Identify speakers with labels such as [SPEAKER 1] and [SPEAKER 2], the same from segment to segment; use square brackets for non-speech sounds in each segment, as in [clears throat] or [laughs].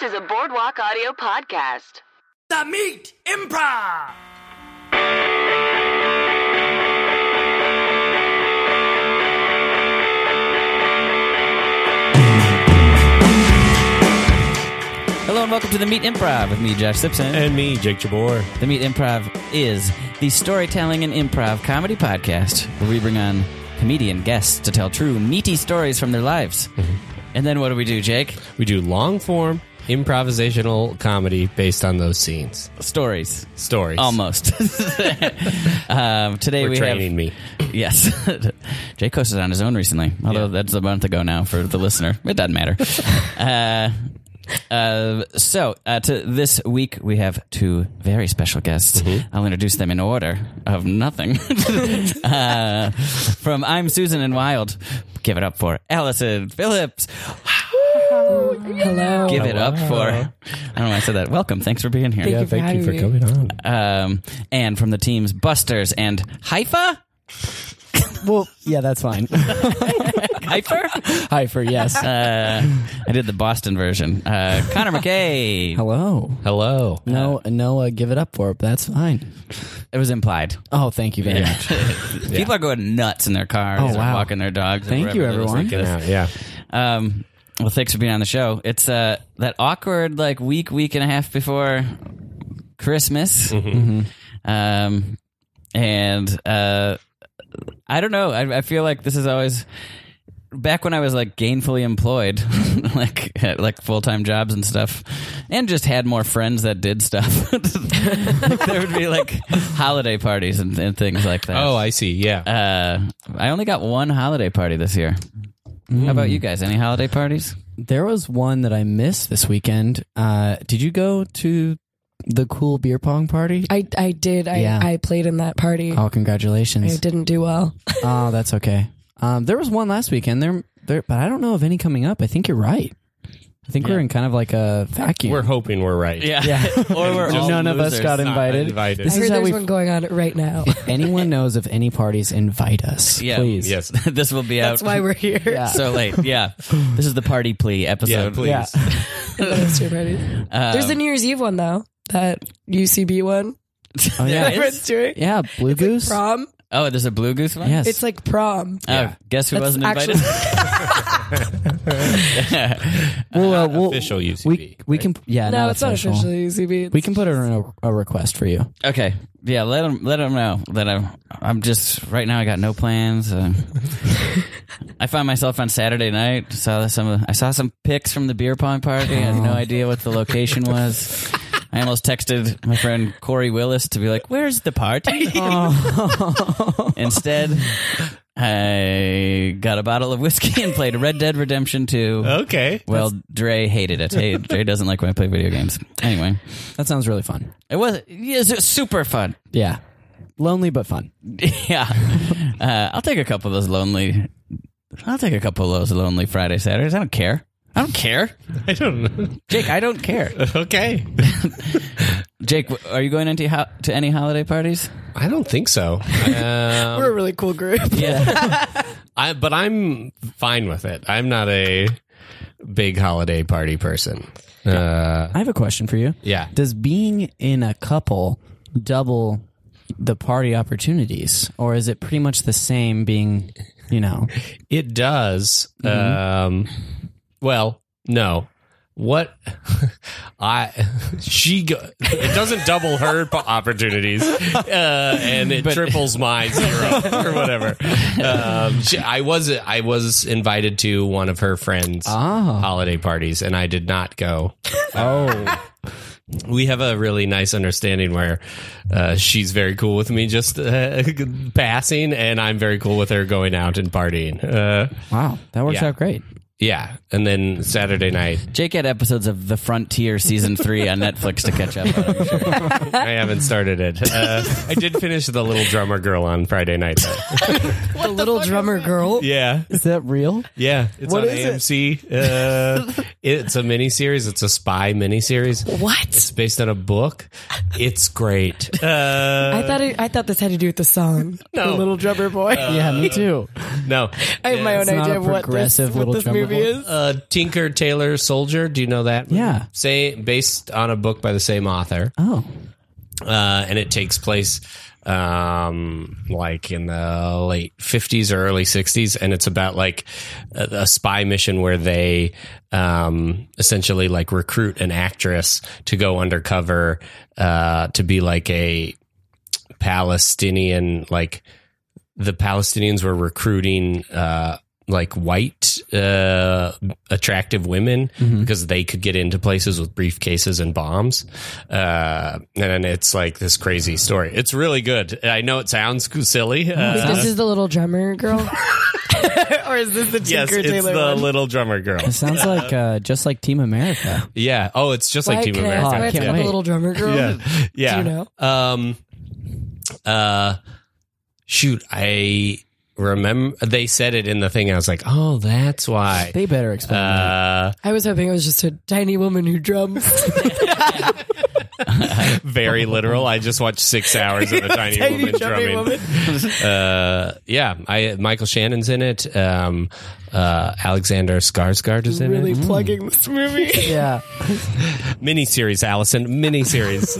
[SPEAKER 1] to the Boardwalk Audio Podcast.
[SPEAKER 2] The Meat Improv.
[SPEAKER 3] Hello and welcome to the Meat Improv with me, Josh Simpson.
[SPEAKER 4] And me, Jake Jabor.
[SPEAKER 3] the Meat Improv is the storytelling and improv comedy podcast where we bring on comedian guests to tell true meaty stories from their lives.
[SPEAKER 4] Mm-hmm.
[SPEAKER 3] And then what do we do, Jake?
[SPEAKER 4] We do long form improvisational comedy based on those scenes.
[SPEAKER 3] Stories.
[SPEAKER 4] Stories.
[SPEAKER 3] Almost. [laughs] um, today
[SPEAKER 4] We're
[SPEAKER 3] we
[SPEAKER 4] training
[SPEAKER 3] have,
[SPEAKER 4] me.
[SPEAKER 3] Yes. [laughs] Jake hosted on his own recently, although
[SPEAKER 4] Yeah.
[SPEAKER 3] that's a month ago now for the listener. It doesn't matter. uh, uh, so, uh, to this week, we have two very special guests. I'll introduce them in order of nothing. [laughs] uh, from I'm Susan and Wild, give it up for Allison Phillips.
[SPEAKER 5] Hello.
[SPEAKER 3] Give it up for, I don't know why I said that. Welcome. Thanks for being here.
[SPEAKER 5] Thank
[SPEAKER 4] Yeah,
[SPEAKER 5] you for
[SPEAKER 4] thank you
[SPEAKER 5] having
[SPEAKER 4] for
[SPEAKER 5] me.
[SPEAKER 4] coming on.
[SPEAKER 3] Um, and from the teams Busters and Haifa?
[SPEAKER 5] Well, yeah, that's fine.
[SPEAKER 3] [laughs] Haifa?
[SPEAKER 5] Hi for yes.
[SPEAKER 3] uh, I did the Boston version. Uh, Connor McKay.
[SPEAKER 5] Hello.
[SPEAKER 4] Hello.
[SPEAKER 5] No, no, uh, give it up for it. But that's fine.
[SPEAKER 3] It was implied.
[SPEAKER 5] Oh, thank you very much. [laughs]
[SPEAKER 3] People are going nuts in their cars
[SPEAKER 5] Oh,
[SPEAKER 3] or
[SPEAKER 5] wow.
[SPEAKER 3] walking their dogs. or
[SPEAKER 5] Thank you,
[SPEAKER 3] wherever they're
[SPEAKER 5] everyone.
[SPEAKER 3] listening to
[SPEAKER 4] Yeah, yeah.
[SPEAKER 3] this. Um, well, thanks for being on the show. It's uh, that awkward like week, week and a half before Christmas. Mm-hmm. Um, and uh, I don't know. I, I feel like this is always back when I was like gainfully employed, [laughs] like at, like full time jobs and stuff, and just had more friends that did stuff. [laughs] there would be like holiday parties and, and things like that.
[SPEAKER 4] Oh, I see. Yeah.
[SPEAKER 3] Uh, I only got one holiday party this year. How about you guys? Any holiday parties?
[SPEAKER 5] there was one that I missed this weekend. Uh, did you go to the cool beer pong party?
[SPEAKER 6] I, I did. I,
[SPEAKER 5] Yeah.
[SPEAKER 6] I played in that party.
[SPEAKER 5] oh,
[SPEAKER 6] I
[SPEAKER 5] congratulations.
[SPEAKER 6] didn't do well.
[SPEAKER 5] Oh, that's okay. Um, there was one last weekend. There, there, but I don't know of any coming up. I think you're right. I think we're in kind of like a vacuum.
[SPEAKER 4] we're hoping we're right.
[SPEAKER 3] Yeah. [laughs] or we're all
[SPEAKER 5] None of us
[SPEAKER 3] losers.
[SPEAKER 5] got
[SPEAKER 4] Not
[SPEAKER 5] invited.
[SPEAKER 4] invited.
[SPEAKER 5] This
[SPEAKER 6] I
[SPEAKER 5] is
[SPEAKER 6] heard
[SPEAKER 5] how
[SPEAKER 6] there's
[SPEAKER 5] we.
[SPEAKER 6] one going on
[SPEAKER 5] [laughs]
[SPEAKER 6] right now.
[SPEAKER 5] If anyone knows of any parties, invite us,
[SPEAKER 3] Yeah. [laughs]
[SPEAKER 5] please.
[SPEAKER 4] Yes.
[SPEAKER 3] this will be
[SPEAKER 6] That's
[SPEAKER 3] out
[SPEAKER 6] why we're here. [laughs]
[SPEAKER 5] Yeah.
[SPEAKER 3] so late. Yeah. This is the party plea episode.
[SPEAKER 4] Yeah, please.
[SPEAKER 5] Yeah.
[SPEAKER 6] Those two parties.
[SPEAKER 5] Um,
[SPEAKER 6] there's the New Year's Eve one though. That UCB one.
[SPEAKER 5] Oh
[SPEAKER 3] There
[SPEAKER 5] yeah,
[SPEAKER 3] is?
[SPEAKER 6] Everyone's doing.
[SPEAKER 5] yeah. Blue Goose.
[SPEAKER 6] Prom.
[SPEAKER 3] [laughs] Oh, there's a Blue Goose one?
[SPEAKER 5] Yes.
[SPEAKER 6] It's like prom.
[SPEAKER 3] Oh, guess who wasn't invited?
[SPEAKER 5] [laughs] Well, uh, we'll-
[SPEAKER 4] official UCB,
[SPEAKER 5] We, we can yeah.
[SPEAKER 6] no, it's not officially UCB.
[SPEAKER 5] We can put in a, a request for you.
[SPEAKER 3] okay. Yeah, let them let 'em know that I'm I'm just right now I got no plans. Uh, [laughs] I find myself on Saturday night saw some of- I saw some pics from the beer pong party. I had no idea what the location was. I almost texted my friend Corey Willis to be like, "Where's the party?" [laughs] Instead, I got a bottle of whiskey and played Red Dead Redemption 2.
[SPEAKER 4] Okay.
[SPEAKER 3] Well, Dre hated it. Hey, Dre doesn't like when I play video games. Anyway,
[SPEAKER 5] That sounds really fun.
[SPEAKER 3] it was, yeah, it was super fun.
[SPEAKER 5] Yeah, lonely but fun.
[SPEAKER 3] [laughs] yeah, uh, I'll take a couple of those lonely. I'll take a couple of those lonely Friday Saturdays. I don't care. I don't care,
[SPEAKER 4] I don't know. [laughs]
[SPEAKER 3] Jake. I don't care.
[SPEAKER 4] Okay.
[SPEAKER 3] Jake, w- are you going into ho- to any holiday parties?
[SPEAKER 4] I don't
[SPEAKER 3] [laughs]
[SPEAKER 4] think so. Um,
[SPEAKER 6] We're a really cool group.
[SPEAKER 3] Yeah,
[SPEAKER 4] [laughs] I, but I'm fine with it. I'm not a big holiday party person. Uh,
[SPEAKER 5] I have a question for you.
[SPEAKER 4] Yeah.
[SPEAKER 5] Does being in a couple double the party opportunities, or is it pretty much the same? Being, you know,
[SPEAKER 4] It does. Um, well, no. What [laughs] I she go, it doesn't double her po- opportunities, uh, and it triples mine zero or whatever. Um, she, I was I was invited to one of her friends' holiday parties, and I did not go.
[SPEAKER 5] oh,
[SPEAKER 4] we have a really nice understanding where uh, she's very cool with me just uh, [laughs] passing, and I'm very cool with her going out and partying. Uh,
[SPEAKER 5] wow, that works
[SPEAKER 4] Yeah.
[SPEAKER 5] out great.
[SPEAKER 4] yeah, and then Saturday night,
[SPEAKER 3] Jake had episodes of The Frontier season three on Netflix to catch up. on. I'm sure.
[SPEAKER 6] [laughs]
[SPEAKER 4] I haven't started it. Uh, I did finish the little drummer girl on Friday night. Though.
[SPEAKER 6] the little drummer girl.
[SPEAKER 4] Yeah,
[SPEAKER 5] Is that real?
[SPEAKER 4] yeah, it's
[SPEAKER 5] What
[SPEAKER 4] on
[SPEAKER 5] is
[SPEAKER 4] AMC.
[SPEAKER 5] it?
[SPEAKER 4] Uh, [laughs] It's a mini series. It's a spy mini series. It's
[SPEAKER 6] What?
[SPEAKER 4] based on a book. It's great. Uh,
[SPEAKER 6] I thought it, I thought this had to do with
[SPEAKER 5] [laughs]
[SPEAKER 6] the song.
[SPEAKER 4] No.
[SPEAKER 6] The Little Drummer Boy.
[SPEAKER 5] yeah, me too.
[SPEAKER 4] no,
[SPEAKER 6] I have my own
[SPEAKER 5] It's not
[SPEAKER 6] idea
[SPEAKER 5] a
[SPEAKER 6] of what this,
[SPEAKER 5] progressive
[SPEAKER 6] what
[SPEAKER 5] Little
[SPEAKER 6] this
[SPEAKER 5] Drummer
[SPEAKER 6] movie
[SPEAKER 5] Boy.
[SPEAKER 6] is.
[SPEAKER 4] Uh, Tinker Tailor Soldier. Do you know that? movie?
[SPEAKER 5] Yeah.
[SPEAKER 4] Say based on a book by the same author,
[SPEAKER 5] Oh,
[SPEAKER 4] uh, and it takes place um like in the late 50s or early 60s and it's about like a, a spy mission where they um essentially like recruit an actress to go undercover uh to be like a Palestinian like the Palestinians were recruiting uh like white uh attractive women because they could get into places with briefcases and bombs uh and it's like this crazy story it's really good i know it sounds silly uh,
[SPEAKER 6] [laughs] this is the Little
[SPEAKER 5] [laughs]
[SPEAKER 6] Drummer Girl. or is this the Tinker
[SPEAKER 4] yes it's
[SPEAKER 6] Tailor
[SPEAKER 4] the
[SPEAKER 6] one?
[SPEAKER 4] little drummer girl
[SPEAKER 5] it sounds like uh, just like Team America.
[SPEAKER 4] yeah oh it's just like
[SPEAKER 6] Why
[SPEAKER 4] team
[SPEAKER 6] can I
[SPEAKER 4] america
[SPEAKER 6] ask
[SPEAKER 5] Oh,
[SPEAKER 6] why
[SPEAKER 5] I
[SPEAKER 6] it's
[SPEAKER 5] can't
[SPEAKER 6] called
[SPEAKER 5] wait.
[SPEAKER 6] the Little Drummer Girl?
[SPEAKER 4] yeah. Yeah.
[SPEAKER 6] [laughs] Do you
[SPEAKER 4] Um uh shoot, I remember they said it in the thing. I was like, "Oh, that's why."
[SPEAKER 5] They better explain. that.
[SPEAKER 4] Uh
[SPEAKER 6] I was hoping it was just a tiny woman who
[SPEAKER 5] [laughs]
[SPEAKER 6] drums.
[SPEAKER 4] [laughs] very literal. I just watched 6 hours
[SPEAKER 6] [laughs]
[SPEAKER 4] of a tiny, woman
[SPEAKER 6] drumming
[SPEAKER 4] drumming. [laughs] Uh yeah, I Michael Shannon's in it. Um uh Alexander Skarsgård is in
[SPEAKER 6] really
[SPEAKER 4] it. Mm-hmm.
[SPEAKER 6] plugging this movie.
[SPEAKER 5] [laughs] Yeah,
[SPEAKER 4] Miniseries, Allison,
[SPEAKER 6] [laughs]
[SPEAKER 4] miniseries.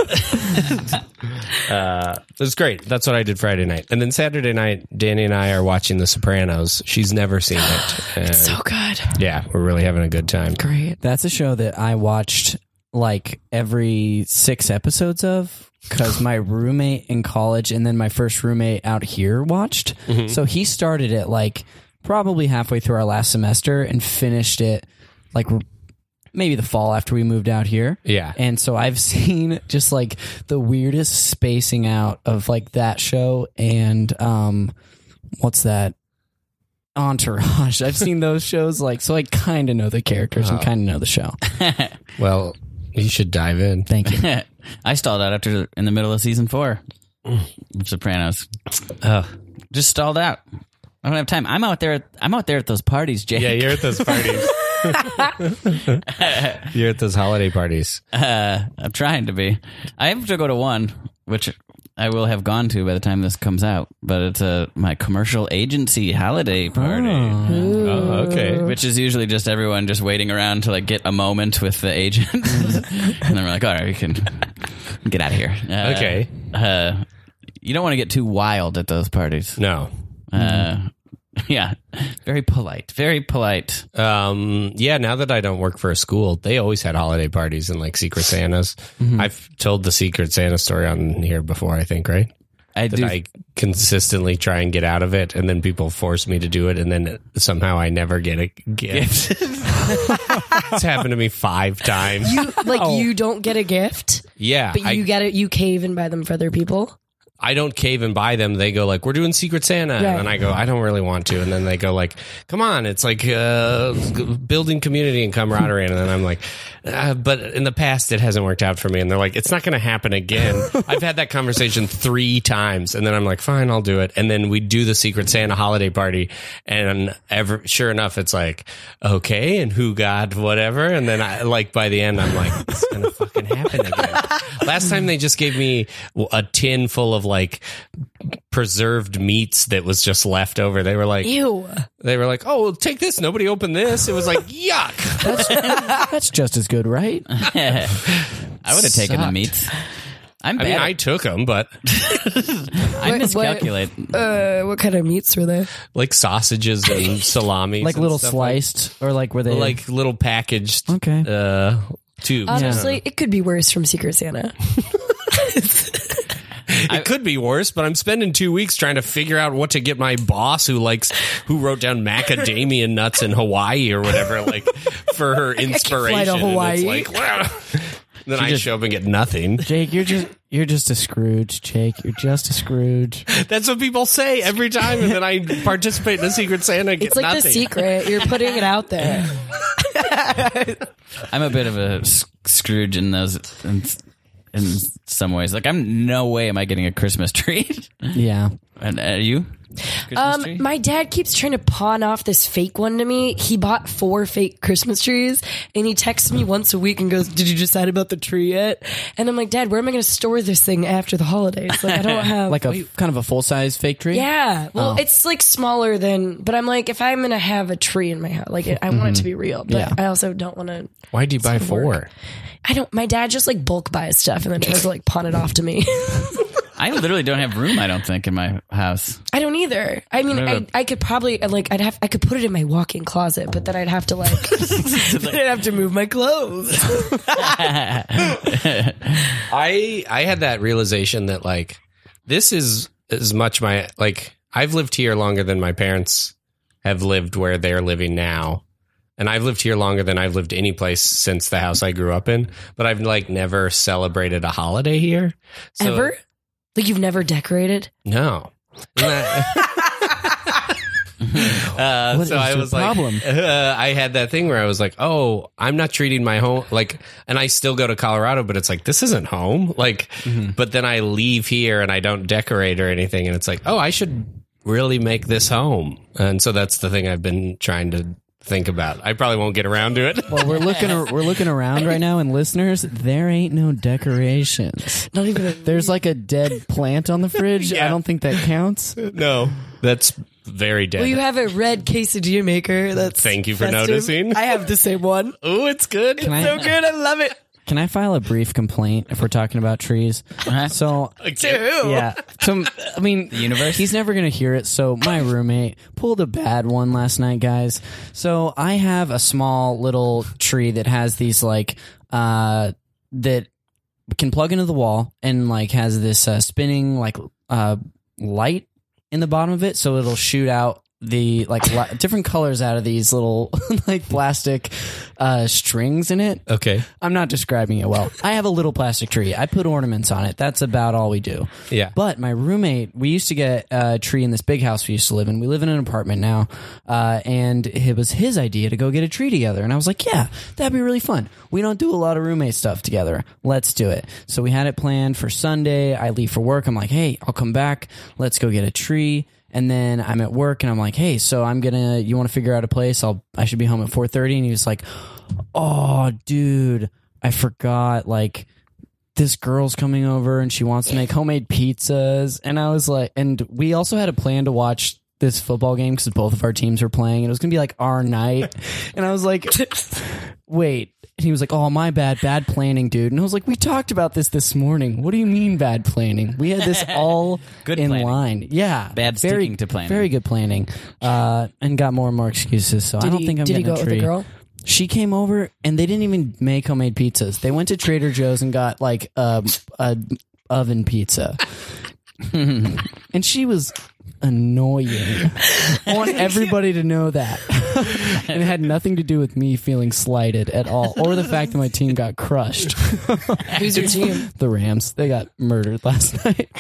[SPEAKER 4] uh, it was great. That's what I did Friday night, and then Saturday night, Danny and I are watching The Sopranos. She's never seen
[SPEAKER 6] [gasps]
[SPEAKER 4] it. And-
[SPEAKER 5] Oh,
[SPEAKER 6] so good.
[SPEAKER 4] Yeah, we're really having a good time.
[SPEAKER 6] Great.
[SPEAKER 5] that's a show that I watched like every six episodes of because my roommate in college and then my first roommate out here watched. So he started it like probably halfway through our last semester and finished it like r- maybe the fall after we moved out here.
[SPEAKER 4] Yeah.
[SPEAKER 5] And so I've [laughs] seen just like the weirdest spacing out of like that show and um what's that? Entourage. [laughs] I've seen those shows like so I kind of know the characters and kind of know the show.
[SPEAKER 4] Well, you should dive in.
[SPEAKER 5] Thank you.
[SPEAKER 3] [laughs] I stalled out after in the middle of season four,
[SPEAKER 4] Mm.
[SPEAKER 3] Sopranos. Just stalled out. I don't have time. I'm out there. At, I'm out there at those parties, Jake.
[SPEAKER 4] Yeah, you're at those
[SPEAKER 6] [laughs]
[SPEAKER 4] parties. you're at those holiday parties.
[SPEAKER 3] I'm trying to be. I have to go to one, which I will have gone to by the time this comes out. But it's a my commercial agency holiday party.
[SPEAKER 4] Oh, okay.
[SPEAKER 3] Which is usually just everyone just waiting around to like get a moment with the agent, [laughs] and then we're like, "All right, we can get out of here." Uh,
[SPEAKER 4] Okay.
[SPEAKER 3] Uh, you don't want to get too wild at those parties.
[SPEAKER 4] No.
[SPEAKER 3] Uh, yeah, very polite, very polite.
[SPEAKER 4] Um, yeah, now that I don't work for a school, they always had holiday parties and like Secret Santas.
[SPEAKER 6] Mm-hmm.
[SPEAKER 4] I've told the Secret Santa story on here before, I think, right?
[SPEAKER 3] I
[SPEAKER 4] That
[SPEAKER 3] do.
[SPEAKER 4] I consistently try and get out of it, and then people force me to do it, and then somehow I never get a gift.
[SPEAKER 6] [laughs]
[SPEAKER 4] it's happened to me five times. [laughs]
[SPEAKER 6] Like you don't get a gift,
[SPEAKER 4] yeah.
[SPEAKER 6] but
[SPEAKER 4] I-
[SPEAKER 6] you get it. You cave and buy them for other people.
[SPEAKER 4] I don't cave and buy them. They go like, "We're doing Secret Santa," and
[SPEAKER 6] Right.
[SPEAKER 4] then I go, "I don't really want to." And then they go like, "Come on, it's like uh, building community and camaraderie." And then I'm like, uh, "But in the past, it hasn't worked out for me." And they're like, "It's not going to happen again." I've had that conversation three times, and then I'm like, "Fine, I'll do it." And then we do the Secret Santa holiday party, and ever sure enough, it's like, "Okay," and who got whatever, and then I like by the end, I'm like, "It's going to fucking happen again." Last time they just gave me a tin full of like preserved meats that was just left over. They were like,
[SPEAKER 6] Ew.
[SPEAKER 4] they were like, oh, well, take this. Nobody opened this. It was
[SPEAKER 5] [laughs]
[SPEAKER 4] like, yuck.
[SPEAKER 5] That's just as good, right?
[SPEAKER 6] [laughs]
[SPEAKER 3] I would have taken the
[SPEAKER 5] Sucked.
[SPEAKER 3] meats. I'm
[SPEAKER 4] I mean,
[SPEAKER 3] bad.
[SPEAKER 4] I took them,
[SPEAKER 5] [laughs]
[SPEAKER 4] but
[SPEAKER 3] I,
[SPEAKER 6] What-
[SPEAKER 3] miscalculate.
[SPEAKER 6] Uh, what kind of meats were they?
[SPEAKER 4] like sausages and salami,
[SPEAKER 5] Like little sliced or like were they
[SPEAKER 4] like little packaged,
[SPEAKER 5] Okay. Um,
[SPEAKER 4] uh, tubes.
[SPEAKER 6] Honestly, it could be worse from Secret Santa.
[SPEAKER 4] It could be worse, but I'm spending two weeks trying to figure out what to get my boss, who likes, who wrote down macadamia nuts in Hawaii or whatever, like for
[SPEAKER 5] [laughs]
[SPEAKER 4] her inspiration. And it's
[SPEAKER 6] Hawaii.
[SPEAKER 4] like, wow. [laughs] Then I
[SPEAKER 3] just-
[SPEAKER 4] show up and get nothing.
[SPEAKER 5] Jake, you're just you're just a Scrooge, Jake. You're just a
[SPEAKER 6] [laughs]
[SPEAKER 5] Scrooge.
[SPEAKER 4] That's what people say every time, and then I participate in the Secret Santa. And get
[SPEAKER 6] It's like
[SPEAKER 4] nothing.
[SPEAKER 6] the secret. You're putting it out there.
[SPEAKER 4] [laughs]
[SPEAKER 3] I'm a bit of a S- Scrooge in those in, in some ways. Like I'm no way am I getting a Christmas tree. [laughs]
[SPEAKER 5] Yeah.
[SPEAKER 3] and are you? Christmas
[SPEAKER 6] Um,
[SPEAKER 3] tree?
[SPEAKER 6] my dad keeps trying to pawn off this fake one to me. He bought four fake Christmas trees and he texts me once a week and goes, Did you decide about the tree yet? And I'm like, Dad, where am I going to store this thing after the holidays? Like, I
[SPEAKER 4] [laughs]
[SPEAKER 6] don't have.
[SPEAKER 5] like a kind of a full size fake tree.
[SPEAKER 6] yeah. Well, it's like smaller than, but I'm like, if I'm going to have a tree in my house, like, I want it to be real, but
[SPEAKER 5] Yeah.
[SPEAKER 6] I also don't want to.
[SPEAKER 4] Why'd you buy four?
[SPEAKER 6] I don't, my dad just like bulk buys stuff and then tries to like pawn it off to me. [laughs]
[SPEAKER 3] I literally don't have room. I don't think in my house.
[SPEAKER 6] I don't either. I mean, I, I could probably uh, like I'd have I could put it in my walk-in closet, but then I'd have to like [laughs] then I'd have to move my clothes.
[SPEAKER 4] I I had that realization that like this is as much my like I've lived here longer than my parents have lived where they're living now. And I've lived here longer than I've lived any place since the house I grew up in, but I've like never celebrated a holiday here. So-
[SPEAKER 6] [laughs] Ever? Like you've never decorated?
[SPEAKER 4] No. Isn't that- [laughs] Uh,
[SPEAKER 5] What
[SPEAKER 4] so
[SPEAKER 5] is
[SPEAKER 4] I
[SPEAKER 5] your
[SPEAKER 4] was
[SPEAKER 5] problem?
[SPEAKER 4] like, [laughs] uh, I had that thing where I was like, oh, I'm not treating my home like, and I still go to Colorado, but it's like this isn't home. Like,
[SPEAKER 5] Mm-hmm.
[SPEAKER 4] but then I leave here and I don't decorate or anything, and it's like, oh, I should really make this home. And so that's the thing I've been trying to think about. I probably won't get around to it.
[SPEAKER 5] Well, we're looking ar- we're looking around right now, and listeners, there ain't no decorations.
[SPEAKER 6] Not even a,
[SPEAKER 5] There's like a
[SPEAKER 6] [laughs]
[SPEAKER 5] dead plant on the fridge. I don't think that
[SPEAKER 4] [laughs] [laughs]
[SPEAKER 5] counts.
[SPEAKER 4] no, that's very dead.
[SPEAKER 6] Well, you have a red quesadilla maker. That's
[SPEAKER 4] Thank you for
[SPEAKER 6] festive.
[SPEAKER 4] noticing. [laughs]
[SPEAKER 6] I have the same one.
[SPEAKER 4] oh, it's good.
[SPEAKER 5] Can I,
[SPEAKER 6] Good, I love it.
[SPEAKER 5] can I file a brief complaint if we're talking about trees?
[SPEAKER 6] Uh-huh.
[SPEAKER 5] So
[SPEAKER 6] Ew.
[SPEAKER 5] yeah. So I mean, the universe. He's never gonna hear it. So my roommate pulled a bad one last night, guys. So I have a small little tree that has these like uh that can plug into the wall and like has this uh, spinning like uh light in the bottom of it, so it'll shoot out the like li- different colors out of these little [laughs] like plastic uh strings in it.
[SPEAKER 4] Okay.
[SPEAKER 5] I'm not describing it well. I have a little plastic tree. I put ornaments on it. That's about all we do.
[SPEAKER 4] Yeah.
[SPEAKER 5] But my roommate, we used to get a tree in this big house we used to live in. We live in an apartment now. Uh, and it was his idea to go get a tree together. And I was like, yeah, that'd be really fun. We don't do a lot of roommate stuff together. Let's do it. So we had it planned for Sunday. I leave for work. I'm like, hey, I'll come back. Let's go get a tree. And then I'm at work and I'm like, hey, so I'm gonna you wanna figure out a place? I'll I should be home at four thirty. And he was like, Oh, dude, I forgot like this girl's coming over and she wants to make homemade pizzas. And I was like, and we also had a plan to watch this football game because both of our teams were playing and it was going to be like our
[SPEAKER 6] [laughs]
[SPEAKER 5] night. And I was like, wait. And he was like, oh, my bad, bad planning, dude. And I was like, we talked about this this morning. What do you mean bad planning? We had
[SPEAKER 6] [laughs]
[SPEAKER 5] this all
[SPEAKER 3] Good
[SPEAKER 5] in
[SPEAKER 3] planning.
[SPEAKER 5] line. Yeah.
[SPEAKER 3] Bad sticking to planning.
[SPEAKER 5] Very good planning. Uh, and got more and more excuses. So I
[SPEAKER 6] Did
[SPEAKER 5] don't
[SPEAKER 6] he-
[SPEAKER 5] think I'm
[SPEAKER 6] did he
[SPEAKER 5] getting a
[SPEAKER 6] go out with a
[SPEAKER 5] tree.
[SPEAKER 6] girl?
[SPEAKER 5] She came over and they didn't even make homemade pizzas. They went to Trader Joe's and got like a, a oven pizza. [laughs] and she was annoying. I want everybody to know that. [laughs] and it had nothing to do with me feeling slighted at all or the fact that my team got crushed.
[SPEAKER 6] Who's your team?
[SPEAKER 5] The Rams, they got murdered last [laughs] night.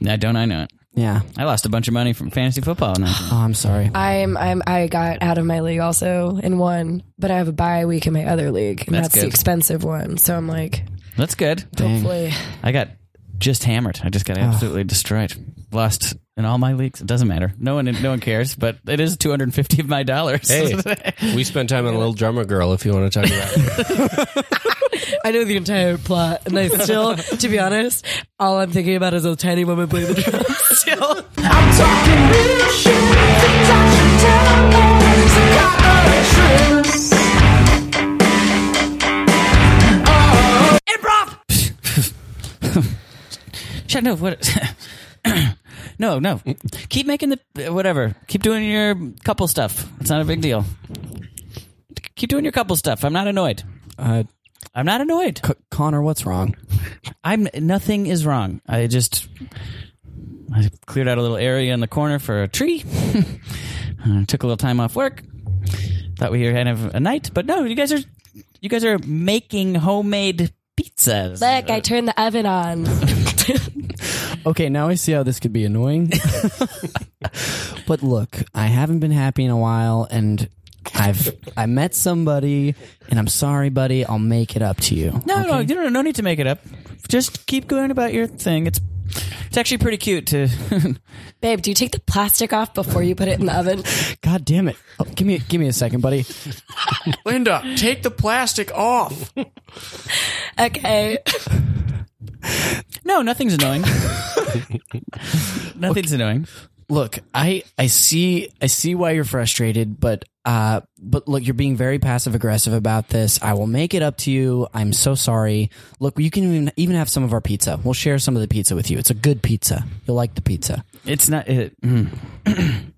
[SPEAKER 3] Now don't I know it?
[SPEAKER 5] yeah.
[SPEAKER 3] I lost a bunch of money from fantasy football. And I-
[SPEAKER 5] Oh, I'm sorry.
[SPEAKER 6] I'm I'm I got out of my league also and won, but I have a bye week in my other league, and
[SPEAKER 3] That's
[SPEAKER 6] that's, the
[SPEAKER 3] good.
[SPEAKER 6] expensive one. So I'm like,
[SPEAKER 3] that's good.
[SPEAKER 6] hopefully,
[SPEAKER 3] I got just hammered. I just got absolutely destroyed. Lost in all my leagues. It doesn't matter. No one, no one cares. But it is two hundred and fifty of my dollars.
[SPEAKER 4] Hey, we spent time
[SPEAKER 6] [laughs]
[SPEAKER 4] on Little Drummer Girl if you want to talk about it.
[SPEAKER 6] I know the entire plot, and I [laughs] still, to be honest, all I'm thinking about is a tiny woman playing the drums. Still,
[SPEAKER 7] I'm talking real shit. I think I should tell them it's a cotton truce.
[SPEAKER 2] Improv!
[SPEAKER 3] [laughs] Shut no, what? [coughs] no, no. Keep making the whatever. Keep doing your couple stuff. It's not a big deal. Keep doing your couple stuff. I'm not annoyed.
[SPEAKER 5] Uh,
[SPEAKER 3] I'm not annoyed.
[SPEAKER 5] C- Connor, what's wrong?
[SPEAKER 3] I'm nothing is wrong. I just I cleared out a little area in the corner for a tree. [laughs] uh, took a little time off work. Thought we were gonna have a night, but no, you guys are you guys are making homemade pizzas.
[SPEAKER 6] Look, I turned the oven on.
[SPEAKER 5] Okay, now I see how this could be annoying. but look, I haven't been happy in a while and I've I met somebody and I'm sorry, buddy, I'll make it up to you.
[SPEAKER 3] no, no, you don't no need to make it up. Just keep going about your thing. It's It's actually pretty cute to. [laughs]
[SPEAKER 6] Babe, do you take the plastic off before you put it in the oven?
[SPEAKER 5] God damn it! Oh, give me give me a second, buddy.
[SPEAKER 2] Linda, take the plastic off.
[SPEAKER 6] Okay.
[SPEAKER 3] no, nothing's annoying. nothing's annoying.
[SPEAKER 5] Look, I I see I see why you're frustrated, but uh, but look, you're being very passive aggressive about this. I will make it up to you. I'm so sorry. Look, you can even even have some of our pizza. We'll share some of the pizza with you. It's a good pizza. You'll like the pizza.
[SPEAKER 3] It's not. It, mm. [clears throat]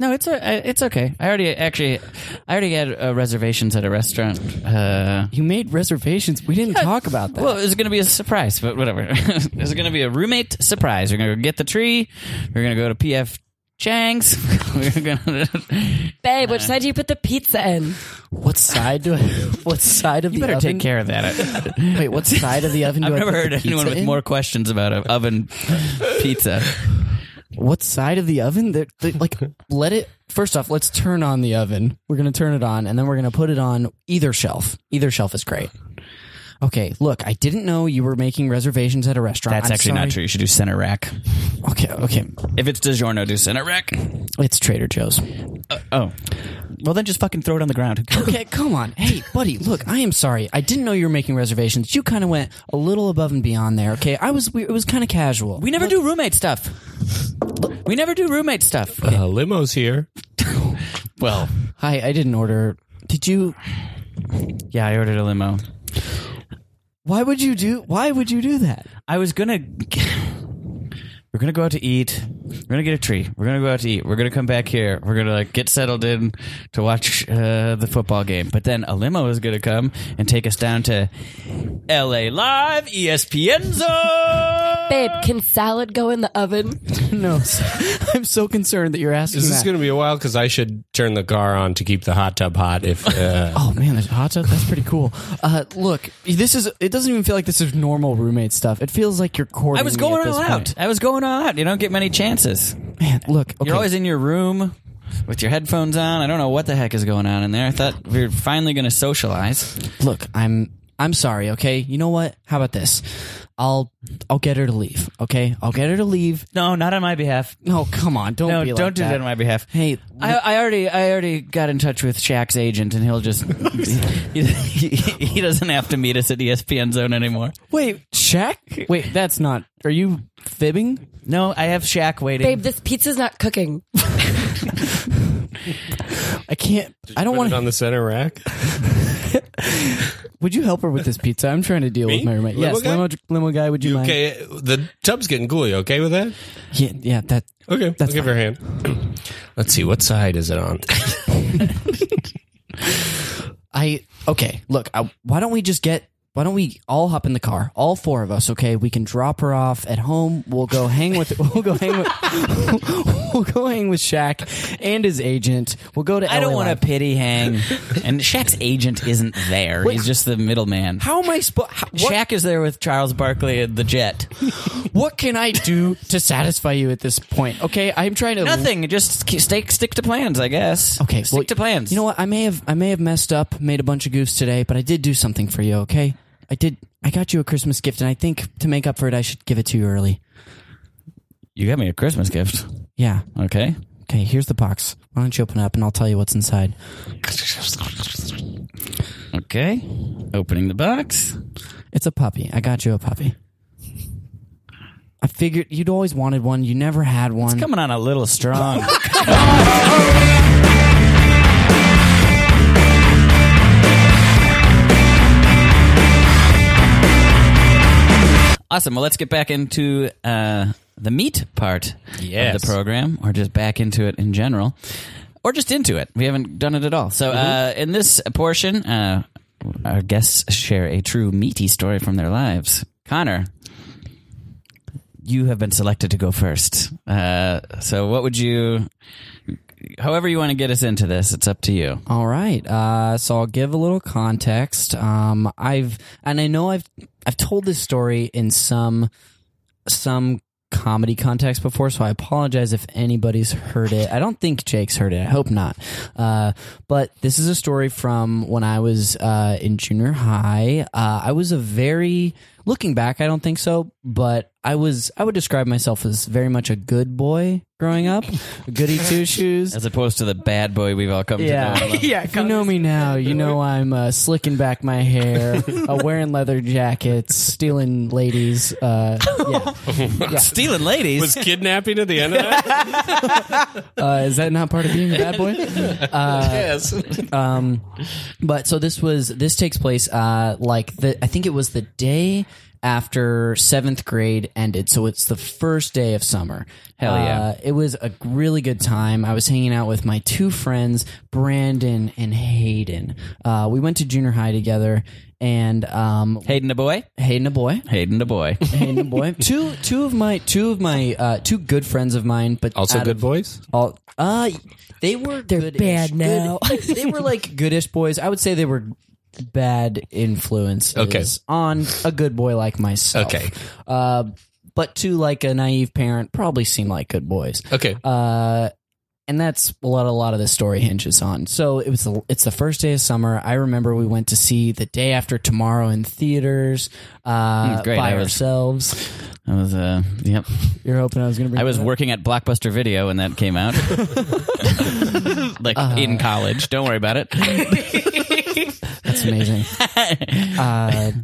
[SPEAKER 3] no, it's a, uh, it's okay. I already actually, I already had uh, reservations at a restaurant. Uh,
[SPEAKER 5] You made reservations. We didn't talk about that.
[SPEAKER 3] Well, it was going to be a surprise, but whatever. [laughs] it was going to be a roommate surprise. We're going to go get the tree. We're going to go to PF Chang's. [laughs] We're going to.
[SPEAKER 6] Babe, which side do you put the pizza in?
[SPEAKER 5] what side do I? [laughs] What side of
[SPEAKER 3] You
[SPEAKER 5] the
[SPEAKER 3] better
[SPEAKER 5] oven?
[SPEAKER 3] take care of [laughs] that.
[SPEAKER 5] Wait, what side of the oven? Do
[SPEAKER 3] I've
[SPEAKER 5] I
[SPEAKER 3] never
[SPEAKER 5] put the
[SPEAKER 3] heard anyone
[SPEAKER 5] pizza
[SPEAKER 3] with
[SPEAKER 5] in?
[SPEAKER 3] more questions about an oven [laughs] pizza.
[SPEAKER 5] What side of the oven? That that- like,
[SPEAKER 3] [laughs]
[SPEAKER 5] let it. First off, let's turn on the oven. We're gonna turn it on, and then we're gonna put it on either shelf. Either shelf is great. Okay, look, I didn't know you were making reservations at a restaurant.
[SPEAKER 3] That's
[SPEAKER 5] I'm
[SPEAKER 3] actually not true.
[SPEAKER 5] sorry.
[SPEAKER 3] You should do center rack.
[SPEAKER 5] Okay, okay,
[SPEAKER 3] If it's DiGiorno, do center rack.
[SPEAKER 5] it's Trader Joe's.
[SPEAKER 3] Oh. Well, then just fucking throw it on the ground.
[SPEAKER 5] Okay, come on, hey buddy, look, I am sorry. I didn't know you were making reservations. You kind of went a little above and beyond there. Okay, I was. We, it was kind of casual.
[SPEAKER 3] We never do roommate stuff. We never do roommate stuff.
[SPEAKER 4] Uh, limo's here.
[SPEAKER 3] [laughs] Well,
[SPEAKER 5] Hi, I didn't order. Did you?
[SPEAKER 3] yeah, I ordered a limo.
[SPEAKER 5] Why would you do? Why would you do that? [laughs]
[SPEAKER 3] I was gonna. [laughs] We're gonna go out to eat. We're gonna get a tree. We're gonna go out to eat. We're gonna come back here. We're gonna like get settled in to watch uh, the football game. But then a limo is gonna come and take us down to L.A. Live, E ESPN Zone.
[SPEAKER 6] Babe, can salad go in the oven?
[SPEAKER 5] No, [laughs] I'm so concerned that you're asking
[SPEAKER 4] This
[SPEAKER 5] that.
[SPEAKER 4] is going to be a while because I should turn the car on to keep the hot tub hot. If
[SPEAKER 5] [laughs]
[SPEAKER 4] uh,
[SPEAKER 5] Oh man, there's a hot tub. That's pretty cool. Uh, look, this is. It doesn't even feel like this is normal roommate stuff. It feels like you're courting.
[SPEAKER 3] I was
[SPEAKER 5] me
[SPEAKER 3] going
[SPEAKER 5] at this
[SPEAKER 3] all out.
[SPEAKER 5] point.
[SPEAKER 3] I was going all out. You don't get many chances.
[SPEAKER 5] Man, look, okay.
[SPEAKER 3] You're always in your room with your headphones on. I don't know what the heck is going on in there. I thought we were finally gonna socialize.
[SPEAKER 5] look. I'm. I'm sorry. Okay. You know what? How about this? I'll. I'll get her to leave. Okay. I'll get her to leave.
[SPEAKER 3] No, not on my behalf.
[SPEAKER 5] No, come on. Don't.
[SPEAKER 3] No,
[SPEAKER 5] be like
[SPEAKER 3] don't do that. on my behalf.
[SPEAKER 5] Hey,
[SPEAKER 3] I, I already I already got in touch with Shaq's agent, and he'll just [laughs] he, he, he doesn't have to meet us at E ESPN Zone anymore.
[SPEAKER 5] wait, Shaq. Wait, that's not. Are you fibbing?
[SPEAKER 3] No, I have Shaq waiting.
[SPEAKER 6] Babe, this pizza's not cooking.
[SPEAKER 5] I can't. I don't
[SPEAKER 4] put
[SPEAKER 5] want
[SPEAKER 4] it
[SPEAKER 5] to.
[SPEAKER 4] on the center
[SPEAKER 5] [laughs]
[SPEAKER 4] rack,
[SPEAKER 5] Would you help her with this pizza? I'm trying to deal with my roommate.
[SPEAKER 4] Limo
[SPEAKER 5] yes,
[SPEAKER 4] guy?
[SPEAKER 5] limo, limo guy. Would you, mind?
[SPEAKER 4] okay. The tub's getting cool. You okay with that?
[SPEAKER 5] Yeah, yeah. That.
[SPEAKER 4] Okay,
[SPEAKER 5] That's
[SPEAKER 4] I'll give her a hand. Let's see what side is it
[SPEAKER 5] [laughs]
[SPEAKER 4] on.
[SPEAKER 5] I okay. Look, I, why don't we just get? Why don't we all hop in the car, all four of us? Okay, we can drop her off at home. We'll go hang with. [laughs] We'll go hang with. we'll go hang with Shaq and his agent. We'll go to.
[SPEAKER 3] I don't
[SPEAKER 5] LA
[SPEAKER 3] want
[SPEAKER 5] Live.
[SPEAKER 3] to pity hang, and Shaq's agent isn't there. He's just the middleman.
[SPEAKER 5] How am I supposed? What,
[SPEAKER 3] Shaq is there with Charles Barkley and the Jet.
[SPEAKER 5] what can I do to satisfy you at this point? Okay, I'm trying to
[SPEAKER 3] Nothing. Just k- stay, stick to plans, I guess.
[SPEAKER 5] Okay,
[SPEAKER 3] stick
[SPEAKER 5] well,
[SPEAKER 3] to plans.
[SPEAKER 5] You know what? I may have I may have messed up, made a bunch of goofs today, but I did do something for you. Okay, I did. I got you a Christmas gift, and I think to make up for it, I should give it to you early.
[SPEAKER 3] You got me a Christmas gift.
[SPEAKER 5] Yeah.
[SPEAKER 3] Okay.
[SPEAKER 5] Okay, here's the box. Why don't you open it up and I'll tell you what's inside?
[SPEAKER 3] Okay. Opening the box.
[SPEAKER 5] It's a puppy. I got you a puppy. I figured you'd always wanted one. You never had one.
[SPEAKER 3] Coming on a little strong. awesome. Well, let's get back into uh, the meat part of
[SPEAKER 4] Yes.
[SPEAKER 3] the program, or just back into it in general, or just into it. We haven't done it at all. So, uh, in this portion, uh, our guests share a true meaty story from their lives. Connor, you have been selected to go first. Uh, so, what would you, however, you want to get us into this, it's up to you.
[SPEAKER 5] All right. Uh, so I'll give a little context. Um, I've and I know I've I've told this story in some some comedy context before, so I apologize if anybody's heard it. I don't think Jake's heard it. I hope not. Uh, but this is a story from when I was uh, in junior high. Uh, I was a very looking back. I don't think so, but I was. I would describe myself as very much a good boy growing up, goody two shoes.
[SPEAKER 3] as opposed to the bad boy we've all come [laughs] to know.
[SPEAKER 5] Yeah,
[SPEAKER 3] and love.
[SPEAKER 5] yeah. If you know me now, you know I'm uh, slicking back my hair, uh, wearing leather jackets, stealing ladies. Uh, yeah.
[SPEAKER 3] Stealing ladies.
[SPEAKER 4] Was kidnapping at the end of
[SPEAKER 5] [laughs]
[SPEAKER 4] that?
[SPEAKER 5] uh, is that not part of being a bad boy?
[SPEAKER 4] yes.
[SPEAKER 5] Um, but so this was this takes place uh, like the I think it was the day after seventh grade ended, so it's the first day of summer. Hell
[SPEAKER 3] yeah.
[SPEAKER 5] it was a really good time. I was hanging out with my two friends, Brandon and Hayden. Uh, we went to junior high together, and um,
[SPEAKER 3] Hayden a boy.
[SPEAKER 5] Hayden a boy.
[SPEAKER 3] Hayden a boy.
[SPEAKER 5] Hayden
[SPEAKER 4] [laughs]
[SPEAKER 5] a boy. two two of my two of my uh, two good friends of mine, but
[SPEAKER 4] Also
[SPEAKER 5] out
[SPEAKER 4] good
[SPEAKER 5] of-
[SPEAKER 4] boys?
[SPEAKER 5] all uh they were they're
[SPEAKER 6] bad now.
[SPEAKER 5] [laughs] they were like goodish boys. I would say they were bad influences
[SPEAKER 4] Okay.
[SPEAKER 5] on a good boy like myself.
[SPEAKER 4] Okay.
[SPEAKER 5] Uh but to like a naive parent probably seem like good boys.
[SPEAKER 4] Okay.
[SPEAKER 5] Uh, and that's what a lot of the story hinges on. So it was the, it's the first day of summer. I remember we went to see the day after tomorrow in theaters uh,
[SPEAKER 4] Hmm,
[SPEAKER 3] Mm, great.
[SPEAKER 5] by
[SPEAKER 3] I was-
[SPEAKER 5] ourselves.
[SPEAKER 3] I was uh yep.
[SPEAKER 5] You're hoping I was going to.
[SPEAKER 3] I was working at Blockbuster Video when that came out. [laughs] like in college. Don't worry about it.
[SPEAKER 5] That's amazing. [laughs] uh, I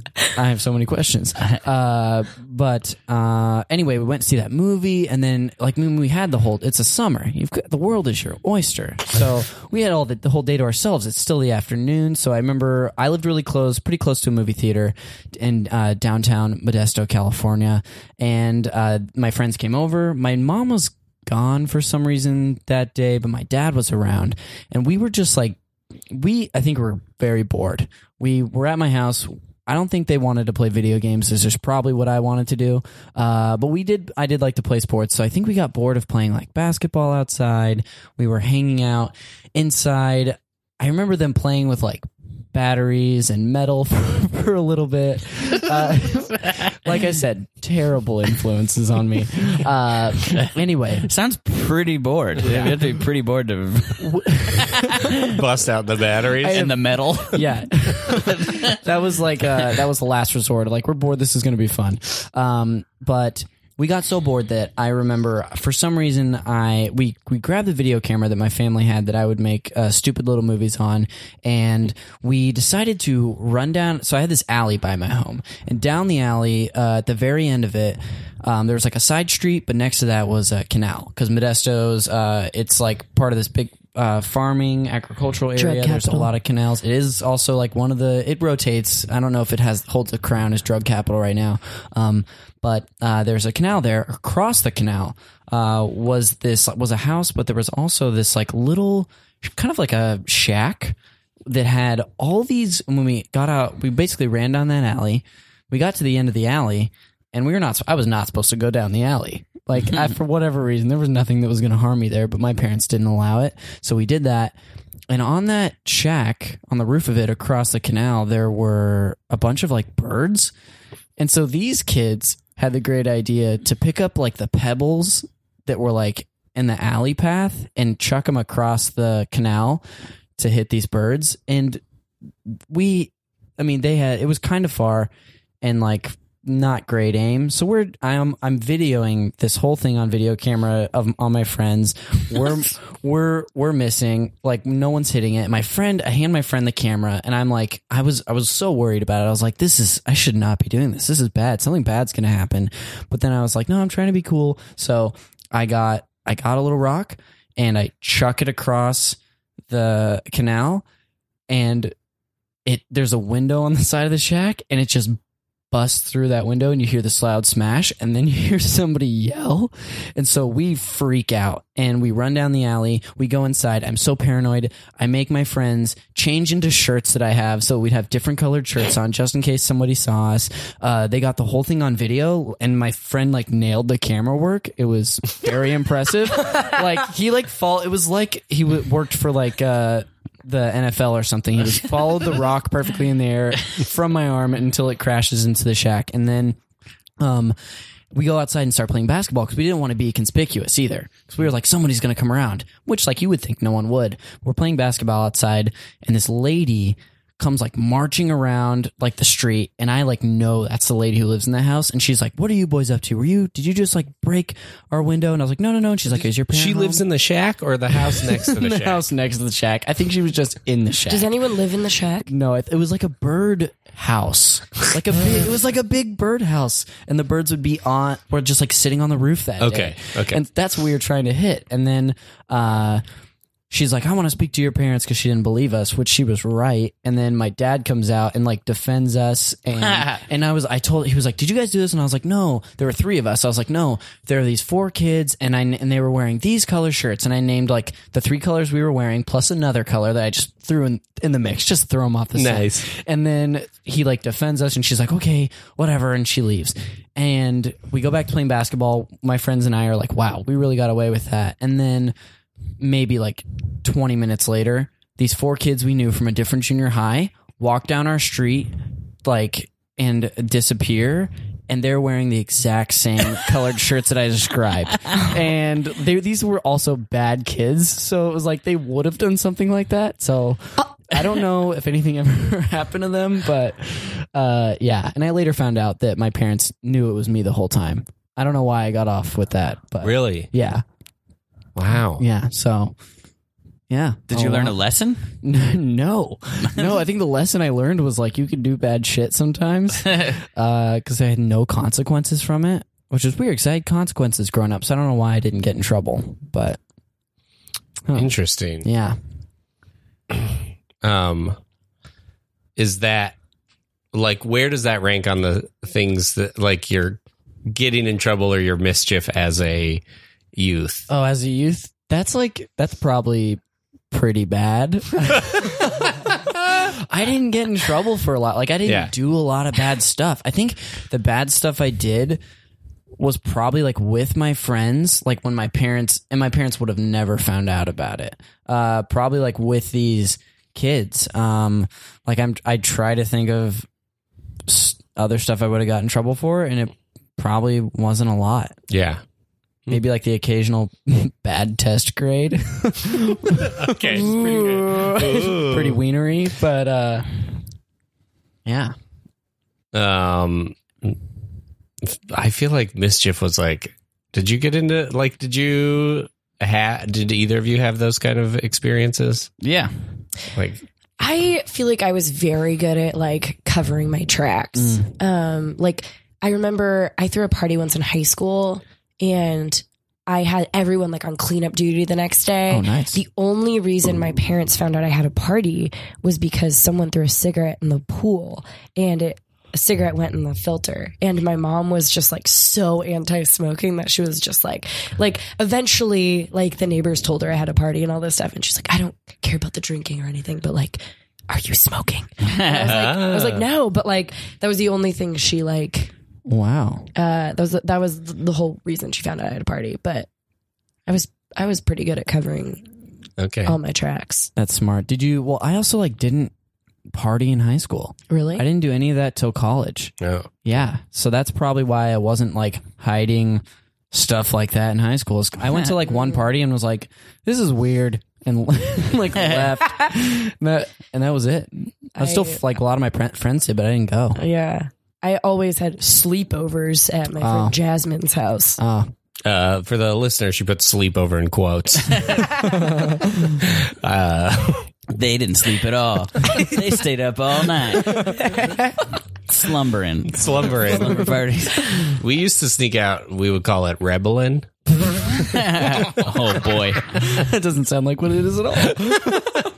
[SPEAKER 5] have so many questions. Uh, but uh, anyway, we went to see that movie, and then like when we had the whole. It's a summer. You've got, the world is your oyster. [laughs] So we had all the, the whole day to ourselves. It's still the afternoon, so I remember I lived really close, pretty close to a movie theater in uh, downtown Modesto, California, and uh, my friends came over. My mom was gone for some reason that day, but my dad was around, and we were just like we I think were very bored. We were at my house. I don't think they wanted to play video games. This is probably what I wanted to do. Uh, but we did. I did like to play sports, so I think we got bored of playing like basketball outside. We were hanging out inside. I remember them playing with like batteries and metal [laughs] for, for a little bit. Uh, [laughs] like I said, terrible influences on me. Uh, anyway,
[SPEAKER 3] Sounds pretty bored. You have to be pretty bored to
[SPEAKER 4] Bust out the batteries.
[SPEAKER 3] in the metal.
[SPEAKER 5] [laughs] yeah that was like uh that was the last resort like we're bored this is gonna be fun um but we got so bored that i remember for some reason i we we grabbed the video camera that my family had that i would make uh, stupid little movies on and we decided to run down so i had this alley by my home and down the alley uh, at the very end of it um, there was like a side street but next to that was a canal because modesto's uh, it's like part of this big uh, farming agricultural area there's a
[SPEAKER 6] capital.
[SPEAKER 5] lot lot of canals. It is also like one of the. It rotates. I don't know if it has holds a crown as drug capital right now, um, but uh, there's a canal there. Across the canal uh, was this was a house, but there was also this like little kind of like a shack that had all these. When we got out, we basically ran down that alley. We got to the end of the alley, and we were not. I was not supposed to go down the alley. Like I, for whatever reason, there was nothing that was going to harm me there, but my parents didn't allow it, so we did that. And on that shack, on the roof of it, across the canal, there were a bunch of like birds, and so these kids had the great idea to pick up like the pebbles that were like in the alley path and chuck them across the canal to hit these birds. And we I mean they had it was kind of far and like not great aim. So we're I'm I'm videoing this whole thing on video camera of on my friends. We're we're we're missing like no one's hitting it. My friend I hand my friend the camera and I'm like I was I was so worried about it. I was like this is I should not be doing this. This is bad. Something bad's going to happen. But then I was like no, I'm trying to be cool. So I got I got a little rock and I chuck it across the canal and it there's a window on the side of the shack and it just busts through that window and you hear this loud smash and then you [laughs] hear somebody yell and so we freak out and we run down the alley we go inside i'm so paranoid i make my friends change into shirts that i have so we'd have different colored shirts on just in case somebody saw us uh, they got the whole thing on video and my friend like nailed the camera work it was very impressive like he like fall it was like he w- worked for like uh the NFL or something. He just followed the rock perfectly in the air from my arm until it crashes into the shack, and then um, we go outside and start playing basketball because we didn't want to be conspicuous either. Because we were like, somebody's going to come around, which, like, you would think no one would. We're playing basketball outside, and this lady comes like marching around like the street and I like know that's the lady who lives in the house and she's like what are you boys up to were you did you just like break our window and I was like no no no and she's like is your parent
[SPEAKER 4] She
[SPEAKER 5] home?"
[SPEAKER 4] lives in the shack or the house next to the,
[SPEAKER 5] [laughs] in the
[SPEAKER 4] shack?
[SPEAKER 5] house next to the shack I think she was just in the shack
[SPEAKER 6] Does anyone live in the shack?
[SPEAKER 5] no, it, it was like a bird house. Like a big, it was like a big bird house, and the birds would be on, were just like sitting on the roof that
[SPEAKER 4] Okay,
[SPEAKER 5] day.
[SPEAKER 4] okay.
[SPEAKER 5] And that's what we were trying to hit. And then uh, she's like, "I want to speak to your parents" because she didn't believe us, which she was right. And then my dad comes out and like defends us, and and I was, I told, he was like, "Did you guys do this?" And I was like, "No." There were three of us. I was like, "No." There are these four kids, and I and they were wearing these color shirts, and I named like the three colors we were wearing plus another color that I just threw in in the mix, just throw them off the scent.
[SPEAKER 4] Nice.
[SPEAKER 5] And then he like defends us, and she's like, okay, whatever, and she leaves. And we go back to playing basketball. My friends and I are like, wow, we really got away with that. And then maybe like 20 minutes later, these four kids we knew from a different junior high walk down our street, like, and disappear. And they're wearing the exact same colored shirts that I described. And they, these were also bad kids. So it was like they would have done something like that. So I don't know if anything ever [laughs] happened to them, but uh, yeah. And I later found out that my parents knew it was me the whole time. I don't know why I got off with that, but
[SPEAKER 4] Really?
[SPEAKER 5] yeah.
[SPEAKER 4] Wow.
[SPEAKER 5] Yeah. So, yeah.
[SPEAKER 3] Did you learn a lesson?
[SPEAKER 5] [laughs] no, no. I think the lesson I learned was like you can do bad shit sometimes,
[SPEAKER 3] [laughs]
[SPEAKER 5] because I had no consequences from it, which is weird. Because I had consequences growing up, so I don't know why I didn't get in trouble. But
[SPEAKER 4] Interesting.
[SPEAKER 5] yeah,
[SPEAKER 4] Um, is that like where does that rank on the things that like you're getting in trouble or your mischief as a youth?
[SPEAKER 5] [laughs] Oh, as a youth, that's like that's probably pretty bad. I didn't get in trouble for a lot. Like I didn't
[SPEAKER 4] Yeah.
[SPEAKER 5] do a lot of bad stuff. I think the bad stuff I did was probably like with my friends, like when my parents and my parents would have never found out about it. Uh probably like with these kids. Um like I'm I try to think of s- other stuff I would have got in trouble for and it probably wasn't a lot
[SPEAKER 4] Yeah.
[SPEAKER 5] maybe like the occasional [laughs] bad test grade
[SPEAKER 4] Okay. Pretty,
[SPEAKER 5] pretty wienery but uh yeah
[SPEAKER 4] [laughs] um i feel like mischief was like did you get into like did you ha- did either of you have those kind of experiences
[SPEAKER 3] Yeah.
[SPEAKER 4] like
[SPEAKER 6] I feel like I was very good at like covering my tracks.
[SPEAKER 5] Mm.
[SPEAKER 6] Um, like I remember I threw a party once in high school and I had everyone like on cleanup duty the next day.
[SPEAKER 5] Oh, nice.
[SPEAKER 6] The only reason my parents found out I had a party was because someone threw a cigarette in the pool and it a cigarette went in the filter and my mom was just like so anti-smoking that she was just like like eventually like the neighbors told her I had a party and all this stuff and she's like I don't care about the drinking or anything but like are you smoking? And I was like I
[SPEAKER 4] [laughs]
[SPEAKER 6] was like no but like that was the only thing she like
[SPEAKER 5] wow
[SPEAKER 6] uh that was that was the whole reason she found out I had a party but I was I was pretty good at covering
[SPEAKER 4] okay
[SPEAKER 6] all my tracks.
[SPEAKER 5] that's smart did you well i also like didn't party in high school
[SPEAKER 6] Really?
[SPEAKER 5] i didn't do any of that till college
[SPEAKER 4] no
[SPEAKER 5] yeah so that's probably why i wasn't like hiding stuff like that in high school i went to like [laughs] one party and was like this is weird and
[SPEAKER 3] [laughs]
[SPEAKER 5] [laughs] like left and that, and that was it i was still
[SPEAKER 6] I-
[SPEAKER 5] like a lot of my pre- friends did but i didn't go [laughs]
[SPEAKER 6] Yeah. I always had sleepovers at my friend Jasmine's house. [laughs]
[SPEAKER 5] oh
[SPEAKER 4] uh for the listener she put sleepover in quotes
[SPEAKER 3] They didn't sleep at
[SPEAKER 6] [laughs]
[SPEAKER 3] all. they stayed up all night. Slumbering.
[SPEAKER 4] slumbering
[SPEAKER 3] Slumber parties.
[SPEAKER 4] we used to sneak out we would call it rebelin
[SPEAKER 3] oh boy.
[SPEAKER 5] that doesn't sound like what it is at all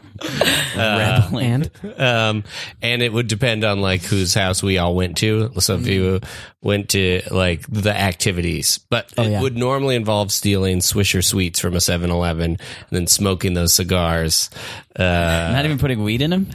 [SPEAKER 4] Uh,
[SPEAKER 3] Reveling.
[SPEAKER 5] and
[SPEAKER 4] um, and it would depend on like whose house we all went to. So if you went to like the activities, but it
[SPEAKER 5] yeah.
[SPEAKER 4] would normally involve stealing Swisher sweets from a 7-Eleven and then smoking those cigars. Uh,
[SPEAKER 3] Not even putting weed in them?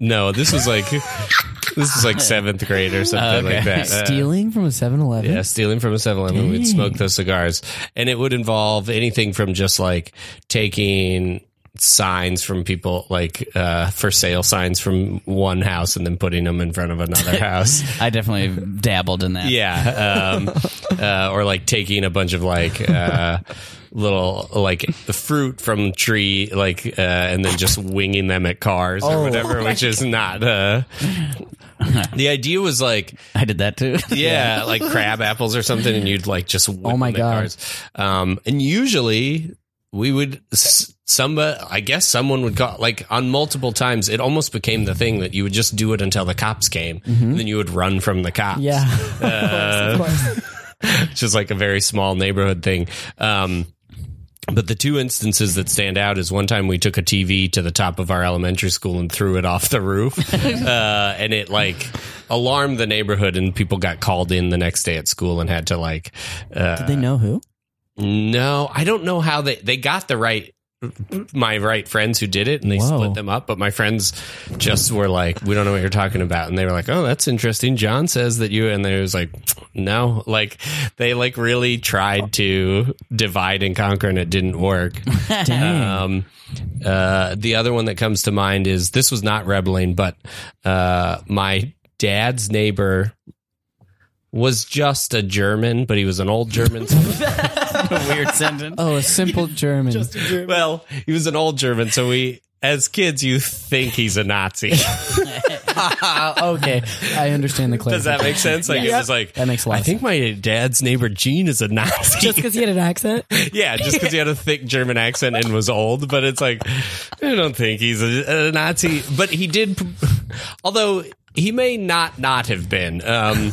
[SPEAKER 4] no, this was like this is like seventh grade or something like that. Uh,
[SPEAKER 5] stealing from a 7-Eleven.
[SPEAKER 4] yeah, stealing from a 7-Eleven, we'd smoke those cigars, and it would involve anything from just like taking signs from people like uh, for sale signs from one house and then putting them in front of another house.
[SPEAKER 3] I definitely dabbled in that.
[SPEAKER 4] Yeah, um, uh, or like taking a bunch of like uh, little like the fruit from tree, like uh, and then just winging them at cars or whatever, which is not. Uh, the idea was like,
[SPEAKER 3] I did that too.
[SPEAKER 4] [laughs]
[SPEAKER 5] [laughs]
[SPEAKER 4] yeah, like crab apples or something, and you'd like just whip
[SPEAKER 5] Oh my
[SPEAKER 4] them at
[SPEAKER 5] God.
[SPEAKER 4] cars. Um, and usually we would s- some uh, I guess someone would call like on multiple times. It almost became the thing that you would just do it until the cops came, and then you would run from the cops.
[SPEAKER 5] Mm-hmm. Yeah.
[SPEAKER 6] Of course.
[SPEAKER 4] [laughs] which is like a very small neighborhood thing. Um, but the two instances that stand out is one time we took a TV to the top of our elementary school and threw it off the roof, uh, and it like alarmed the neighborhood, and people got called in the next day at school and had to like, uh,
[SPEAKER 5] They know who?
[SPEAKER 4] no, I don't know how they they got the right my right friends who did it and they
[SPEAKER 5] Whoa.
[SPEAKER 4] split them up but my friends just were like we don't know what you're talking about and they were like oh that's interesting john says that you and they was like no like they like really tried to divide and conquer and it didn't work um uh the other one that comes to mind is this was not rebelling but uh my dad's neighbor was just a german but he was an old german so
[SPEAKER 3] Weird sentence.
[SPEAKER 5] Oh,
[SPEAKER 4] [laughs]
[SPEAKER 5] a simple German.
[SPEAKER 4] well, he was an old German, so we, as kids, you think he's a
[SPEAKER 5] [laughs]
[SPEAKER 4] Nazi.
[SPEAKER 5] okay, I understand the
[SPEAKER 4] uh, [laughs] Does that
[SPEAKER 5] clarification.
[SPEAKER 4] make sense? Like, it was like,
[SPEAKER 5] That makes a lot
[SPEAKER 4] I
[SPEAKER 5] of
[SPEAKER 4] think my dad's neighbor Gene is a Nazi.
[SPEAKER 6] Just because he had an accent.
[SPEAKER 4] [laughs] yeah, just because he had a thick German accent and was old, but it's like, I don't think he's a, a Nazi. But he did, [laughs] although he may not not have been. Um,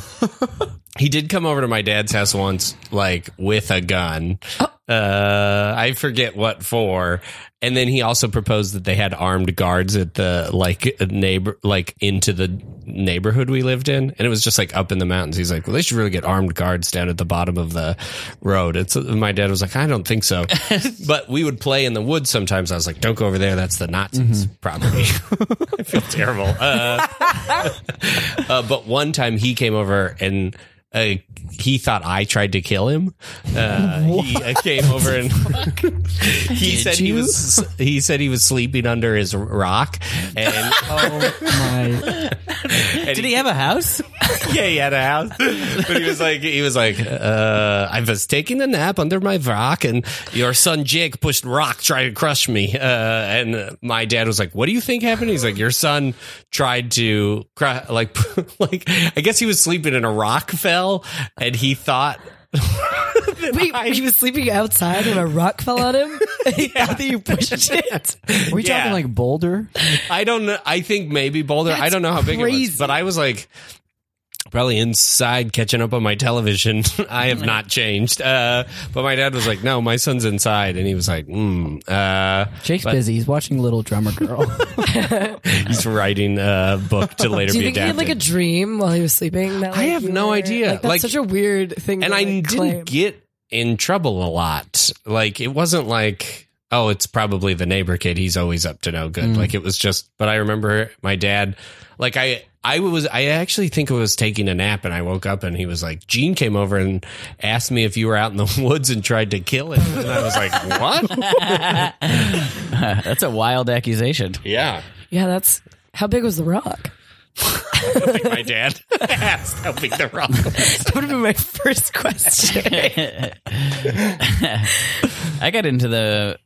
[SPEAKER 4] he did come over to my dad's house once, like with a gun. Uh, I forget what for. And then he also proposed that they had armed guards at the like neighbor, like into the neighborhood we lived in, and it was just like up in the mountains. He's like, "Well, they should really get armed guards down at the bottom of the road." And so my dad was like, "I don't think so," but we would play in the woods sometimes. I was like, "Don't go over there. That's the Nazis, probably." [laughs] I feel terrible. Uh, [laughs] uh, but one time he came over and uh, he thought I tried to kill him. Uh, he uh, came over and [laughs] he said he
[SPEAKER 5] you?
[SPEAKER 4] was he said he was sleeping under his rock and
[SPEAKER 5] My,
[SPEAKER 4] [laughs]
[SPEAKER 3] Did he have a house?
[SPEAKER 4] yeah, he had a house, [laughs] but he was like, he was like, uh, I was taking a nap under my rock, and your son Jake pushed rock, tried to crush me, uh, and my dad was like, "What do you think happened?" He's like, "Your son tried to cru- like, [laughs] like I guess he was sleeping and a rock fell, and he thought."
[SPEAKER 6] Wait, he was sleeping outside and a rock fell
[SPEAKER 5] [laughs]
[SPEAKER 6] on him. he thought [laughs] that you pushed
[SPEAKER 4] [laughs]
[SPEAKER 6] it.
[SPEAKER 5] were you
[SPEAKER 4] Yeah.
[SPEAKER 5] talking like Boulder?
[SPEAKER 4] I don't know. I think maybe Boulder. I don't know how big it was,
[SPEAKER 6] crazy.
[SPEAKER 4] but I was like probably inside catching up on my television. [laughs] I have not changed. Uh, but my dad was like, "No, my son's inside," and he was like, mm, uh,
[SPEAKER 5] Jake's busy. He's watching Little Drummer
[SPEAKER 6] [laughs]
[SPEAKER 5] Girl.
[SPEAKER 4] "He's writing a book to later
[SPEAKER 6] Do you
[SPEAKER 4] be
[SPEAKER 6] think he had
[SPEAKER 4] adapted."
[SPEAKER 6] like a dream while he was sleeping? That, like,
[SPEAKER 4] I have
[SPEAKER 6] you
[SPEAKER 4] no
[SPEAKER 6] were-
[SPEAKER 4] idea.
[SPEAKER 6] Like, that's
[SPEAKER 4] Like-
[SPEAKER 6] such a weird thing.
[SPEAKER 4] and
[SPEAKER 6] to,
[SPEAKER 4] I
[SPEAKER 6] like,
[SPEAKER 4] didn't
[SPEAKER 6] claim.
[SPEAKER 4] get in trouble a lot. Like it wasn't like, oh, it's probably the neighbor kid. He's always up to no good. Like it was just. But I remember my dad. Like I, I was. I actually think I was taking a nap, and I woke up, and he was like, Gene came over and asked me if you were out in the [laughs] woods and tried to kill him. And I was like, what?
[SPEAKER 3] That's a wild accusation.
[SPEAKER 4] yeah.
[SPEAKER 6] Yeah, that's how big was the rock?
[SPEAKER 4] I think my dad [laughs] asked how big the rock was.
[SPEAKER 6] That would have been my first question.
[SPEAKER 3] I got into the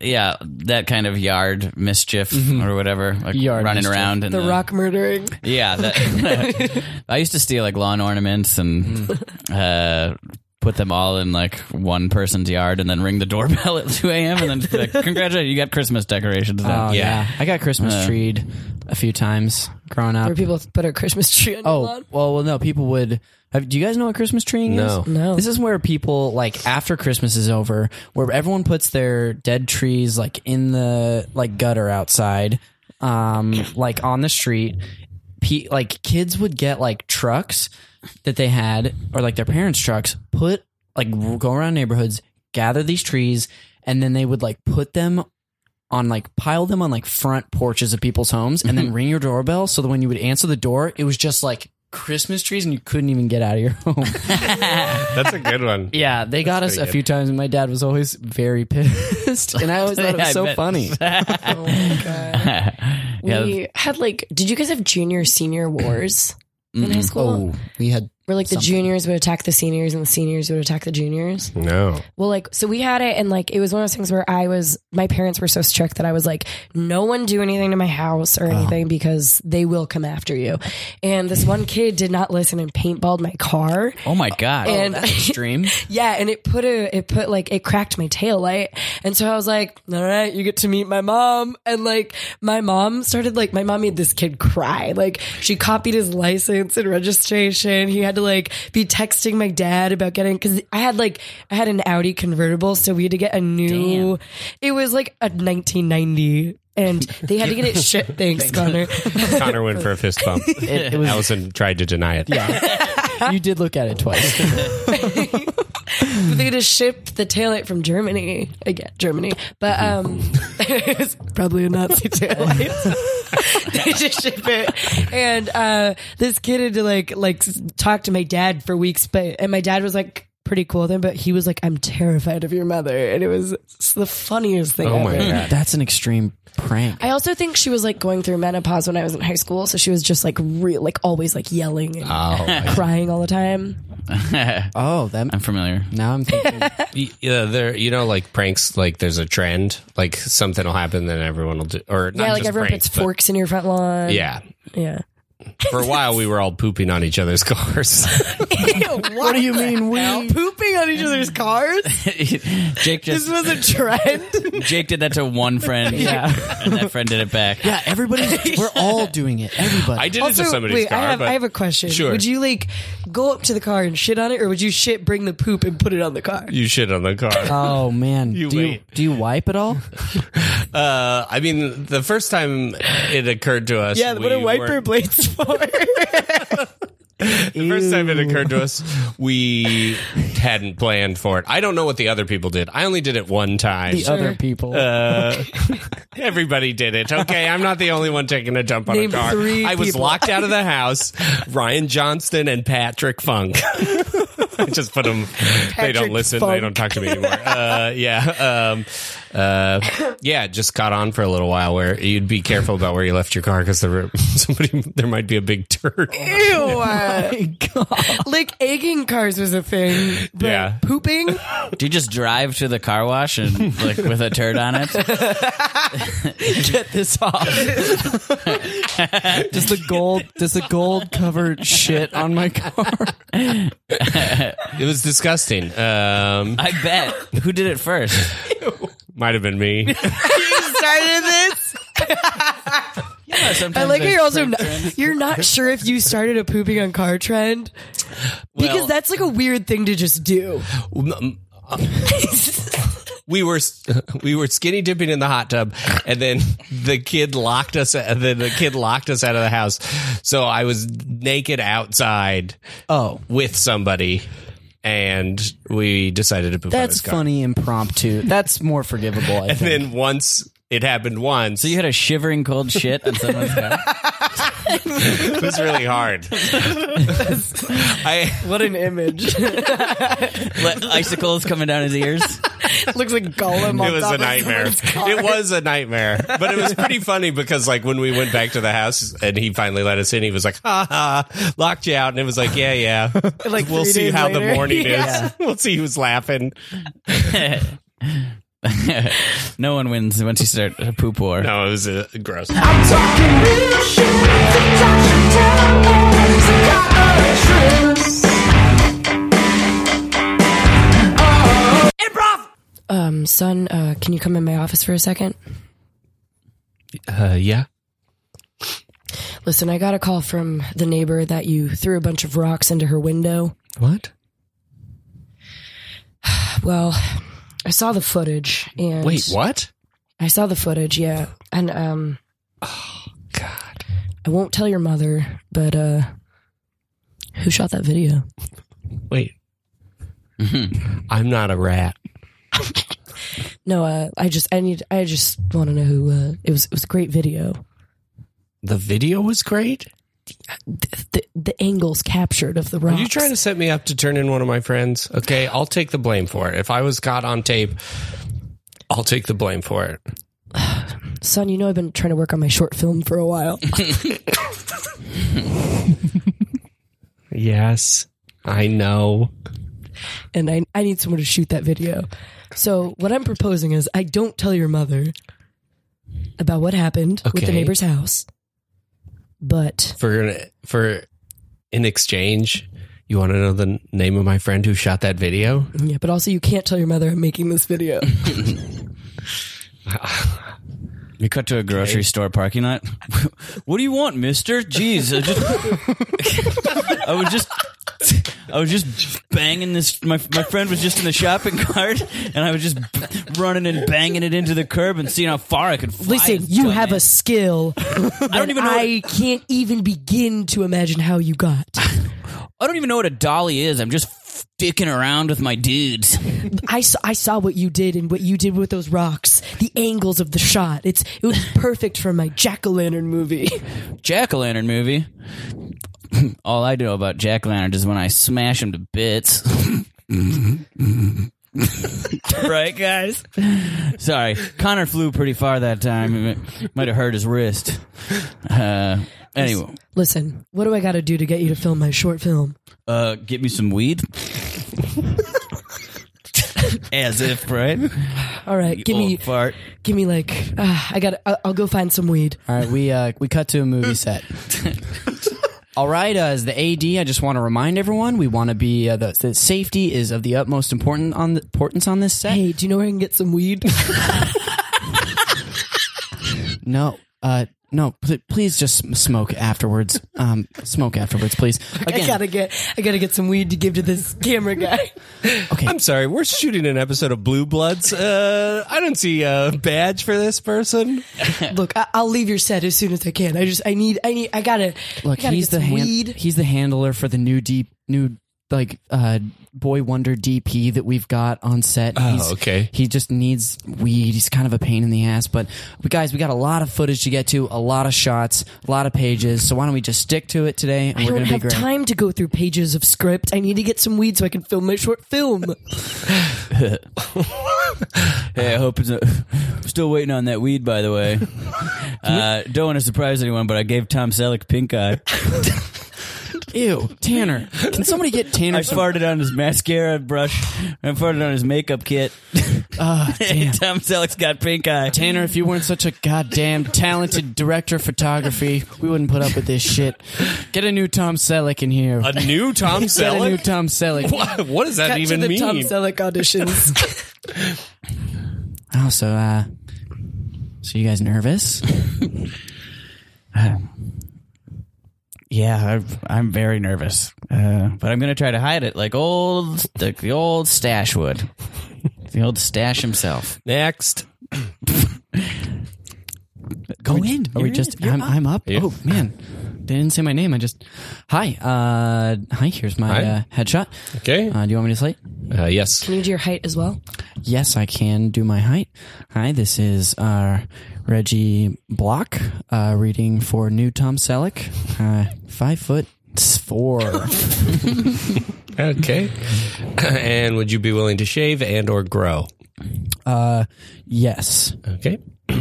[SPEAKER 3] yeah that kind of yard mischief
[SPEAKER 4] Mm-hmm.
[SPEAKER 3] or whatever, like
[SPEAKER 5] Yard
[SPEAKER 3] running
[SPEAKER 5] mischief.
[SPEAKER 3] around and
[SPEAKER 6] the rock murdering.
[SPEAKER 3] Yeah, that, [laughs] I used to steal like lawn ornaments and uh, put them all in like one person's yard, and then ring the doorbell at two a.m. and then just be like, "Congratulations, you got Christmas decorations." now."
[SPEAKER 5] Oh yeah. I got Christmas
[SPEAKER 4] Uh.
[SPEAKER 5] treed a few times growing up.
[SPEAKER 6] Where people put a Christmas tree on your
[SPEAKER 5] Oh
[SPEAKER 6] lawn.
[SPEAKER 5] well, well no. People would. Have, do you guys know what Christmas treeing
[SPEAKER 4] No.
[SPEAKER 5] is?
[SPEAKER 6] No.
[SPEAKER 5] This is where people like after Christmas is over, where everyone puts their dead trees like in the like gutter outside, um, like on the street. Pe- like kids would get like trucks that they had, or like their parents' trucks, put like go around neighborhoods, gather these trees, and then they would like put them on like pile them on like front porches of people's homes and then ring your doorbell so that when you would answer the door, it was just like Christmas trees and you couldn't even get out of your [laughs] home.
[SPEAKER 4] That's a good one.
[SPEAKER 5] yeah, they got us
[SPEAKER 4] pretty
[SPEAKER 5] a
[SPEAKER 4] good.
[SPEAKER 5] few times and my dad was always very [laughs] pissed. And I
[SPEAKER 3] [laughs]
[SPEAKER 5] always thought it
[SPEAKER 3] I
[SPEAKER 5] was so
[SPEAKER 3] bet.
[SPEAKER 5] funny.
[SPEAKER 6] Oh my god.
[SPEAKER 5] [laughs]
[SPEAKER 3] Yeah.
[SPEAKER 6] We had like, did you guys have junior or senior wars in
[SPEAKER 3] mm.
[SPEAKER 6] high school?
[SPEAKER 5] Oh, we had
[SPEAKER 6] Where like the juniors would attack the seniors and the seniors would attack the juniors?
[SPEAKER 4] No.
[SPEAKER 6] Well, like, so we had it, and like, it was one of those things where I was, my parents were so strict that I was like, no one do anything to my house
[SPEAKER 5] Oh.
[SPEAKER 6] or anything because they will come after you. And this one kid did not listen and paintballed my car.
[SPEAKER 3] oh my god.
[SPEAKER 6] and
[SPEAKER 5] extreme.
[SPEAKER 6] [laughs] yeah, and it put a, it put like, it cracked my tail light. And so I was like, all right, you get to meet my mom. And like, my mom started like, my mom made this kid cry. Like, she copied his license and registration. He had to like be texting my dad about getting, cause I had like, I had an Audi convertible. So we had to get a new, it was like a 1990. And they had to get it shipped. Thanks, Connor.
[SPEAKER 4] Connor went for a fist bump.
[SPEAKER 5] It, it was,
[SPEAKER 4] Allison tried to deny it. Yeah.
[SPEAKER 5] [laughs] you did look at it twice.
[SPEAKER 6] But they just shipped the taillight from Germany again, Germany. But um, [laughs] it's probably a Nazi taillight. [laughs] they just ship it, and uh, this kid had to like like s- talk to my dad for weeks. But and my dad was like pretty cool then, but he was like, "I'm terrified of your mother," and it was s- the funniest thing.
[SPEAKER 4] Oh my
[SPEAKER 6] ever.
[SPEAKER 4] god.
[SPEAKER 5] That's an extreme prank.
[SPEAKER 6] I also think she was like going through menopause when I was in high school, so she was just like real, like always like yelling
[SPEAKER 4] Ah,
[SPEAKER 6] and crying all the time.
[SPEAKER 5] Oh, that
[SPEAKER 3] I'm familiar.
[SPEAKER 5] [laughs] now I'm thinking
[SPEAKER 4] Yeah, there. You know, like pranks. Like there's a trend. Like something will happen, then everyone will do. Or not
[SPEAKER 6] Yeah, like
[SPEAKER 4] just
[SPEAKER 6] everyone
[SPEAKER 4] pranks,
[SPEAKER 6] puts
[SPEAKER 4] but-
[SPEAKER 6] forks in your front lawn.
[SPEAKER 4] Yeah.
[SPEAKER 6] yeah.
[SPEAKER 4] For a while, we were all pooping on each other's [laughs] cars.
[SPEAKER 6] what, do you mean we pooping on each other's cars?
[SPEAKER 3] Jake
[SPEAKER 6] This
[SPEAKER 3] just
[SPEAKER 6] was a trend.
[SPEAKER 3] [laughs] Jake did that to one friend. yeah. And that friend did it back.
[SPEAKER 5] Yeah, [laughs] everybody's we're all doing it. Everybody.
[SPEAKER 4] [laughs] I did it to somebody's
[SPEAKER 6] wait,
[SPEAKER 4] car.
[SPEAKER 6] I have
[SPEAKER 4] but
[SPEAKER 6] I have a question.
[SPEAKER 4] Sure.
[SPEAKER 6] Would you like go up to the car and shit on it, or would you shit bring the poop and put it on the car?
[SPEAKER 4] you shit on
[SPEAKER 6] [laughs]
[SPEAKER 4] the car.
[SPEAKER 6] Uh,
[SPEAKER 5] Oh man,
[SPEAKER 4] You
[SPEAKER 5] do you,
[SPEAKER 4] wait.
[SPEAKER 5] do you wipe at all?
[SPEAKER 4] Uh, I mean, the first time it occurred to us,
[SPEAKER 6] yeah,
[SPEAKER 4] we
[SPEAKER 6] what a wiper
[SPEAKER 4] weren't-
[SPEAKER 5] [laughs]
[SPEAKER 6] blades for.
[SPEAKER 4] The first time it occurred to us, we hadn't planned for it. I don't know what the other people did. I only did it one time.
[SPEAKER 5] The other people.
[SPEAKER 4] Everybody did it. Okay, I'm not the only one taking a jump on
[SPEAKER 6] Name
[SPEAKER 4] a car.
[SPEAKER 6] three
[SPEAKER 4] I was
[SPEAKER 6] people.
[SPEAKER 4] locked out of the
[SPEAKER 6] [laughs]
[SPEAKER 4] house. Ryan Johnston and Patrick Funk. [laughs] I just put them. they don't
[SPEAKER 6] Patrick
[SPEAKER 4] listen. They
[SPEAKER 6] Funk.
[SPEAKER 4] don't talk to me
[SPEAKER 6] [laughs]
[SPEAKER 4] anymore. Uh, yeah. Um, uh, yeah. it Just caught on for a little while where you'd be careful about where you left your car because there were [laughs] somebody. There might be a big
[SPEAKER 6] [laughs]
[SPEAKER 4] turd.
[SPEAKER 6] Ew. like egging cars was a thing. But
[SPEAKER 4] Yeah.
[SPEAKER 6] Pooping?
[SPEAKER 3] Do you just drive to the car wash and like with a turd on it?
[SPEAKER 5] Get this off. does the gold does the gold cover shit on my car?
[SPEAKER 4] It was disgusting. Um,
[SPEAKER 3] I bet. Who did it first?
[SPEAKER 4] might have been me.
[SPEAKER 6] Started this. I like how you're also not, [laughs] you're not sure if you started a pooping on car trend because
[SPEAKER 4] Well-
[SPEAKER 6] that's like a weird thing to just do.
[SPEAKER 4] Um, uh, [laughs] we were we were skinny dipping in the hot tub, and then the kid locked us. And then the kid locked us out of the house. So I was naked outside
[SPEAKER 5] Oh,
[SPEAKER 4] with somebody, and we decided to poop. on
[SPEAKER 5] that's
[SPEAKER 4] his car.
[SPEAKER 5] funny impromptu. That's more forgivable. I
[SPEAKER 4] And
[SPEAKER 5] think.
[SPEAKER 4] then once it happened once,
[SPEAKER 3] So you had a shivering cold shit on someone's car.
[SPEAKER 4] [laughs] it was
[SPEAKER 3] [laughs]
[SPEAKER 4] really hard. I
[SPEAKER 6] What an image.
[SPEAKER 3] Let icicles coming down his ears.
[SPEAKER 6] Looks like Gollum.
[SPEAKER 4] it was a nightmare. It was a nightmare, but it was pretty funny because like when we went back to the house and he finally let us in, he was like, "Ha ha, locked you out," and it was like, "Yeah, yeah."
[SPEAKER 6] [laughs] Like
[SPEAKER 4] we'll
[SPEAKER 6] three
[SPEAKER 4] see
[SPEAKER 6] days
[SPEAKER 4] how the
[SPEAKER 6] later.
[SPEAKER 4] morning
[SPEAKER 6] [laughs] Yeah.
[SPEAKER 4] is. [laughs] We'll see who's laughing.
[SPEAKER 3] [laughs] no one wins once you start a poop war.
[SPEAKER 4] No, it was uh, gross.
[SPEAKER 7] I'm talking real shit. The touch and tell me it's a goddamn truth.
[SPEAKER 6] Um, son, uh, can you come in my office for a second?
[SPEAKER 4] Uh, yeah.
[SPEAKER 6] Listen, I got a call from the neighbor that you threw a bunch of rocks into her window.
[SPEAKER 4] What?
[SPEAKER 6] Well, I saw the footage and
[SPEAKER 4] Wait, what?
[SPEAKER 6] I saw the footage, yeah. And um
[SPEAKER 4] Oh, God.
[SPEAKER 6] I won't tell your mother, but uh who shot that video?
[SPEAKER 4] Wait. Mm-hmm. I'm not a rat.
[SPEAKER 6] No, uh, I just I need I just want to know who uh, it was. It was a great video.
[SPEAKER 4] The video was great.
[SPEAKER 6] the, the angles captured of the rocks.
[SPEAKER 4] Are you trying to set me up to turn in one of my friends? Okay, I'll take the blame for it. If I was caught on tape, I'll take the blame for it.
[SPEAKER 6] son? You know I've been trying to work on my short film for a while. [laughs]
[SPEAKER 4] Yes, I know.
[SPEAKER 6] and I, I need someone to shoot that video. So what I'm proposing is I don't tell your mother about what happened with
[SPEAKER 4] Okay.
[SPEAKER 6] the neighbor's house, but
[SPEAKER 4] For an, for in exchange, you want to know the name of my friend who shot that video?
[SPEAKER 6] yeah, but also you can't tell your mother I'm making this video.
[SPEAKER 3] We cut to a grocery store parking lot. [laughs] what do you want, Mister? Jeez, I just, I was just, [laughs] I was just banging this. My my friend was just in the shopping cart, and I was just b- running and banging it into the curb and seeing how far I could. Fly
[SPEAKER 6] Listen,
[SPEAKER 3] this
[SPEAKER 6] you
[SPEAKER 3] dumb
[SPEAKER 6] have a
[SPEAKER 3] man.
[SPEAKER 6] skill. I
[SPEAKER 3] don't even know what-
[SPEAKER 6] I can't even begin to imagine how you got.
[SPEAKER 3] I don't even know what a dolly is. I'm just f- dicking around with my dudes.
[SPEAKER 6] I saw, I saw what you did and what you did with those rocks, the angles of the shot. It's
[SPEAKER 5] [laughs]
[SPEAKER 6] it was perfect for my jack o' lantern movie.
[SPEAKER 3] Jack o' lantern movie. [laughs] All I know about jack o' lanterns is when I smash them to bits. [laughs] right, guys? Sorry. Connor flew pretty far that time. Might have hurt his wrist. Uh, anyway,
[SPEAKER 6] Listen, what do I got to do to get you to film my short film?
[SPEAKER 3] uh, get me some weed. As if, right?
[SPEAKER 6] All right, give me
[SPEAKER 3] Old fart.
[SPEAKER 6] give me like uh, I got. I'll, I'll go find some weed.
[SPEAKER 5] All right, we uh, we cut to a movie [laughs] set. All right, uh, as the AD, I just want to remind everyone we want to be uh, the, the safety is of the utmost important on the, importance on this set.
[SPEAKER 6] Hey, do you know where I can get some weed? [laughs]
[SPEAKER 5] No, uh, no, pl- please just sm- smoke afterwards. Um, smoke afterwards, please.
[SPEAKER 6] I
[SPEAKER 5] Again,
[SPEAKER 6] gotta get. I gotta get some weed to give to this camera guy.
[SPEAKER 5] [laughs] okay.
[SPEAKER 4] I'm sorry, we're shooting an episode of Blue Bloods. Uh, I don't see a badge for this person.
[SPEAKER 6] Look, I, I'll leave your set as soon as I can. I just. I need. I need. I gotta.
[SPEAKER 5] Look,
[SPEAKER 6] I gotta
[SPEAKER 5] he's
[SPEAKER 6] get
[SPEAKER 5] the
[SPEAKER 6] some
[SPEAKER 5] hand,
[SPEAKER 6] weed.
[SPEAKER 5] he's the handler for the new deep new like uh boy wonder DP that we've got on set. Oh,
[SPEAKER 4] okay.
[SPEAKER 5] He just needs weed. He's kind of a pain in the ass, but we guys, we got a lot of footage to get to, a lot of shots, a lot of pages. So why don't we just stick to it today? And
[SPEAKER 6] I
[SPEAKER 5] we're
[SPEAKER 6] don't
[SPEAKER 5] gonna
[SPEAKER 6] have
[SPEAKER 5] be great.
[SPEAKER 6] time to go through pages of script. I need to get some weed so I can film my short film.
[SPEAKER 3] Hey, I hope it's. A, still waiting on that weed, by the way. Uh, don't want to surprise anyone, but I gave Tom Selleck pink eye.
[SPEAKER 5] Ew, Tanner. Can somebody get Tanner?
[SPEAKER 3] I
[SPEAKER 5] some-
[SPEAKER 3] farted on his mascara brush. I farted on his makeup kit. [laughs]
[SPEAKER 5] Ah, damn.
[SPEAKER 3] Tom Selleck's got pink eye.
[SPEAKER 5] Tanner, if you weren't such a goddamn talented director of photography, we wouldn't put up with this shit. Get a new Tom Selleck in here.
[SPEAKER 4] A
[SPEAKER 3] [laughs]
[SPEAKER 4] new Tom
[SPEAKER 5] Get a new
[SPEAKER 4] Selleck?
[SPEAKER 5] Tom Selleck.
[SPEAKER 4] What, [laughs] what does that
[SPEAKER 6] Cut
[SPEAKER 4] even
[SPEAKER 6] to the
[SPEAKER 4] mean?
[SPEAKER 6] Tom Selleck auditions.
[SPEAKER 5] Oh, so, uh, so you guys nervous?
[SPEAKER 3] [laughs] Yeah, I, I'm very nervous, uh, but I'm gonna try to hide it like old like the old stash would. The old stash himself.
[SPEAKER 4] Next.
[SPEAKER 5] Go
[SPEAKER 3] in.
[SPEAKER 5] Are
[SPEAKER 3] You're
[SPEAKER 5] we just?
[SPEAKER 3] in. You're
[SPEAKER 5] I'm,
[SPEAKER 3] up.
[SPEAKER 5] I'm up.
[SPEAKER 4] Yeah.
[SPEAKER 5] Oh man, they didn't say my name. I just. Hi. Uh, hi. Here's my
[SPEAKER 4] Hi.
[SPEAKER 5] Uh, headshot.
[SPEAKER 4] Okay.
[SPEAKER 5] Uh, do you want me to slate?
[SPEAKER 4] Uh, yes.
[SPEAKER 6] Can you do your height as well?
[SPEAKER 5] Yes, I can do my height. Hi, this is uh, Reggie Block uh, reading for new Tom Selleck. Uh, five foot s- four.
[SPEAKER 4] Okay. [laughs] and would you be willing to shave and or grow?
[SPEAKER 5] yes.
[SPEAKER 4] Okay. [clears throat]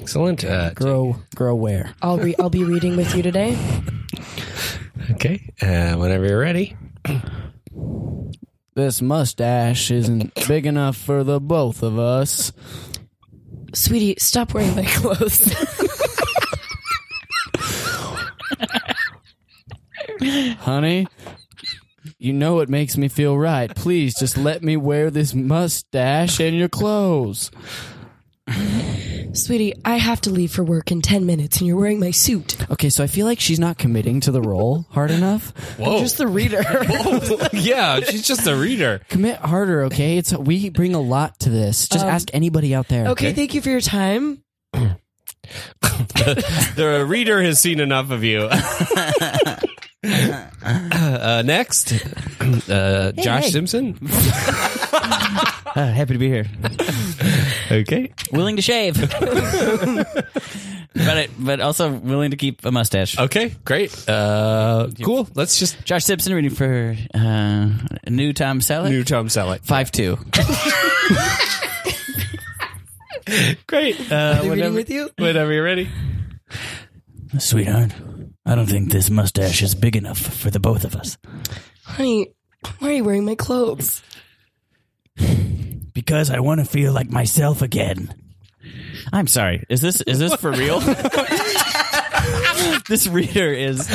[SPEAKER 4] Excellent. Uh,
[SPEAKER 5] Grow. Grow where?
[SPEAKER 6] I'll re- I'll be reading with you today.
[SPEAKER 4] okay. Uh, whenever you're ready.
[SPEAKER 5] This mustache isn't big enough for the both of us.
[SPEAKER 6] Sweetie, stop wearing my [laughs] clothes.
[SPEAKER 5] Honey, you know it makes me feel right. Please just let me wear this mustache and your clothes.
[SPEAKER 6] Sweetie, I have to leave for work in 10 minutes and you're wearing my suit.
[SPEAKER 5] Okay, so I feel like she's not committing to the role hard enough.
[SPEAKER 4] Whoa.
[SPEAKER 6] Just
[SPEAKER 4] [laughs]
[SPEAKER 6] the reader.
[SPEAKER 4] yeah, she's just a reader.
[SPEAKER 5] Commit harder, okay? It's we bring a lot to this. Just
[SPEAKER 3] Um,
[SPEAKER 5] ask anybody out there.
[SPEAKER 6] okay, thank you for your time.
[SPEAKER 4] The reader has seen enough of you. [laughs] uh, next, [clears throat] uh, Josh Simpson.
[SPEAKER 3] Uh, happy to Ah, be here.
[SPEAKER 4] Okay.
[SPEAKER 3] Willing to shave. but it, but also willing to keep a mustache.
[SPEAKER 4] Okay, great. Uh, cool. Let's just
[SPEAKER 3] Josh Simpson reading for uh, new Tom Selleck.
[SPEAKER 4] new Tom Selleck.
[SPEAKER 3] Five two.
[SPEAKER 4] Great. Uh, whenever,
[SPEAKER 6] with you?
[SPEAKER 4] whenever you're ready.
[SPEAKER 3] Sweetheart, I don't think this mustache is big enough for the both of us.
[SPEAKER 6] Honey, why are you wearing my clothes?
[SPEAKER 3] Because I want to feel like myself again. I'm sorry. Is this is this for [laughs] real? this reader is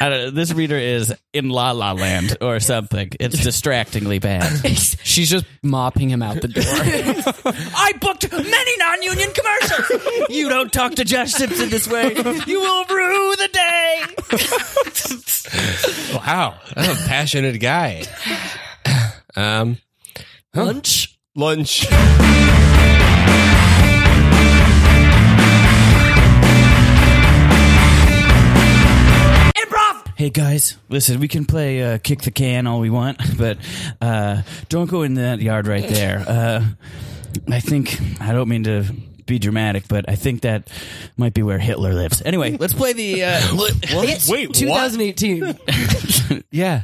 [SPEAKER 3] I don't know, this reader is in La La Land or something. It's distractingly bad.
[SPEAKER 5] She's just [laughs] mopping him out the door.
[SPEAKER 3] I booked many non-union commercials. you [laughs] don't talk to Josh Simpson this way. You will rue the day.
[SPEAKER 4] Wow, I'm a passionate guy. Um,
[SPEAKER 6] Lunch?
[SPEAKER 4] lunch.
[SPEAKER 3] Hey guys, listen, we can play uh, kick the can all we want, but uh, don't go in that yard right there. Uh, I think I don't mean to be dramatic, but I think that might be where Hitler lives. Anyway, [laughs] let's play the uh,
[SPEAKER 6] It's
[SPEAKER 4] Wait, what?
[SPEAKER 6] 2018.
[SPEAKER 4] Yeah.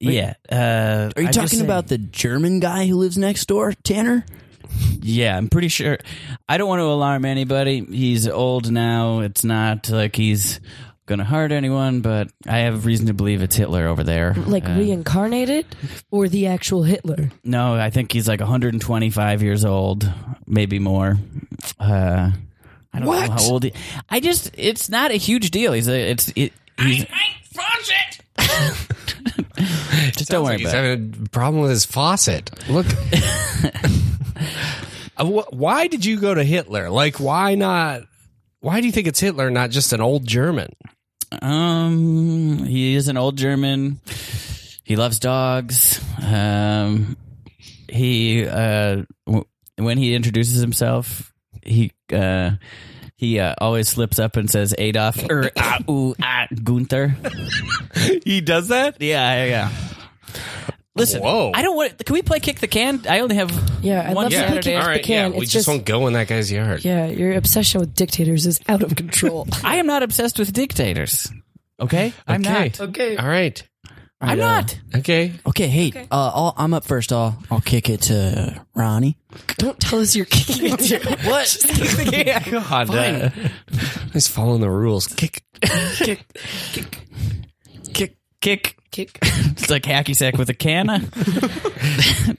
[SPEAKER 3] yeah. Uh,
[SPEAKER 5] Are you talking about the German guy who lives next door, Tanner?
[SPEAKER 3] Yeah, I'm pretty sure. I don't want to alarm anybody. He's old now. It's not like he's going to hurt anyone, but I have reason to believe it's Hitler over there.
[SPEAKER 6] like
[SPEAKER 3] Uh,
[SPEAKER 6] reincarnated or the actual Hitler?
[SPEAKER 3] no, I think he's like 125 years old, maybe more. Uh, I don't know how old he. I just it's not a huge deal. He's a, it's it. He's, just don't worry
[SPEAKER 4] He's
[SPEAKER 3] about it.
[SPEAKER 4] having a problem with his faucet. [laughs] Look. Uh, wh- why did you go to Hitler? Like, why not? Why do you think it's Hitler, not just an old German?
[SPEAKER 3] Um, he is an old German. He loves dogs. Um, he uh, w- when he introduces himself, he uh, he uh, always slips up and says Adolf or ah, ooh, ah, Gunther.
[SPEAKER 4] [laughs] He does that?
[SPEAKER 3] Yeah, yeah, yeah. Listen,
[SPEAKER 4] Whoa.
[SPEAKER 3] I don't want. Can we play kick the can? I only have
[SPEAKER 6] Yeah, I'd
[SPEAKER 3] one
[SPEAKER 6] love to play
[SPEAKER 3] Saturday.
[SPEAKER 6] kick the
[SPEAKER 4] All right.
[SPEAKER 6] can.
[SPEAKER 4] Yeah. We
[SPEAKER 6] It's
[SPEAKER 4] just,
[SPEAKER 6] just-
[SPEAKER 4] won't go in that guy's yard.
[SPEAKER 6] Yeah, your obsession with dictators is out of control.
[SPEAKER 3] I am not obsessed with dictators. Okay, I'm
[SPEAKER 4] Okay.
[SPEAKER 3] not.
[SPEAKER 6] okay.
[SPEAKER 4] All right.
[SPEAKER 3] I'm not.
[SPEAKER 4] Okay.
[SPEAKER 5] Okay, hey, Uh, I'll, I'm up first. I'll I'll kick it to Ronnie.
[SPEAKER 6] Don't tell us you're kicking it.
[SPEAKER 5] [laughs]
[SPEAKER 6] dude.
[SPEAKER 4] God. uh, he's following the rules. Kick.
[SPEAKER 3] Kick, kick,
[SPEAKER 6] Kick.
[SPEAKER 3] It's like hacky sack with a canna.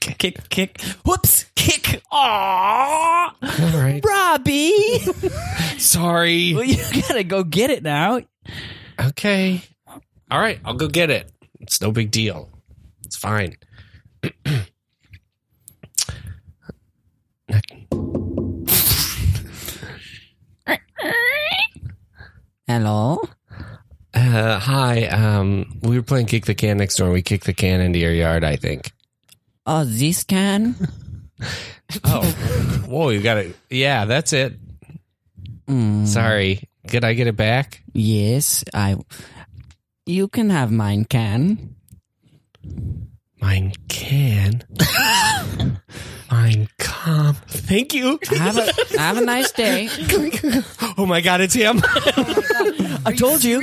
[SPEAKER 3] [laughs] kick, kick. Whoops, kick. Aww.
[SPEAKER 4] All right.
[SPEAKER 3] Robbie.
[SPEAKER 4] Sorry.
[SPEAKER 3] well, you gotta go get it now.
[SPEAKER 4] Okay. All right, I'll go get it. It's no big deal. It's fine.
[SPEAKER 5] Hello.
[SPEAKER 4] Uh, hi. Um, we were playing kick the can next door, and we kicked the can into your yard. I think.
[SPEAKER 5] Oh, this can.
[SPEAKER 4] Oh, whoa! You got it. Yeah, that's it.
[SPEAKER 6] Mm.
[SPEAKER 4] Sorry. Did I get it back?
[SPEAKER 5] Yes, I. You can have mine, can.
[SPEAKER 4] Mine
[SPEAKER 6] [laughs]
[SPEAKER 4] can. Mine come. Thank [laughs] you.
[SPEAKER 5] Have a have a nice day.
[SPEAKER 4] Oh my god, it's him.
[SPEAKER 5] I told you.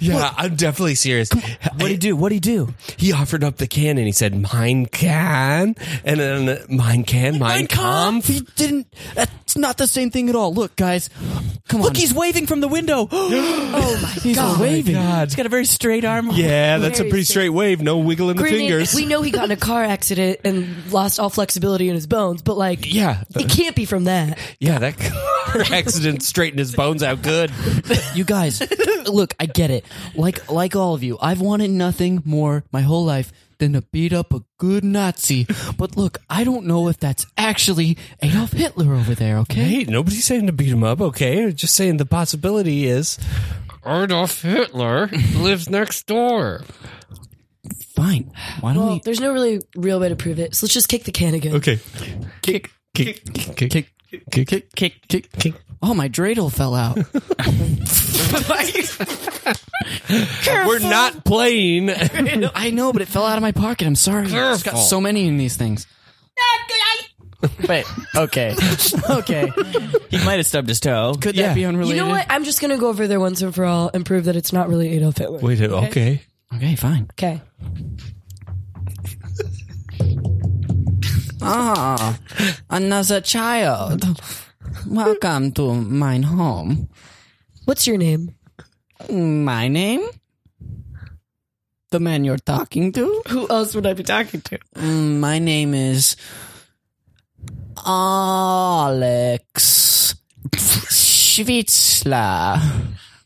[SPEAKER 4] yeah, I'm definitely serious.
[SPEAKER 5] What do you do? What do you do?
[SPEAKER 4] he offered up the can and he said, "Mine can," and then "Mine can, mine come."
[SPEAKER 5] He didn't. That's not the same thing at all. Look, guys. Come on. Look, he's waving from the window. [gasps] oh my he's god. waving.
[SPEAKER 3] He's got a very straight arm.
[SPEAKER 4] Yeah, that's a pretty straight wave. No wiggle in the
[SPEAKER 6] Granted,
[SPEAKER 4] fingers.
[SPEAKER 6] we know he got in a car accident and lost all flexibility in his bones, but like,
[SPEAKER 4] yeah,
[SPEAKER 6] it can't be from that.
[SPEAKER 4] yeah, that [laughs] accident straightened his bones out good.
[SPEAKER 3] [laughs]
[SPEAKER 5] You guys, look, I get it. Like like all of you, I've wanted nothing more my whole life than to beat up a good Nazi. But look, I don't know if that's actually Adolf Hitler over there, okay?
[SPEAKER 4] Hey, nobody's saying to beat him up, okay? We're Just saying the possibility is Adolf Hitler lives next door.
[SPEAKER 5] Fine. Why don't
[SPEAKER 6] Well,
[SPEAKER 5] we
[SPEAKER 6] there's no really real way to prove it, so let's just kick the can again.
[SPEAKER 4] Okay, kick, kick, kick, kick, kick, kick, kick, kick, kick. [laughs] kick.
[SPEAKER 5] Oh, my dreidel fell [laughs] out.
[SPEAKER 4] We're not playing.
[SPEAKER 5] I know, but it fell out of my pocket. I'm sorry. I've got
[SPEAKER 4] Careful.
[SPEAKER 5] so many in these things. [laughs] Wait. Okay. [laughs] okay.
[SPEAKER 3] He might have stubbed his toe.
[SPEAKER 5] Could
[SPEAKER 4] Yeah.
[SPEAKER 5] that be unrelated?
[SPEAKER 6] You know what? I'm just gonna go over there once and for all and prove that it's not really Adolf Hitler.
[SPEAKER 4] Wait, okay.
[SPEAKER 3] Okay, fine.
[SPEAKER 6] Okay.
[SPEAKER 5] Ah, another child. Welcome to mine home.
[SPEAKER 6] What's your name?
[SPEAKER 5] My name? The man you're talking to? Mm,
[SPEAKER 6] Who else would I be talking to?
[SPEAKER 5] My name is Alex Schwitzler.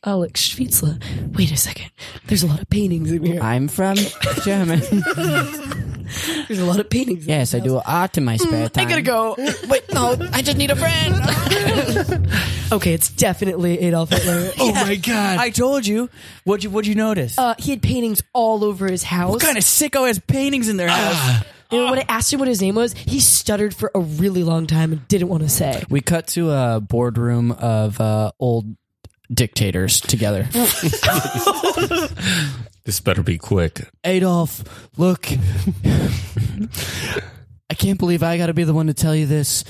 [SPEAKER 6] Alex Schwitzler. Wait a second. There's a lot of paintings in here.
[SPEAKER 5] I'm from Germany.
[SPEAKER 6] There's a lot of paintings.
[SPEAKER 5] Yes, I do art in my spare time.
[SPEAKER 6] I gotta go.
[SPEAKER 5] Wait, no, I just need a friend. [laughs]
[SPEAKER 6] Okay, it's definitely Adolf Hitler.
[SPEAKER 4] Oh my god.
[SPEAKER 5] I told you. What'd you What'd you notice?
[SPEAKER 6] Uh, he had paintings all over his house.
[SPEAKER 5] what kind of Ah. sicko has paintings in their house?
[SPEAKER 6] And when I asked him what his name was, he stuttered for a really long time and didn't want to say.
[SPEAKER 5] We cut to a boardroom of uh, old dictators together.
[SPEAKER 4] this better be quick.
[SPEAKER 5] Adolf, look. I can't believe I got to be the one to tell you this,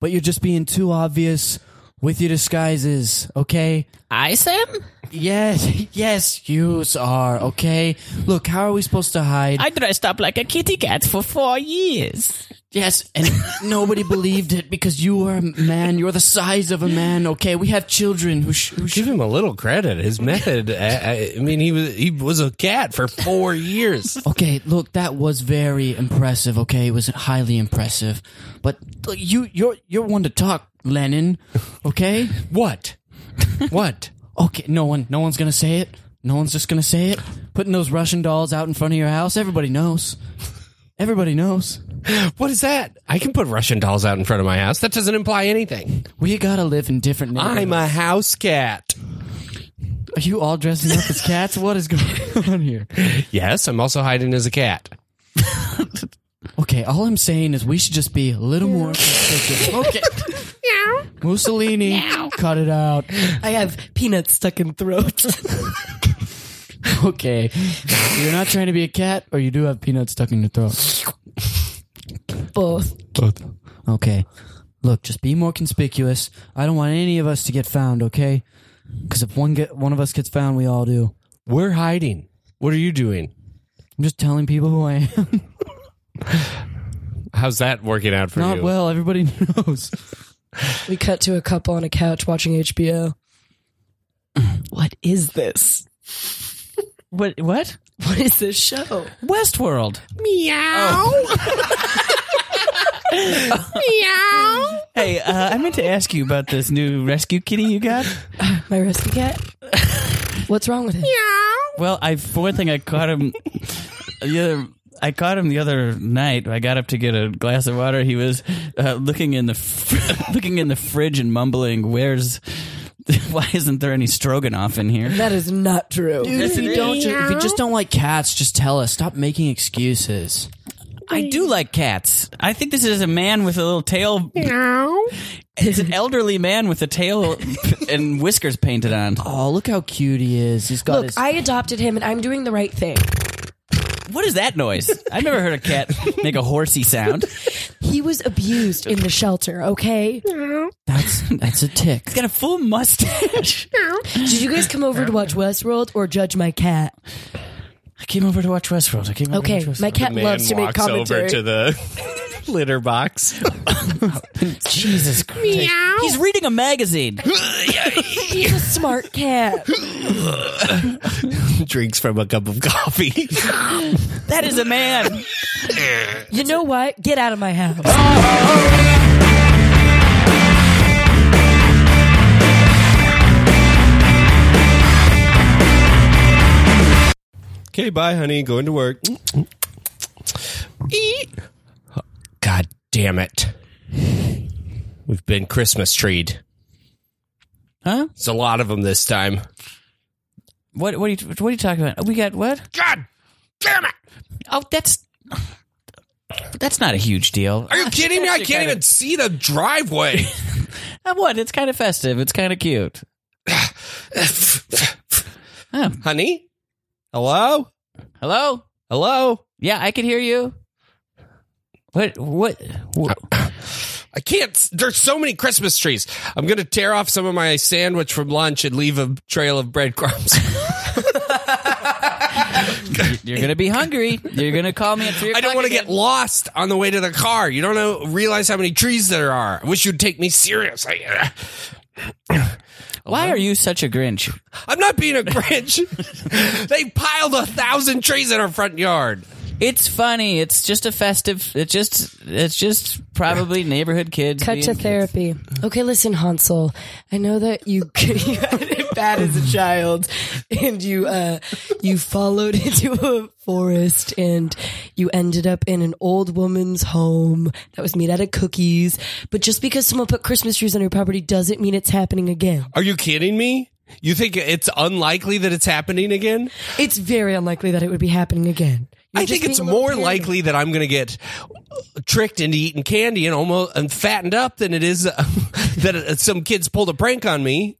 [SPEAKER 5] but you're just being too obvious with your disguises, okay?
[SPEAKER 3] I Sam?
[SPEAKER 5] Yes, yes, yous are, okay? Look, how are we supposed to hide?
[SPEAKER 3] I dressed up like a kitty cat for four years.
[SPEAKER 5] yes, and nobody believed it because you are a man. You're the size of a man, okay? We have children who, sh- who sh-
[SPEAKER 4] Give him a little credit. His method. [laughs] I, I- I mean, he was he was a cat for four years.
[SPEAKER 5] Okay, look, that was very impressive. Okay, it was highly impressive, but look, you you're you're one to talk, Lenin. Okay,
[SPEAKER 4] What? What?
[SPEAKER 5] okay, no one no one's gonna say it. No one's just gonna say it. Putting those Russian dolls out in front of your house, everybody knows. Everybody knows.
[SPEAKER 4] What is that? I can put Russian dolls out in front of my house. That doesn't imply anything.
[SPEAKER 5] We gotta live in different.
[SPEAKER 4] I'm
[SPEAKER 5] neighborhoods.
[SPEAKER 4] a house cat.
[SPEAKER 5] Are you all dressing up as cats? What is going [laughs] on here?
[SPEAKER 4] Yes, I'm also hiding as a cat.
[SPEAKER 5] Okay, all I'm saying is we should just be a little more. conspicuous. okay. Mussolini, cut it out.
[SPEAKER 6] I have peanuts stuck in throat.
[SPEAKER 5] [laughs] Okay. You're not trying to be a cat, or you do have peanuts stuck in your throat.
[SPEAKER 6] Both.
[SPEAKER 5] Okay. Look, just be more conspicuous. I don't want any of us to get found, okay? Because if one get one of us gets found, we all do.
[SPEAKER 4] We're hiding. What are you doing?
[SPEAKER 5] I'm just telling people who I am.
[SPEAKER 4] How's that working out for
[SPEAKER 5] Not
[SPEAKER 4] you?
[SPEAKER 5] well. Everybody [laughs] knows.
[SPEAKER 6] We cut to a couple on a couch watching HBO. [clears throat] What is this?
[SPEAKER 3] What? What?
[SPEAKER 6] What is this show? Oh.
[SPEAKER 3] Westworld.
[SPEAKER 6] [laughs]
[SPEAKER 3] Meow. Meow. Hey, uh, I meant to ask you about this new rescue kitty you got.
[SPEAKER 6] My rescue cat? What's wrong with it?
[SPEAKER 3] Well, I for one thing, [laughs] I caught him. the other, I caught him the other night. I got up to get a glass of water. He was uh, looking in the fr- [laughs] looking in the fridge and mumbling, "Where's? [laughs] Why isn't there any stroganoff in here?"
[SPEAKER 6] That is not true.
[SPEAKER 5] if, you don't, ju- if you just don't like cats, just tell us. Stop making excuses.
[SPEAKER 3] I do like cats. I think this is a man with a little tail. It's an elderly man with a tail and whiskers painted on.
[SPEAKER 5] Oh, look how cute he is. He's got
[SPEAKER 6] Look,
[SPEAKER 5] his.
[SPEAKER 6] I adopted him and I'm doing the right thing.
[SPEAKER 3] What is that noise? I've never heard a cat make a horsey sound.
[SPEAKER 6] He was abused in the shelter, okay?
[SPEAKER 5] that's that's a tick.
[SPEAKER 3] Got a full
[SPEAKER 5] [laughs]
[SPEAKER 3] mustache.
[SPEAKER 6] Did you guys come over to watch Westworld or judge my cat?
[SPEAKER 3] I came over to watch Westworld. I came over
[SPEAKER 6] Okay,
[SPEAKER 3] to watch Westworld.
[SPEAKER 6] my cat loves to make commentary.
[SPEAKER 4] the [laughs] litter box.
[SPEAKER 3] Jesus Christ. He's reading a magazine.
[SPEAKER 5] [gasps]
[SPEAKER 6] He's a smart [laughs] cat.
[SPEAKER 4] Drinks from a cup of coffee.
[SPEAKER 3] That is a man.
[SPEAKER 6] You know what? Get out of my house.
[SPEAKER 4] [laughs] okay, bye, honey. Going to work. Eat. God damn it. We've been Christmas treed.
[SPEAKER 3] Huh?
[SPEAKER 4] It's a lot of them this time.
[SPEAKER 3] What what are you what are you talking about? We got what?
[SPEAKER 4] God damn it.
[SPEAKER 3] Oh, that's that's not a huge deal.
[SPEAKER 4] Are you kidding me? I
[SPEAKER 3] That's
[SPEAKER 4] can't
[SPEAKER 3] kind
[SPEAKER 4] even see the driveway.
[SPEAKER 3] Of, Uh, what? It's kind of festive. It's kind of cute. Oh,
[SPEAKER 4] honey? Hello?
[SPEAKER 3] hello.
[SPEAKER 4] Hello? Oh.
[SPEAKER 3] Yeah, I can hear you. What? What? what?
[SPEAKER 4] I can't. There's so many Christmas trees. I'm gonna tear off some of my sandwich from lunch and leave a trail of breadcrumbs.
[SPEAKER 3] You're gonna be hungry. You're gonna call me at [laughs] three.
[SPEAKER 4] I don't
[SPEAKER 3] o'clock
[SPEAKER 4] want to
[SPEAKER 3] again.
[SPEAKER 4] get lost on the way to the car. You don't know realize how many trees there are. I wish you'd take me serious. I,
[SPEAKER 3] Why are you such a Grinch?
[SPEAKER 4] I'm not being a [laughs] Grinch. they piled a thousand trees in our front yard.
[SPEAKER 3] It's funny. It's just a festive. It's just. It's just probably neighborhood kids.
[SPEAKER 6] Cut
[SPEAKER 3] being
[SPEAKER 6] to
[SPEAKER 3] kids.
[SPEAKER 6] therapy. Okay, listen, Hansel. I know that you [laughs] you had it bad as a child, and you uh, you followed [laughs] into a forest, and you ended up in an old woman's home that was made out of cookies. But just because someone put Christmas trees on your property doesn't mean it's happening again.
[SPEAKER 4] Are you kidding me? You think it's unlikely that it's happening again?
[SPEAKER 6] It's very unlikely that it would be happening again. You're
[SPEAKER 4] I
[SPEAKER 6] just
[SPEAKER 4] think it's
[SPEAKER 6] being a little
[SPEAKER 4] more
[SPEAKER 6] paranoid.
[SPEAKER 4] likely that I'm going to get tricked into eating candy and almost and fattened up than it is [laughs] uh, that uh, some kids pulled a prank on me.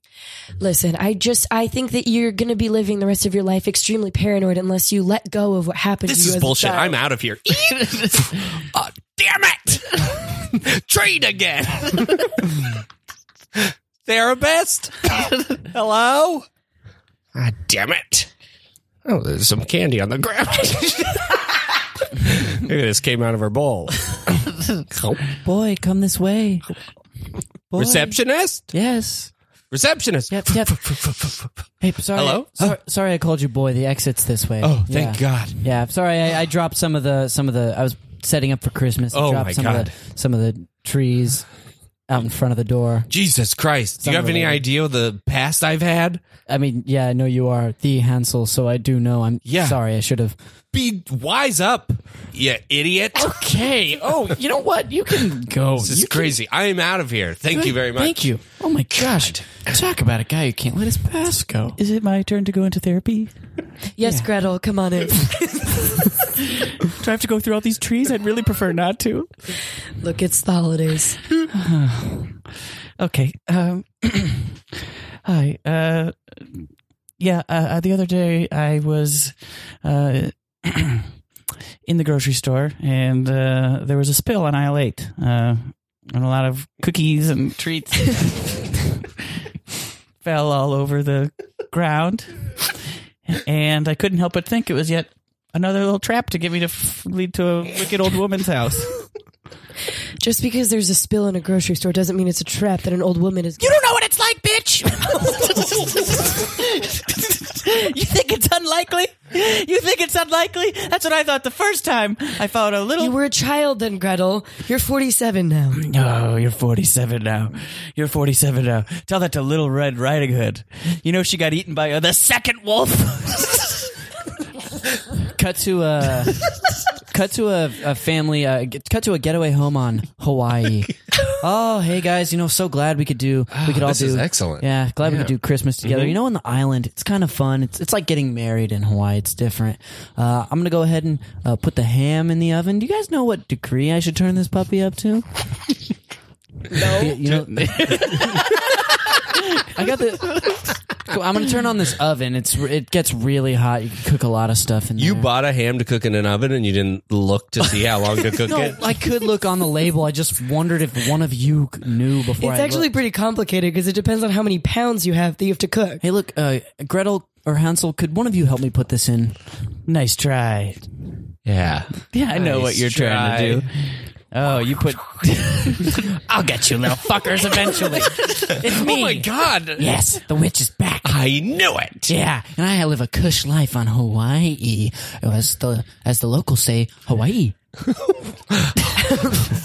[SPEAKER 6] Listen, I just I think that you're going to be living the rest of your life extremely paranoid unless you let go of what happened
[SPEAKER 4] This
[SPEAKER 6] to you.
[SPEAKER 4] is
[SPEAKER 6] as a
[SPEAKER 4] bullshit.
[SPEAKER 6] child.
[SPEAKER 4] I'm out of
[SPEAKER 5] [laughs]
[SPEAKER 4] here. oh, damn
[SPEAKER 5] [laughs]
[SPEAKER 4] it! Trade again. Therapist. Hello. Ah, damn it! Oh, there's some candy on the
[SPEAKER 5] [laughs]
[SPEAKER 4] ground. Look at this came out of her bowl.
[SPEAKER 5] Boy, come this way. Boy.
[SPEAKER 4] Receptionist.
[SPEAKER 5] Yes.
[SPEAKER 4] Receptionist.
[SPEAKER 5] Yep, yep. Hey, sorry.
[SPEAKER 4] Hello?
[SPEAKER 5] Sorry, sorry I called you boy. The exit's this way.
[SPEAKER 4] Oh, thank
[SPEAKER 5] Yeah.
[SPEAKER 4] God.
[SPEAKER 5] Yeah, I'm sorry. I, I dropped some of the some of the. I was setting up for Christmas. I
[SPEAKER 4] Oh,
[SPEAKER 5] dropped
[SPEAKER 4] my
[SPEAKER 5] some
[SPEAKER 4] God.
[SPEAKER 5] Of the, some of the trees out in front of the door.
[SPEAKER 4] Jesus Christ. Do you
[SPEAKER 5] Some
[SPEAKER 4] have any
[SPEAKER 5] related.
[SPEAKER 4] idea of the past I've had?
[SPEAKER 5] I mean, yeah, I know you are the Hansel, so I do know. I'm
[SPEAKER 4] Yeah.
[SPEAKER 5] sorry. I should have.
[SPEAKER 4] Be wise up, you idiot.
[SPEAKER 5] Okay. Oh, you know what? You can [laughs] go.
[SPEAKER 4] This is crazy. I am out of here. Thank you very much.
[SPEAKER 5] Thank you. Oh my gosh. Talk about a guy who can't let his past go.
[SPEAKER 3] Is it my turn to go into therapy?
[SPEAKER 6] Yes, Gretel, come on in. [laughs]
[SPEAKER 5] Do I have to go through all these trees? I'd really prefer not to.
[SPEAKER 6] Look, it's the holidays.
[SPEAKER 3] Okay. Um, [clears throat] hi. Uh, yeah. Uh, uh, the other day, I was uh, [clears throat] in the grocery store, and uh, there was a spill on aisle eight, uh, and a lot of cookies and treats [laughs] fell all over the ground, and I couldn't help but think it was yet another little trap to get me to f- lead to a wicked old woman's house.
[SPEAKER 6] Just because there's a spill in a grocery store doesn't mean it's a trap that an old woman is.
[SPEAKER 3] You don't know what it's like, bitch. you think it's unlikely? You think it's unlikely? That's what I thought the first time I found a little.
[SPEAKER 6] You were a child then, Gretel. You're 47 now.
[SPEAKER 3] oh, you're 47 now. You're 47 now. Tell that to Little Red Riding Hood. You know she got eaten by uh, the second wolf.
[SPEAKER 5] Cut to a cut to a, a family. Uh, get- cut to a getaway home on Hawaii. oh, hey guys, you know, so glad we could do. We could
[SPEAKER 4] Ah,
[SPEAKER 5] all
[SPEAKER 4] this
[SPEAKER 5] do
[SPEAKER 4] is excellent. Mm-hmm.
[SPEAKER 5] Yeah, glad we could do Christmas together. You know, on the island, it's kind of fun. It's it's like getting married in Hawaii. It's different. Uh, I'm gonna go ahead and uh, put the ham in the oven. Do you guys know what degree I should turn this puppy up to? no, you,
[SPEAKER 4] [laughs]
[SPEAKER 5] you know, I got the. I'm gonna turn on this oven. It's it gets really hot. You can cook a lot of stuff in
[SPEAKER 4] You
[SPEAKER 5] there.
[SPEAKER 4] bought a ham to cook in an oven and you didn't look to see how long to cook
[SPEAKER 5] No,
[SPEAKER 4] it.
[SPEAKER 5] Oh, I could look on the label. I just wondered if one of you knew before.
[SPEAKER 6] It's
[SPEAKER 5] I
[SPEAKER 6] actually
[SPEAKER 5] looked.
[SPEAKER 6] pretty complicated because it depends on how many pounds you have that you have to cook.
[SPEAKER 5] Hey, look, uh, Gretel or Hansel, could one of you help me put this in?
[SPEAKER 3] nice try.
[SPEAKER 4] Yeah.
[SPEAKER 3] Yeah, I know
[SPEAKER 4] Nice
[SPEAKER 3] what you're trying to do.
[SPEAKER 4] try.
[SPEAKER 3] Oh, you
[SPEAKER 5] [laughs]
[SPEAKER 3] put. [laughs] I'll get you, little fuckers, eventually. It's me.
[SPEAKER 4] Oh my god.
[SPEAKER 5] Yes, the witch is back.
[SPEAKER 4] I knew it.
[SPEAKER 5] Yeah, and I live a cush life on Hawaii, or as the as the locals say, Hawaii.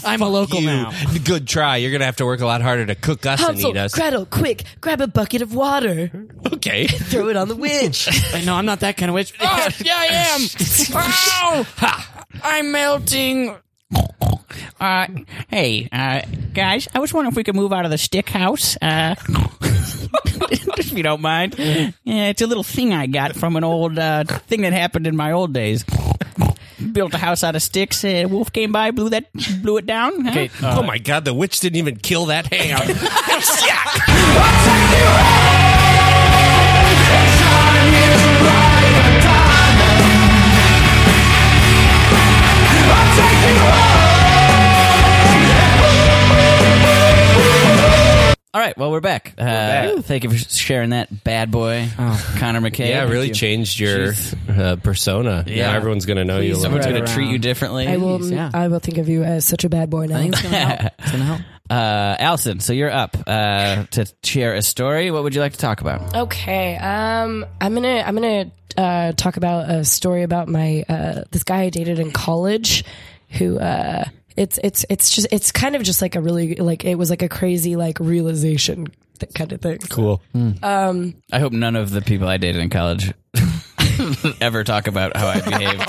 [SPEAKER 5] I'm a local now.
[SPEAKER 4] You, good try. You're gonna have to work a lot harder to cook us
[SPEAKER 6] Hansel,
[SPEAKER 4] and eat us.
[SPEAKER 6] Gretel, quick, grab a bucket of water.
[SPEAKER 4] okay.
[SPEAKER 6] Throw it on the witch.
[SPEAKER 5] Wait, No, I'm not that kind of witch.
[SPEAKER 2] Oh, yeah,
[SPEAKER 3] [laughs]
[SPEAKER 2] I am. Ow! I'm melting.
[SPEAKER 3] Uh, hey, uh, guys, I was wondering if we could move out of the stick house. Uh, [laughs] if you don't mind. Yeah, it's a little thing I got from an old uh, thing that happened in my old days. Built a house out of sticks. A wolf came by, blew that, blew it down. huh?
[SPEAKER 4] [laughs] oh my god, the witch didn't even kill that ham.
[SPEAKER 7] I'll take you home.
[SPEAKER 3] All right, well, we're back. Oh. Uh,
[SPEAKER 4] back.
[SPEAKER 3] Thank you for sharing that bad boy, Connor McKay.
[SPEAKER 4] Yeah, it really
[SPEAKER 3] Thank you.
[SPEAKER 4] changed your uh, persona. Yeah,
[SPEAKER 3] Yeah.
[SPEAKER 4] everyone's gonna know you. a little
[SPEAKER 3] Someone's
[SPEAKER 5] Right
[SPEAKER 3] going to treat
[SPEAKER 5] around.
[SPEAKER 3] you differently.
[SPEAKER 6] I will.
[SPEAKER 5] yeah.
[SPEAKER 6] Um, I will think of you as such a bad boy now.
[SPEAKER 5] It's gonna help.
[SPEAKER 3] Uh, Allison, so you're up uh, to share a story. What would you like to talk about?
[SPEAKER 6] Okay. Um, I'm gonna I'm gonna uh, talk about a story about my uh, this guy I dated in college, who uh, it's it's it's just it's kind of just like a really like it was like a crazy like realization th- kind of thing.
[SPEAKER 4] Cool.
[SPEAKER 3] I hope none of the people I dated in college [laughs] ever talk about how I behaved.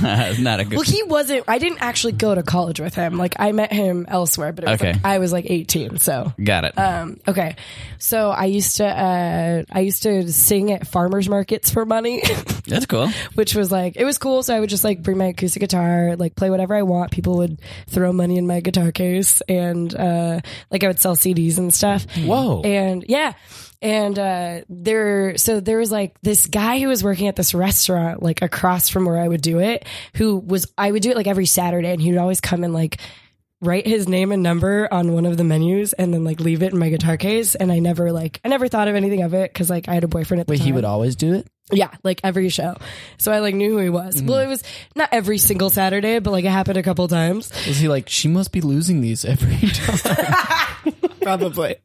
[SPEAKER 3] [laughs] Not a good.
[SPEAKER 6] Well, he wasn't. I didn't actually go to college with him. Like I met him elsewhere, but it was
[SPEAKER 3] Okay.
[SPEAKER 6] like, I was like 18, so
[SPEAKER 3] Got it.
[SPEAKER 6] Um, okay, so I used to uh, I used to sing at farmers markets for money, [laughs]
[SPEAKER 3] That's cool.
[SPEAKER 6] which was like it was cool. So I would just like bring my acoustic guitar, like play whatever I want. People would throw money in my guitar case, and uh, like I would sell CDs and stuff.
[SPEAKER 4] Whoa.
[SPEAKER 6] And yeah. And uh, there, so there was like this guy who was working at this restaurant, like across from where I would do it, who was, I would do it like every Saturday and he would always come and like write his name and number on one of the menus and then like leave it in my guitar case. And I never like, I never thought of anything of it because like I had a boyfriend at the
[SPEAKER 5] Wait,
[SPEAKER 6] time.
[SPEAKER 5] he would always do it.
[SPEAKER 6] Yeah, like every show. So I like knew who he was. Well, it was not every single Saturday, but like it happened a couple times.
[SPEAKER 5] Was he like she must be losing these every [laughs] time? Probably.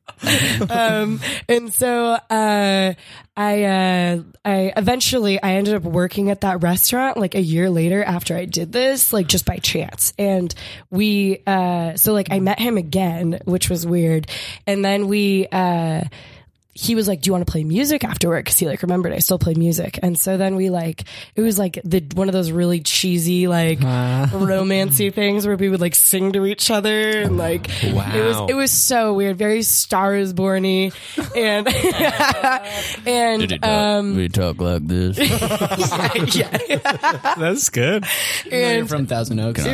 [SPEAKER 6] um, and so uh, I uh, I eventually I ended up working at that restaurant like a year later after I did this like just by chance and we uh, so like I met him again which was weird and then we uh, he was like do you want to play music after work because he like remembered I still play music and so then we like it was like the one of those really cheesy
[SPEAKER 3] [laughs]
[SPEAKER 6] like romancy things where we would like sing to each other and like it was it was so weird very star is borny and [laughs] and um
[SPEAKER 3] we talk like this.
[SPEAKER 4] That's good.
[SPEAKER 5] You're from Thousand Oaks.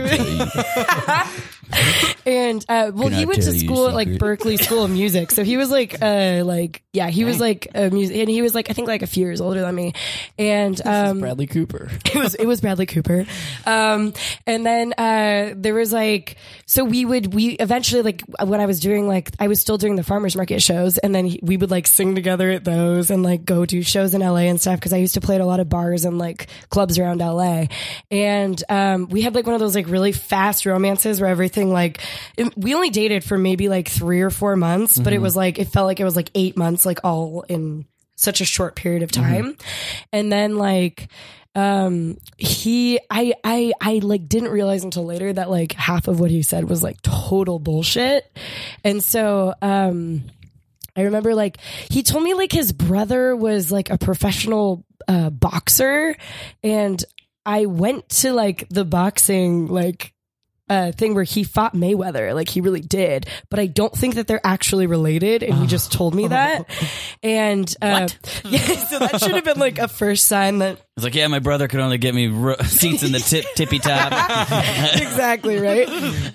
[SPEAKER 6] and uh well
[SPEAKER 3] I
[SPEAKER 6] he went
[SPEAKER 3] tell you
[SPEAKER 6] to
[SPEAKER 3] a
[SPEAKER 6] school at like
[SPEAKER 3] secret?
[SPEAKER 6] Berkeley School of Music so he was like uh like yeah he was like a music and he was like I think like a few years older than me and um
[SPEAKER 5] Bradley Cooper.
[SPEAKER 6] it was it was Bradley Cooper. Um, and then uh, there was like so we would we eventually like when I was doing like I was still doing the farmers market shows, and then he, we would like sing together at those and like go do shows in LA and stuff because I used to play at a lot of bars and like clubs around LA, and um, we had like one of those like really fast romances where everything like it- we only dated for maybe like three or four months, but it was like it felt like it was like eight months like all in such a short period of time and then like um he I I I like didn't realize until later that like half of what he said was like total bullshit. And so um I remember like he told me like his brother was like a professional uh boxer and I went to like the boxing like uh, thing where he fought Mayweather, like he really did, but I don't think that they're actually related, and he just told me that. And uh, [laughs] yeah, so that should have been like a first sign that
[SPEAKER 3] It's like, yeah, my brother could only get me ro- [laughs] seats in the tip tippy top.
[SPEAKER 6] exactly right.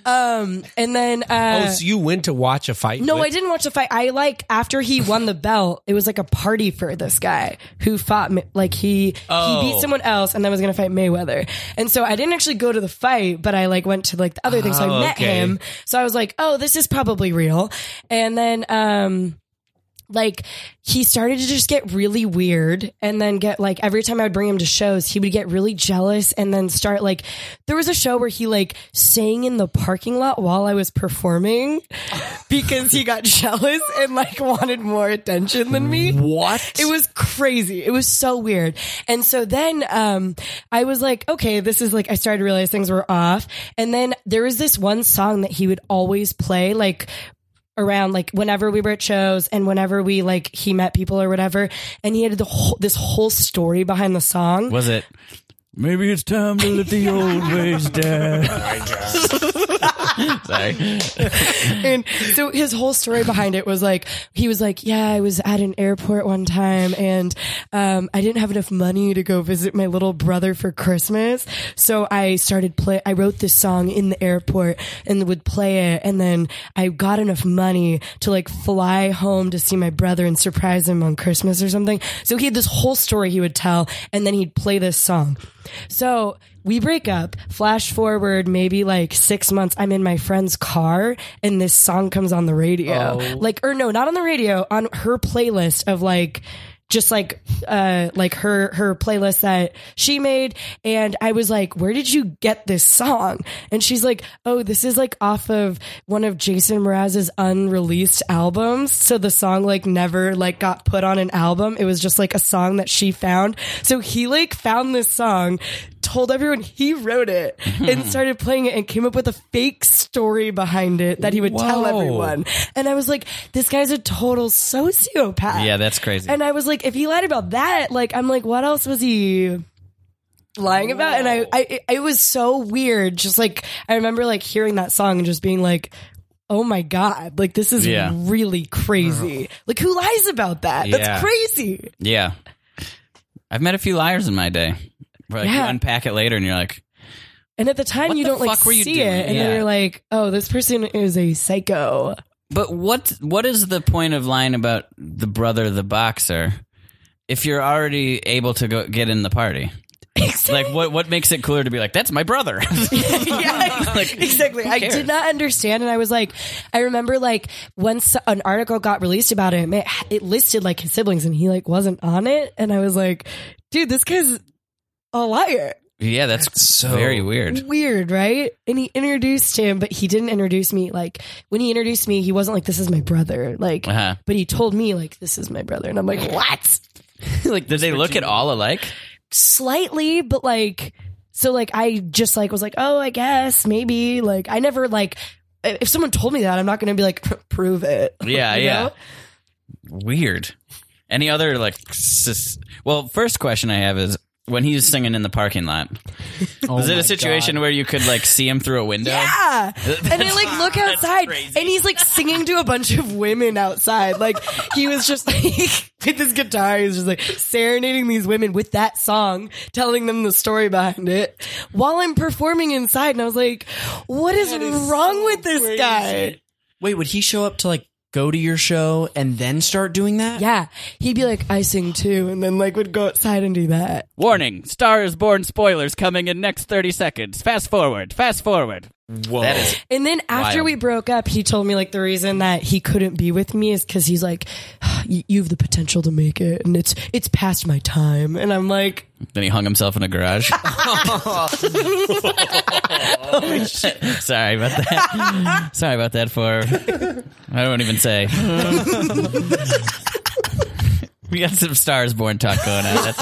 [SPEAKER 6] Um, and then uh,
[SPEAKER 4] oh, so you went to watch a fight?
[SPEAKER 6] no,
[SPEAKER 4] with-
[SPEAKER 6] I didn't watch the fight. I like after he won the belt, it was like a party for this guy who fought Ma- like he he
[SPEAKER 4] Oh.
[SPEAKER 6] beat someone else and then was going to fight Mayweather. And so I didn't actually go to the fight, but I like went to like the other thing. So I
[SPEAKER 4] Oh,
[SPEAKER 6] met
[SPEAKER 4] okay.
[SPEAKER 6] him. So I was like, oh, this is probably real. And then um like he started to just get really weird and then get like every time I would bring him to shows, he would get really jealous and then start like there was a show where he like sang in the parking lot while I was performing [laughs] because he got [laughs] jealous and like wanted more attention than me.
[SPEAKER 4] What?
[SPEAKER 6] It was crazy. It was so weird. And so then um, I was like, okay, this is like, I started to realize things were off. And then there was this one song that he would always play, like, around like whenever we were at shows and whenever we like he met people or whatever and he had the whole, this whole story behind the song
[SPEAKER 3] Was it? Maybe it's time to let the old ways die. [laughs] Sorry.
[SPEAKER 6] and so his whole story behind it was like he was like yeah i was at an airport one time and um, i didn't have enough money to go visit my little brother for christmas so i started play i wrote this song in the airport and would play it and then i got enough money to like fly home to see my brother and surprise him on christmas or something so he had this whole story he would tell and then he'd play this song so We break up. Flash forward maybe like six months. I'm in my friend's car and this song comes on the radio. Like, or no, not on the radio, on her playlist of like, just like uh like her her playlist that she made and i was like where did you get this song and she's like oh this is like off of one of jason mraz's unreleased albums so the song like never like got put on an album it was just like a song that she found so he like found this song told everyone he wrote it
[SPEAKER 3] [laughs]
[SPEAKER 6] and started playing it and came up with a fake story behind it that he would tell
[SPEAKER 4] Whoa.
[SPEAKER 6] everyone and i was like this guy's a total sociopath
[SPEAKER 3] Yeah, that's crazy.
[SPEAKER 6] and I was like, if he lied about that, like, I'm like, what else was he lying about? And I, I, it was so weird. Just like, I remember like hearing that song and just being like, oh my God, like, this is
[SPEAKER 3] Yeah.
[SPEAKER 6] really crazy. Like, who lies about that?
[SPEAKER 4] Yeah.
[SPEAKER 6] That's crazy.
[SPEAKER 3] yeah. I've met a few liars in my day. Where, like, you
[SPEAKER 6] Yeah.
[SPEAKER 3] unpack it later and you're like,
[SPEAKER 6] And at the time,
[SPEAKER 3] What
[SPEAKER 6] you
[SPEAKER 3] the
[SPEAKER 6] don't like
[SPEAKER 3] fuck were you
[SPEAKER 6] see
[SPEAKER 3] doing?
[SPEAKER 6] it. And
[SPEAKER 3] Yeah.
[SPEAKER 6] then you're like, oh, this person is
[SPEAKER 3] [laughs]
[SPEAKER 6] a psycho.
[SPEAKER 3] But what what is the point of lying about the brother the boxer if you're already able to go get in the party? Like what what makes it cooler to be like that's my brother? [laughs]
[SPEAKER 6] [laughs] yeah,
[SPEAKER 3] Like,
[SPEAKER 6] exactly. I
[SPEAKER 3] cares?
[SPEAKER 6] did not understand, and I was like, I remember like once an article got released about him, it, it listed like his siblings, and he like wasn't on it, and I was like, dude, this guy's a liar.
[SPEAKER 3] yeah, that's
[SPEAKER 4] so
[SPEAKER 3] very weird.
[SPEAKER 6] Weird, right? And he introduced him, but he didn't introduce me. Like when he introduced me, he wasn't like, "This is my brother." Like,
[SPEAKER 3] Uh-huh.
[SPEAKER 6] but he told me like, "This is my brother," and I'm like, "What?"
[SPEAKER 3] [laughs] like did they look at all alike?
[SPEAKER 6] slightly, but like, so like, I just like was like, oh, I guess maybe. Like, I never like, if someone told me that, I'm not going to be like, prove it. [laughs]
[SPEAKER 3] Yeah,
[SPEAKER 6] You
[SPEAKER 3] yeah.
[SPEAKER 6] know?
[SPEAKER 3] Weird. Any other like sus- well, first question I have is when he was singing in the parking lot, was it a situation where you could like see him through a window?
[SPEAKER 6] Yeah. [laughs] And I like look outside
[SPEAKER 3] crazy.
[SPEAKER 6] and he's like singing to a bunch of women outside. Like he was just [laughs] like with his guitar, he was just like serenading these women with that song, telling them the story behind it while I'm performing inside. And I was like, what is, wrong with this guy?
[SPEAKER 5] Wait, would he show up to like go to your show and then start doing that?
[SPEAKER 6] Yeah. He'd be like, I sing too. And then like would go outside and do that.
[SPEAKER 3] Warning: Star is Born spoilers coming in next thirty seconds. Fast forward. Fast forward. Whoa. That is
[SPEAKER 6] And then after
[SPEAKER 3] Wild.
[SPEAKER 6] we broke up, he told me like the reason that he couldn't be with me is because he's like, "You you have the potential to make it, and it's it's past my time." And I'm like,
[SPEAKER 3] Then he hung himself in a garage. [laughs] Sorry about that. Sorry about that for I don't even say. [laughs] we got some stars born talk going on.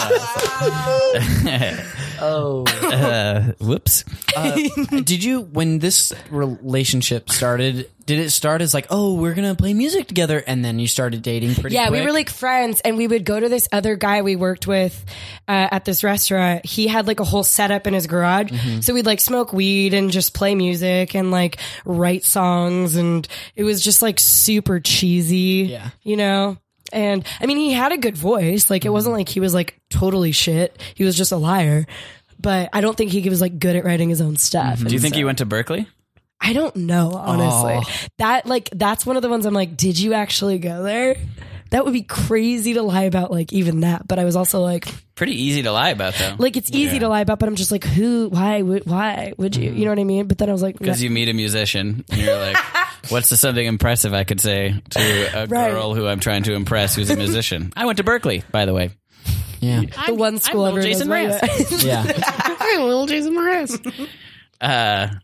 [SPEAKER 3] That's all. [laughs]
[SPEAKER 5] Oh.
[SPEAKER 3] Uh, whoops.
[SPEAKER 5] did you when this relationship started, did it start as like, "Oh, we're going to play music together" and then you started dating pretty
[SPEAKER 6] Yeah, we
[SPEAKER 5] quick?
[SPEAKER 6] were like friends, and we would go to this other guy we worked with uh, at this restaurant. He had like a whole setup in his garage, so we'd like smoke weed and just play music and like write songs, and it was just like super cheesy,
[SPEAKER 5] Yeah.
[SPEAKER 6] you know. And I mean, he had a good voice. Like it wasn't like he was like totally shit. He was just a liar. But I don't think he was like good at writing his own stuff.
[SPEAKER 3] Do you
[SPEAKER 6] And
[SPEAKER 3] think
[SPEAKER 6] so-
[SPEAKER 3] he went to Berkeley?
[SPEAKER 6] I don't know, honestly. That like that's one of the ones I'm like, did you actually go there? That would be crazy to lie about, like even that. But I was also like,
[SPEAKER 3] Pretty easy to lie about though.
[SPEAKER 6] like it's easy to lie about, but I'm just like, who, why, would, why would you? You know what I mean? But then I was like,
[SPEAKER 3] Mm-hmm. Because
[SPEAKER 6] no.
[SPEAKER 3] you meet a musician and you're
[SPEAKER 6] [laughs]
[SPEAKER 3] like, what's the something impressive I could say to a
[SPEAKER 6] Right.
[SPEAKER 3] girl who I'm trying to impress who's a
[SPEAKER 6] [laughs]
[SPEAKER 3] musician? I went to Berkeley, by the way.
[SPEAKER 5] Yeah.
[SPEAKER 6] the one school
[SPEAKER 3] I'm
[SPEAKER 6] ever
[SPEAKER 3] Jason Mraz.
[SPEAKER 5] [laughs]
[SPEAKER 6] [laughs]
[SPEAKER 5] Yeah.
[SPEAKER 3] uh [laughs]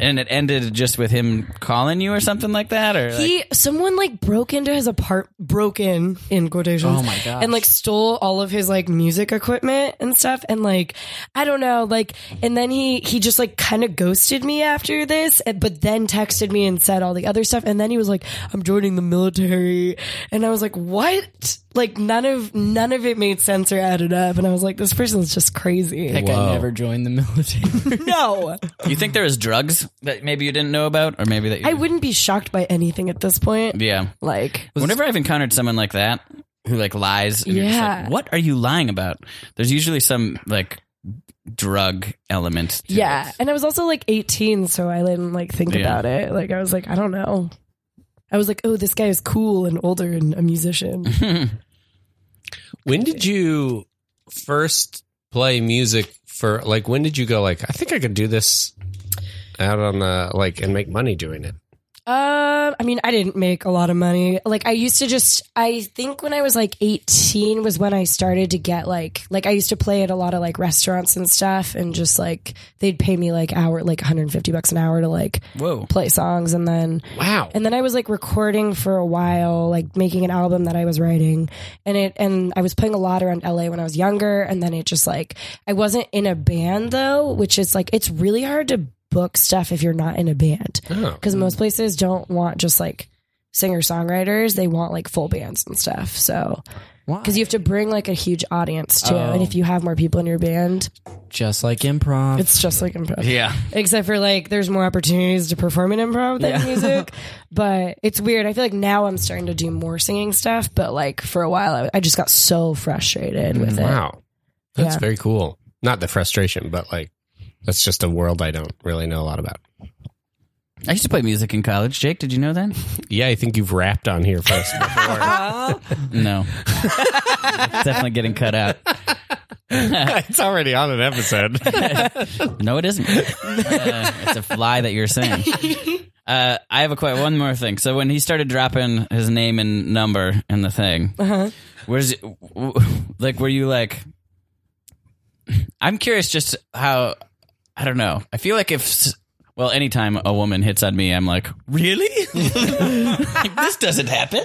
[SPEAKER 3] and it ended just with him calling you or something like that or like,
[SPEAKER 6] He, someone like broke into his apart, broke in in quotations.
[SPEAKER 5] Oh my gosh.
[SPEAKER 6] And like stole all of his like music equipment and stuff. And like, I don't know, like, and then he he just like kind of ghosted me after this, and- but then texted me and said all the other stuff. And then he was like, "I'm joining the military," and I was like, "What?" Like none of none of it made sense or added up. And I was like, "This person's just crazy."
[SPEAKER 5] Heck, I never joined the [laughs] military.
[SPEAKER 6] no,
[SPEAKER 3] you think there was drugs that maybe you didn't know about or maybe that you
[SPEAKER 6] I wouldn't be shocked by anything at this point.
[SPEAKER 3] yeah
[SPEAKER 6] Like.
[SPEAKER 3] whenever i've encountered someone like that who like lies and you're just like,
[SPEAKER 6] Yeah.
[SPEAKER 3] what are you lying about there's usually some like drug element to
[SPEAKER 6] Yeah.
[SPEAKER 3] it.
[SPEAKER 6] And I was also like 18, so I didn't like think
[SPEAKER 3] Yeah.
[SPEAKER 6] about it. Like I was like, I don't know. I was like, oh, this guy is cool and older and
[SPEAKER 3] [laughs]
[SPEAKER 6] a musician.
[SPEAKER 4] When did you first play music for like when did you go like I think I could do this out on the like and make money doing it?
[SPEAKER 6] Um, I mean, I didn't make a lot of money. Like I used to just I think when I was like 18 was when I started to get like like I used to play at a lot of like restaurants and stuff and just like they'd pay me like hour like 150 bucks an hour to like
[SPEAKER 3] Whoa.
[SPEAKER 6] play songs and then
[SPEAKER 4] Wow.
[SPEAKER 6] and then I was like recording for a while, like making an album that I was writing. And it and I was playing a lot around LA when I was younger and then it just like I wasn't in a band though, which is like it's really hard to book stuff if you're not in a band.
[SPEAKER 4] Oh.
[SPEAKER 6] Cuz most places don't want just like singer-songwriters, they want like full bands and stuff. So cuz you have to bring like a huge audience too. And if you have more people in your band,
[SPEAKER 5] Just like improv.
[SPEAKER 6] it's just like improv
[SPEAKER 3] Yeah.
[SPEAKER 6] except for like there's more opportunities to perform in improv than
[SPEAKER 3] [laughs]
[SPEAKER 6] music but it's weird i feel like now i'm starting to do more singing stuff but like for a while i, I just got so frustrated with it
[SPEAKER 4] Wow. That's
[SPEAKER 6] Yeah.
[SPEAKER 4] very cool. Not the frustration, but like that's just a world I don't really know a lot about.
[SPEAKER 3] I used to play music in college. Jake, did you know that?
[SPEAKER 4] Yeah, I think you've rapped on here first [laughs] before.
[SPEAKER 3] No. It's definitely getting cut out.
[SPEAKER 4] it's already on an episode.
[SPEAKER 3] No, it isn't. Uh, [laughs] it's a lie that you're saying. Uh, I have a quite one more thing. So when he started dropping his name and number in the thing, where's it- w- like were you like? I'm curious just how I don't know. I feel like if s- well, anytime a woman hits on me, I'm like, really? [laughs] like, this doesn't happen.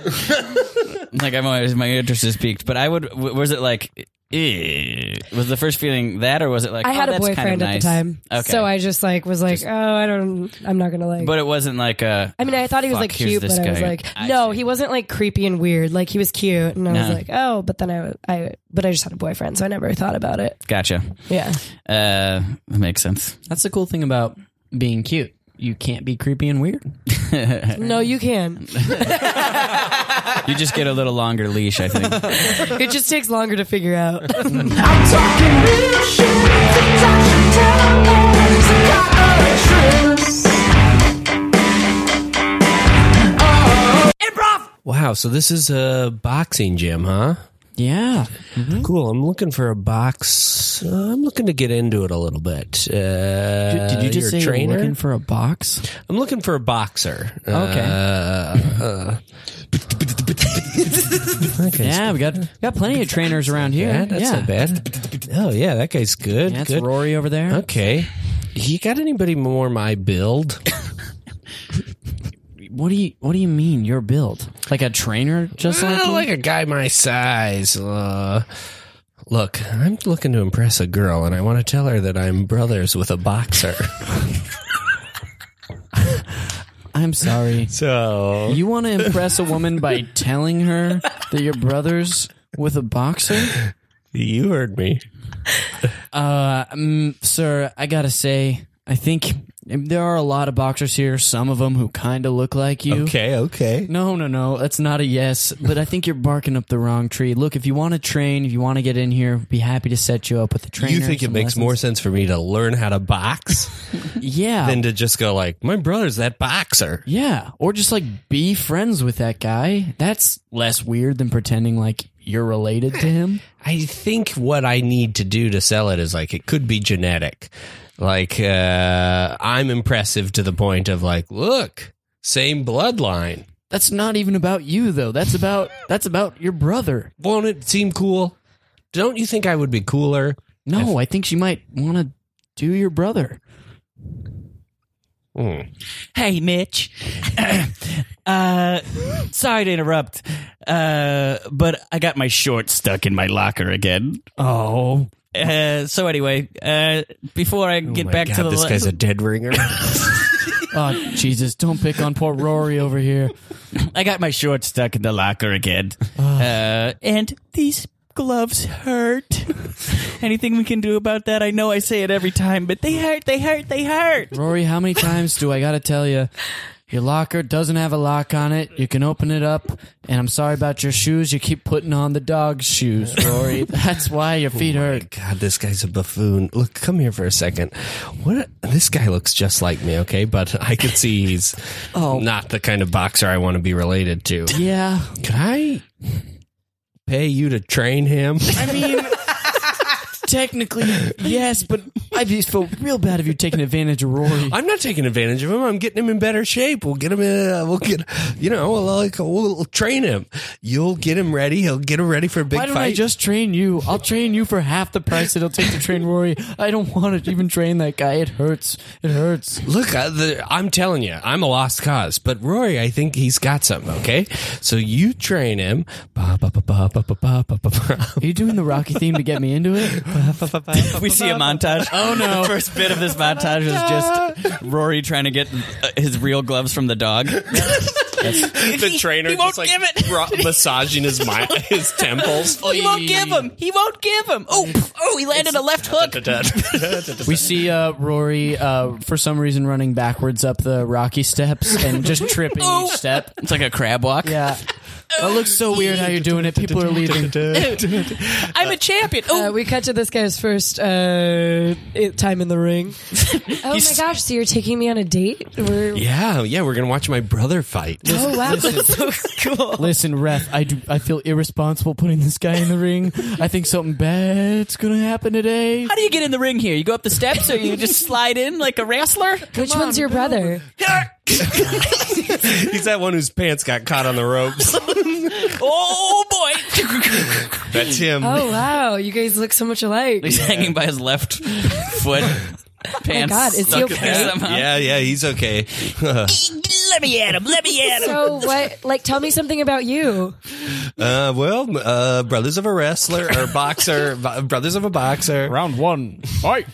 [SPEAKER 3] [laughs] like I'm always my interest is piqued. But I would w- was it like. eh, Was the first feeling that, or was it like
[SPEAKER 6] i
[SPEAKER 3] oh,
[SPEAKER 6] had a
[SPEAKER 3] that's kind of
[SPEAKER 6] boyfriend at
[SPEAKER 3] nice.
[SPEAKER 6] the time
[SPEAKER 3] Okay.
[SPEAKER 6] so i just like was like oh i don't i'm not gonna like
[SPEAKER 3] But it wasn't like a.
[SPEAKER 6] I mean, I thought he was
[SPEAKER 3] Fuck,
[SPEAKER 6] like
[SPEAKER 3] here's
[SPEAKER 6] cute, but
[SPEAKER 3] this
[SPEAKER 6] I was
[SPEAKER 3] guy.
[SPEAKER 6] like,
[SPEAKER 3] I
[SPEAKER 6] no,
[SPEAKER 3] see.
[SPEAKER 6] he wasn't like creepy and weird. Like he was cute, and I was
[SPEAKER 3] No.
[SPEAKER 6] like, oh, but then I, I, but I just had a boyfriend, so I never thought about it.
[SPEAKER 3] Gotcha.
[SPEAKER 6] Yeah,
[SPEAKER 3] Uh, that makes sense.
[SPEAKER 5] That's the cool thing about being cute. You can't be creepy and weird.
[SPEAKER 6] no, you
[SPEAKER 3] [laughs]
[SPEAKER 6] can.
[SPEAKER 3] You just get a little longer leash, I think.
[SPEAKER 6] it just takes longer to figure
[SPEAKER 3] [laughs]
[SPEAKER 6] out.
[SPEAKER 7] I'm talking real shit. The touch and tell them it's a
[SPEAKER 4] Wow, so this is a boxing gym, huh?
[SPEAKER 5] Yeah.
[SPEAKER 4] Cool. I'm looking for a box. Uh, I'm looking to get into it a little bit. Uh,
[SPEAKER 5] Did, did you
[SPEAKER 4] you're
[SPEAKER 5] just say
[SPEAKER 4] a
[SPEAKER 5] you're
[SPEAKER 4] trainer?
[SPEAKER 5] looking for a box?
[SPEAKER 4] I'm looking for a boxer. Uh, Okay.
[SPEAKER 5] Yeah, we got we got plenty of trainers around here.
[SPEAKER 4] yeah, [laughs] that's
[SPEAKER 5] yeah.
[SPEAKER 4] not bad. Oh yeah, that guy's good.
[SPEAKER 5] Yeah, that's
[SPEAKER 4] good.
[SPEAKER 5] Rory over there.
[SPEAKER 4] Okay. You got anybody more my [laughs] build?
[SPEAKER 5] What do you What do you mean your build? Like a trainer, just like,
[SPEAKER 4] Well, [laughs]
[SPEAKER 5] you?
[SPEAKER 4] like a guy my size. Uh, look, I'm looking to impress a girl, and I want to tell her that I'm brothers with a boxer. [laughs]
[SPEAKER 5] I'm sorry.
[SPEAKER 4] so
[SPEAKER 5] You want to impress a woman by telling her that your brother's with a boxer?
[SPEAKER 4] you heard me.
[SPEAKER 5] Uh, um, sir, I gotta say, I think there are a lot of boxers here. Some of them who kind of look like you.
[SPEAKER 4] Okay. Okay.
[SPEAKER 5] No, no, no. That's not a yes, but I think you're barking up the wrong tree. Look, if you want to train, if you want to get in here, be happy to set you up with a trainer.
[SPEAKER 4] You think it
[SPEAKER 5] some
[SPEAKER 4] makes
[SPEAKER 5] lessons.
[SPEAKER 4] more sense for me to learn how to [laughs] box
[SPEAKER 5] Yeah.
[SPEAKER 4] than to just go like, my brother's that boxer?
[SPEAKER 5] yeah, or just like be friends with that guy. That's less weird than pretending like you're related to him.
[SPEAKER 4] I think what I need to do to sell it is like it could be genetic. Like uh, I'm impressive to the point of like, look, same bloodline.
[SPEAKER 5] That's not even about you though. That's about that's about your brother.
[SPEAKER 4] Won't it seem cool? Don't you think I would be cooler?
[SPEAKER 5] No, I think she might want to do your brother.
[SPEAKER 3] hey, Mitch. uh, sorry to interrupt, uh, [laughs] but I got my shorts stuck in my locker again.
[SPEAKER 5] Oh,
[SPEAKER 3] Uh, so anyway, uh, before I get back to the
[SPEAKER 4] this
[SPEAKER 3] li-
[SPEAKER 4] guy's a dead [laughs] ringer.
[SPEAKER 5] oh Jesus! Don't pick on poor Rory over here.
[SPEAKER 3] I got my shorts stuck in the locker again. Uh, and these gloves hurt. [laughs] Anything we can do about that? I know I say it every time, but they hurt, they hurt, they hurt.
[SPEAKER 5] Rory, how many times do I gotta tell you? Your locker doesn't have a lock on it. You can open it up, and I'm sorry about your shoes. You keep putting on the dog's shoes, Rory. That's why your feet hurt.
[SPEAKER 4] God, this guy's a buffoon. Look, come here for a second. What? a- this guy looks just like me, okay? But I could see [laughs] he's not the kind of boxer I want to be related to.
[SPEAKER 5] Yeah,
[SPEAKER 4] Could I pay you to train him?
[SPEAKER 5] I mean, technically, yes, but I just feel real bad of you taking advantage of Rory.
[SPEAKER 4] I'm not taking advantage of him. I'm getting him in better shape. We'll get him. Uh, we'll get. You know, we'll, like we'll train him. You'll get him ready. He'll get him ready for a big
[SPEAKER 5] Why don't
[SPEAKER 4] fight.
[SPEAKER 5] I just train you? I'll train you for half the price it'll take to train Rory. I don't want to even train that guy. It hurts. It hurts.
[SPEAKER 4] Look, I, the, I'm telling you, I'm a lost cause. But Rory, I think he's got something. Okay, so you train him. Ba, ba, ba, ba, ba, ba, ba, ba, ba, ba.
[SPEAKER 5] Are you doing the Rocky theme to get me into [laughs] it?
[SPEAKER 3] we see a montage. Oh no! [laughs] The first bit of
[SPEAKER 6] [laughs] Oh
[SPEAKER 3] this montage is just Rory trying to get uh, his real gloves from the dog.
[SPEAKER 4] [laughs] The trainer
[SPEAKER 3] he won't
[SPEAKER 4] just like
[SPEAKER 3] give it.
[SPEAKER 4] ro- massaging his mi-
[SPEAKER 3] [laughs]
[SPEAKER 4] his temples.
[SPEAKER 3] he won't give him. He won't give him. Oh, pff, oh! He landed a left hook.
[SPEAKER 5] We see uh, Rory uh, for some reason running backwards up the Rocky steps and just tripping each step.
[SPEAKER 3] It's like a crab walk.
[SPEAKER 5] Yeah. That looks so weird how you're doing it. People are leaving. [laughs]
[SPEAKER 3] I'm a champion.
[SPEAKER 6] Uh, we cut to this guy's first uh, i- time in the ring. oh my gosh! So you're taking me on a date?
[SPEAKER 4] [laughs]
[SPEAKER 6] We're,
[SPEAKER 4] yeah, yeah, we're gonna watch my brother fight.
[SPEAKER 6] Oh wow, that's so cool.
[SPEAKER 5] Listen, ref, I do. I feel irresponsible putting this guy in the ring. I think something bad's gonna happen today.
[SPEAKER 3] How do you get in the ring here? You go up the steps, or you just slide in like a wrestler?
[SPEAKER 6] Which one's your brother?
[SPEAKER 4] He's that one whose pants got caught on
[SPEAKER 3] [laughs]
[SPEAKER 4] the ropes.
[SPEAKER 3] Oh boy! [laughs]
[SPEAKER 4] That's him.
[SPEAKER 6] Oh wow, you guys look so much alike.
[SPEAKER 3] He's hanging by his left foot. Pants.
[SPEAKER 6] Oh God, is he
[SPEAKER 3] stuck in there
[SPEAKER 6] okay?
[SPEAKER 3] somehow.
[SPEAKER 4] Yeah, yeah, he's okay.
[SPEAKER 3] Let me at him. Let me at him.
[SPEAKER 6] So what? Like, tell me something about you.
[SPEAKER 4] Uh, well, uh, brothers of a wrestler or boxer,
[SPEAKER 6] [laughs]
[SPEAKER 4] bo- brothers of a boxer.
[SPEAKER 5] Round one, fight.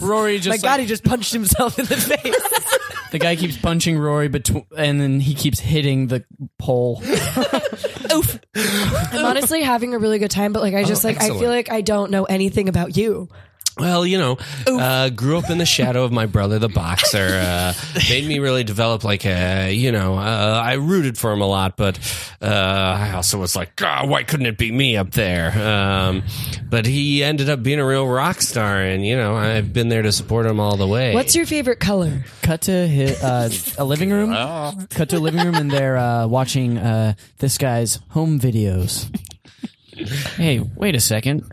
[SPEAKER 5] Rory just like-
[SPEAKER 6] he just punched
[SPEAKER 5] [laughs]
[SPEAKER 6] himself in the face.
[SPEAKER 5] the guy keeps punching Rory, betw- and then he keeps hitting the pole.
[SPEAKER 6] I'm honestly having a really good time, but like, I just like, I feel
[SPEAKER 4] excellent.
[SPEAKER 6] like I don't know anything about you.
[SPEAKER 4] Well, you know, uh, grew up in the shadow of my brother, the boxer.
[SPEAKER 6] [laughs]
[SPEAKER 4] Uh, made me really develop like a, you know, uh, I rooted for him a lot, but uh, I also was like, God, why couldn't it be me up there? Um, but he ended up being a real rock star, and you know, I've been there to support him all the way.
[SPEAKER 6] What's your favorite color?
[SPEAKER 5] Cut to hit, uh, a living room. Cut to a living room, and they're uh, watching uh, this guy's home videos. Hey, wait a second.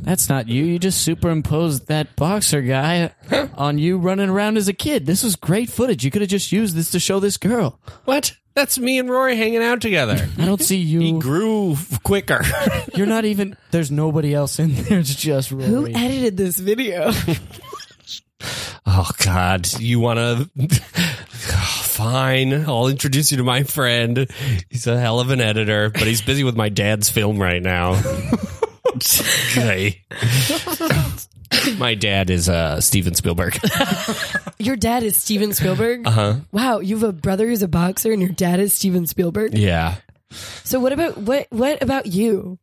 [SPEAKER 5] That's not you. You just superimposed that boxer guy on you running around as a kid. This is great footage. You could have just used this to show this girl.
[SPEAKER 4] what? That's me and Rory hanging out together.
[SPEAKER 5] I don't see you.
[SPEAKER 4] Grew f- quicker. [laughs]
[SPEAKER 5] You're not even. There's nobody else in there. It's just Rory.
[SPEAKER 6] Who edited this video?
[SPEAKER 4] Oh God, you want [laughs] to? Fine, I'll introduce you to my friend. He's a hell of an editor, but he's busy with my dad's film right now. okay. my dad is uh, Steven Spielberg.
[SPEAKER 6] Your dad is Steven Spielberg. Uh huh. Wow, you have a brother who's a boxer, and your dad is Steven Spielberg.
[SPEAKER 4] yeah.
[SPEAKER 6] So what about what? What about you?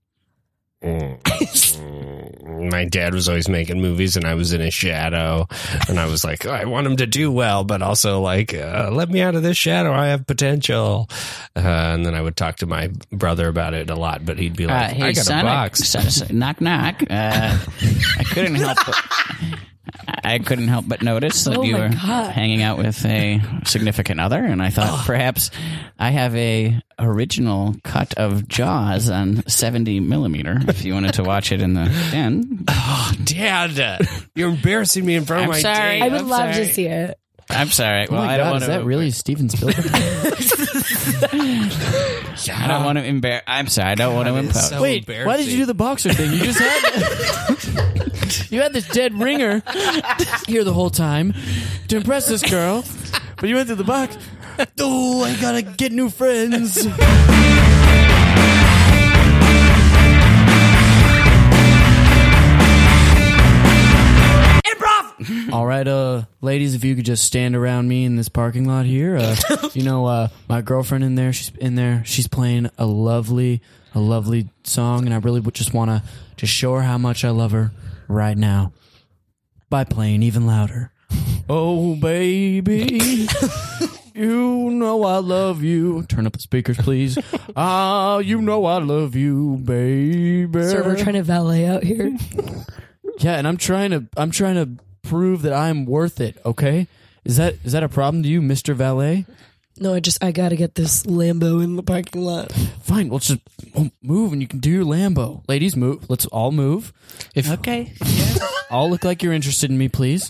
[SPEAKER 4] My dad was always making movies, and I was in his shadow. And I was like, I want him to do well, but also like, uh, let me out of this shadow. I have potential. Uh, and then I would talk to my brother about it a lot, but he'd be
[SPEAKER 3] Uh,
[SPEAKER 4] like,
[SPEAKER 3] hey,
[SPEAKER 4] I got
[SPEAKER 3] son,
[SPEAKER 4] a box.
[SPEAKER 3] I- [laughs] son, son, knock, knock. Uh, I
[SPEAKER 6] [laughs]
[SPEAKER 3] couldn't help. But, I couldn't help but notice that
[SPEAKER 6] Oh
[SPEAKER 3] you
[SPEAKER 6] my
[SPEAKER 3] were
[SPEAKER 6] God.
[SPEAKER 3] hanging out with a significant other, and I thought perhaps I have a original cut of Jaws on seventy millimeter. If you wanted to watch it in
[SPEAKER 6] [laughs]
[SPEAKER 3] the den,
[SPEAKER 4] Dad, you're embarrassing me in front
[SPEAKER 3] I'm
[SPEAKER 4] of my
[SPEAKER 3] sorry.
[SPEAKER 6] I
[SPEAKER 4] dad.
[SPEAKER 6] would
[SPEAKER 3] I'm
[SPEAKER 6] love
[SPEAKER 3] sorry.
[SPEAKER 6] to see it.
[SPEAKER 3] I'm sorry.
[SPEAKER 5] Oh
[SPEAKER 3] Well,
[SPEAKER 5] my
[SPEAKER 3] I
[SPEAKER 5] God,
[SPEAKER 3] don't want
[SPEAKER 5] is
[SPEAKER 3] to.
[SPEAKER 5] that really [laughs] Steven Spielberg?
[SPEAKER 3] I don't want to embarrass. I'm sorry. I don't want to impose.
[SPEAKER 4] so-
[SPEAKER 5] Wait, why did you do the boxer thing? You just had you had [laughs] this dead ringer [laughs] here the whole time to impress this girl, but you went to the box. [laughs] Oh, I gotta get new friends. All right, uh, ladies, if you could just stand around me in this parking lot here, uh, you know, uh, my girlfriend in there, she's in there, she's playing a lovely, a lovely song, and I really would just want to just show her how much I love her right now by playing even louder. Oh, baby. You know I love you. Turn up the speakers, please. Ah, you know I love you, baby.
[SPEAKER 6] So we're trying to valet out here.
[SPEAKER 5] Yeah, and I'm trying to I'm trying to prove that I'm worth it, okay? Is that is that a problem to you, Mr. Valet?
[SPEAKER 6] No, I just I gotta get this Lambo in the parking lot.
[SPEAKER 5] Fine, let's just we'll move and you can do your Lambo. Ladies, move. Let's all move. If okay, [laughs] all look like you're interested in me, please.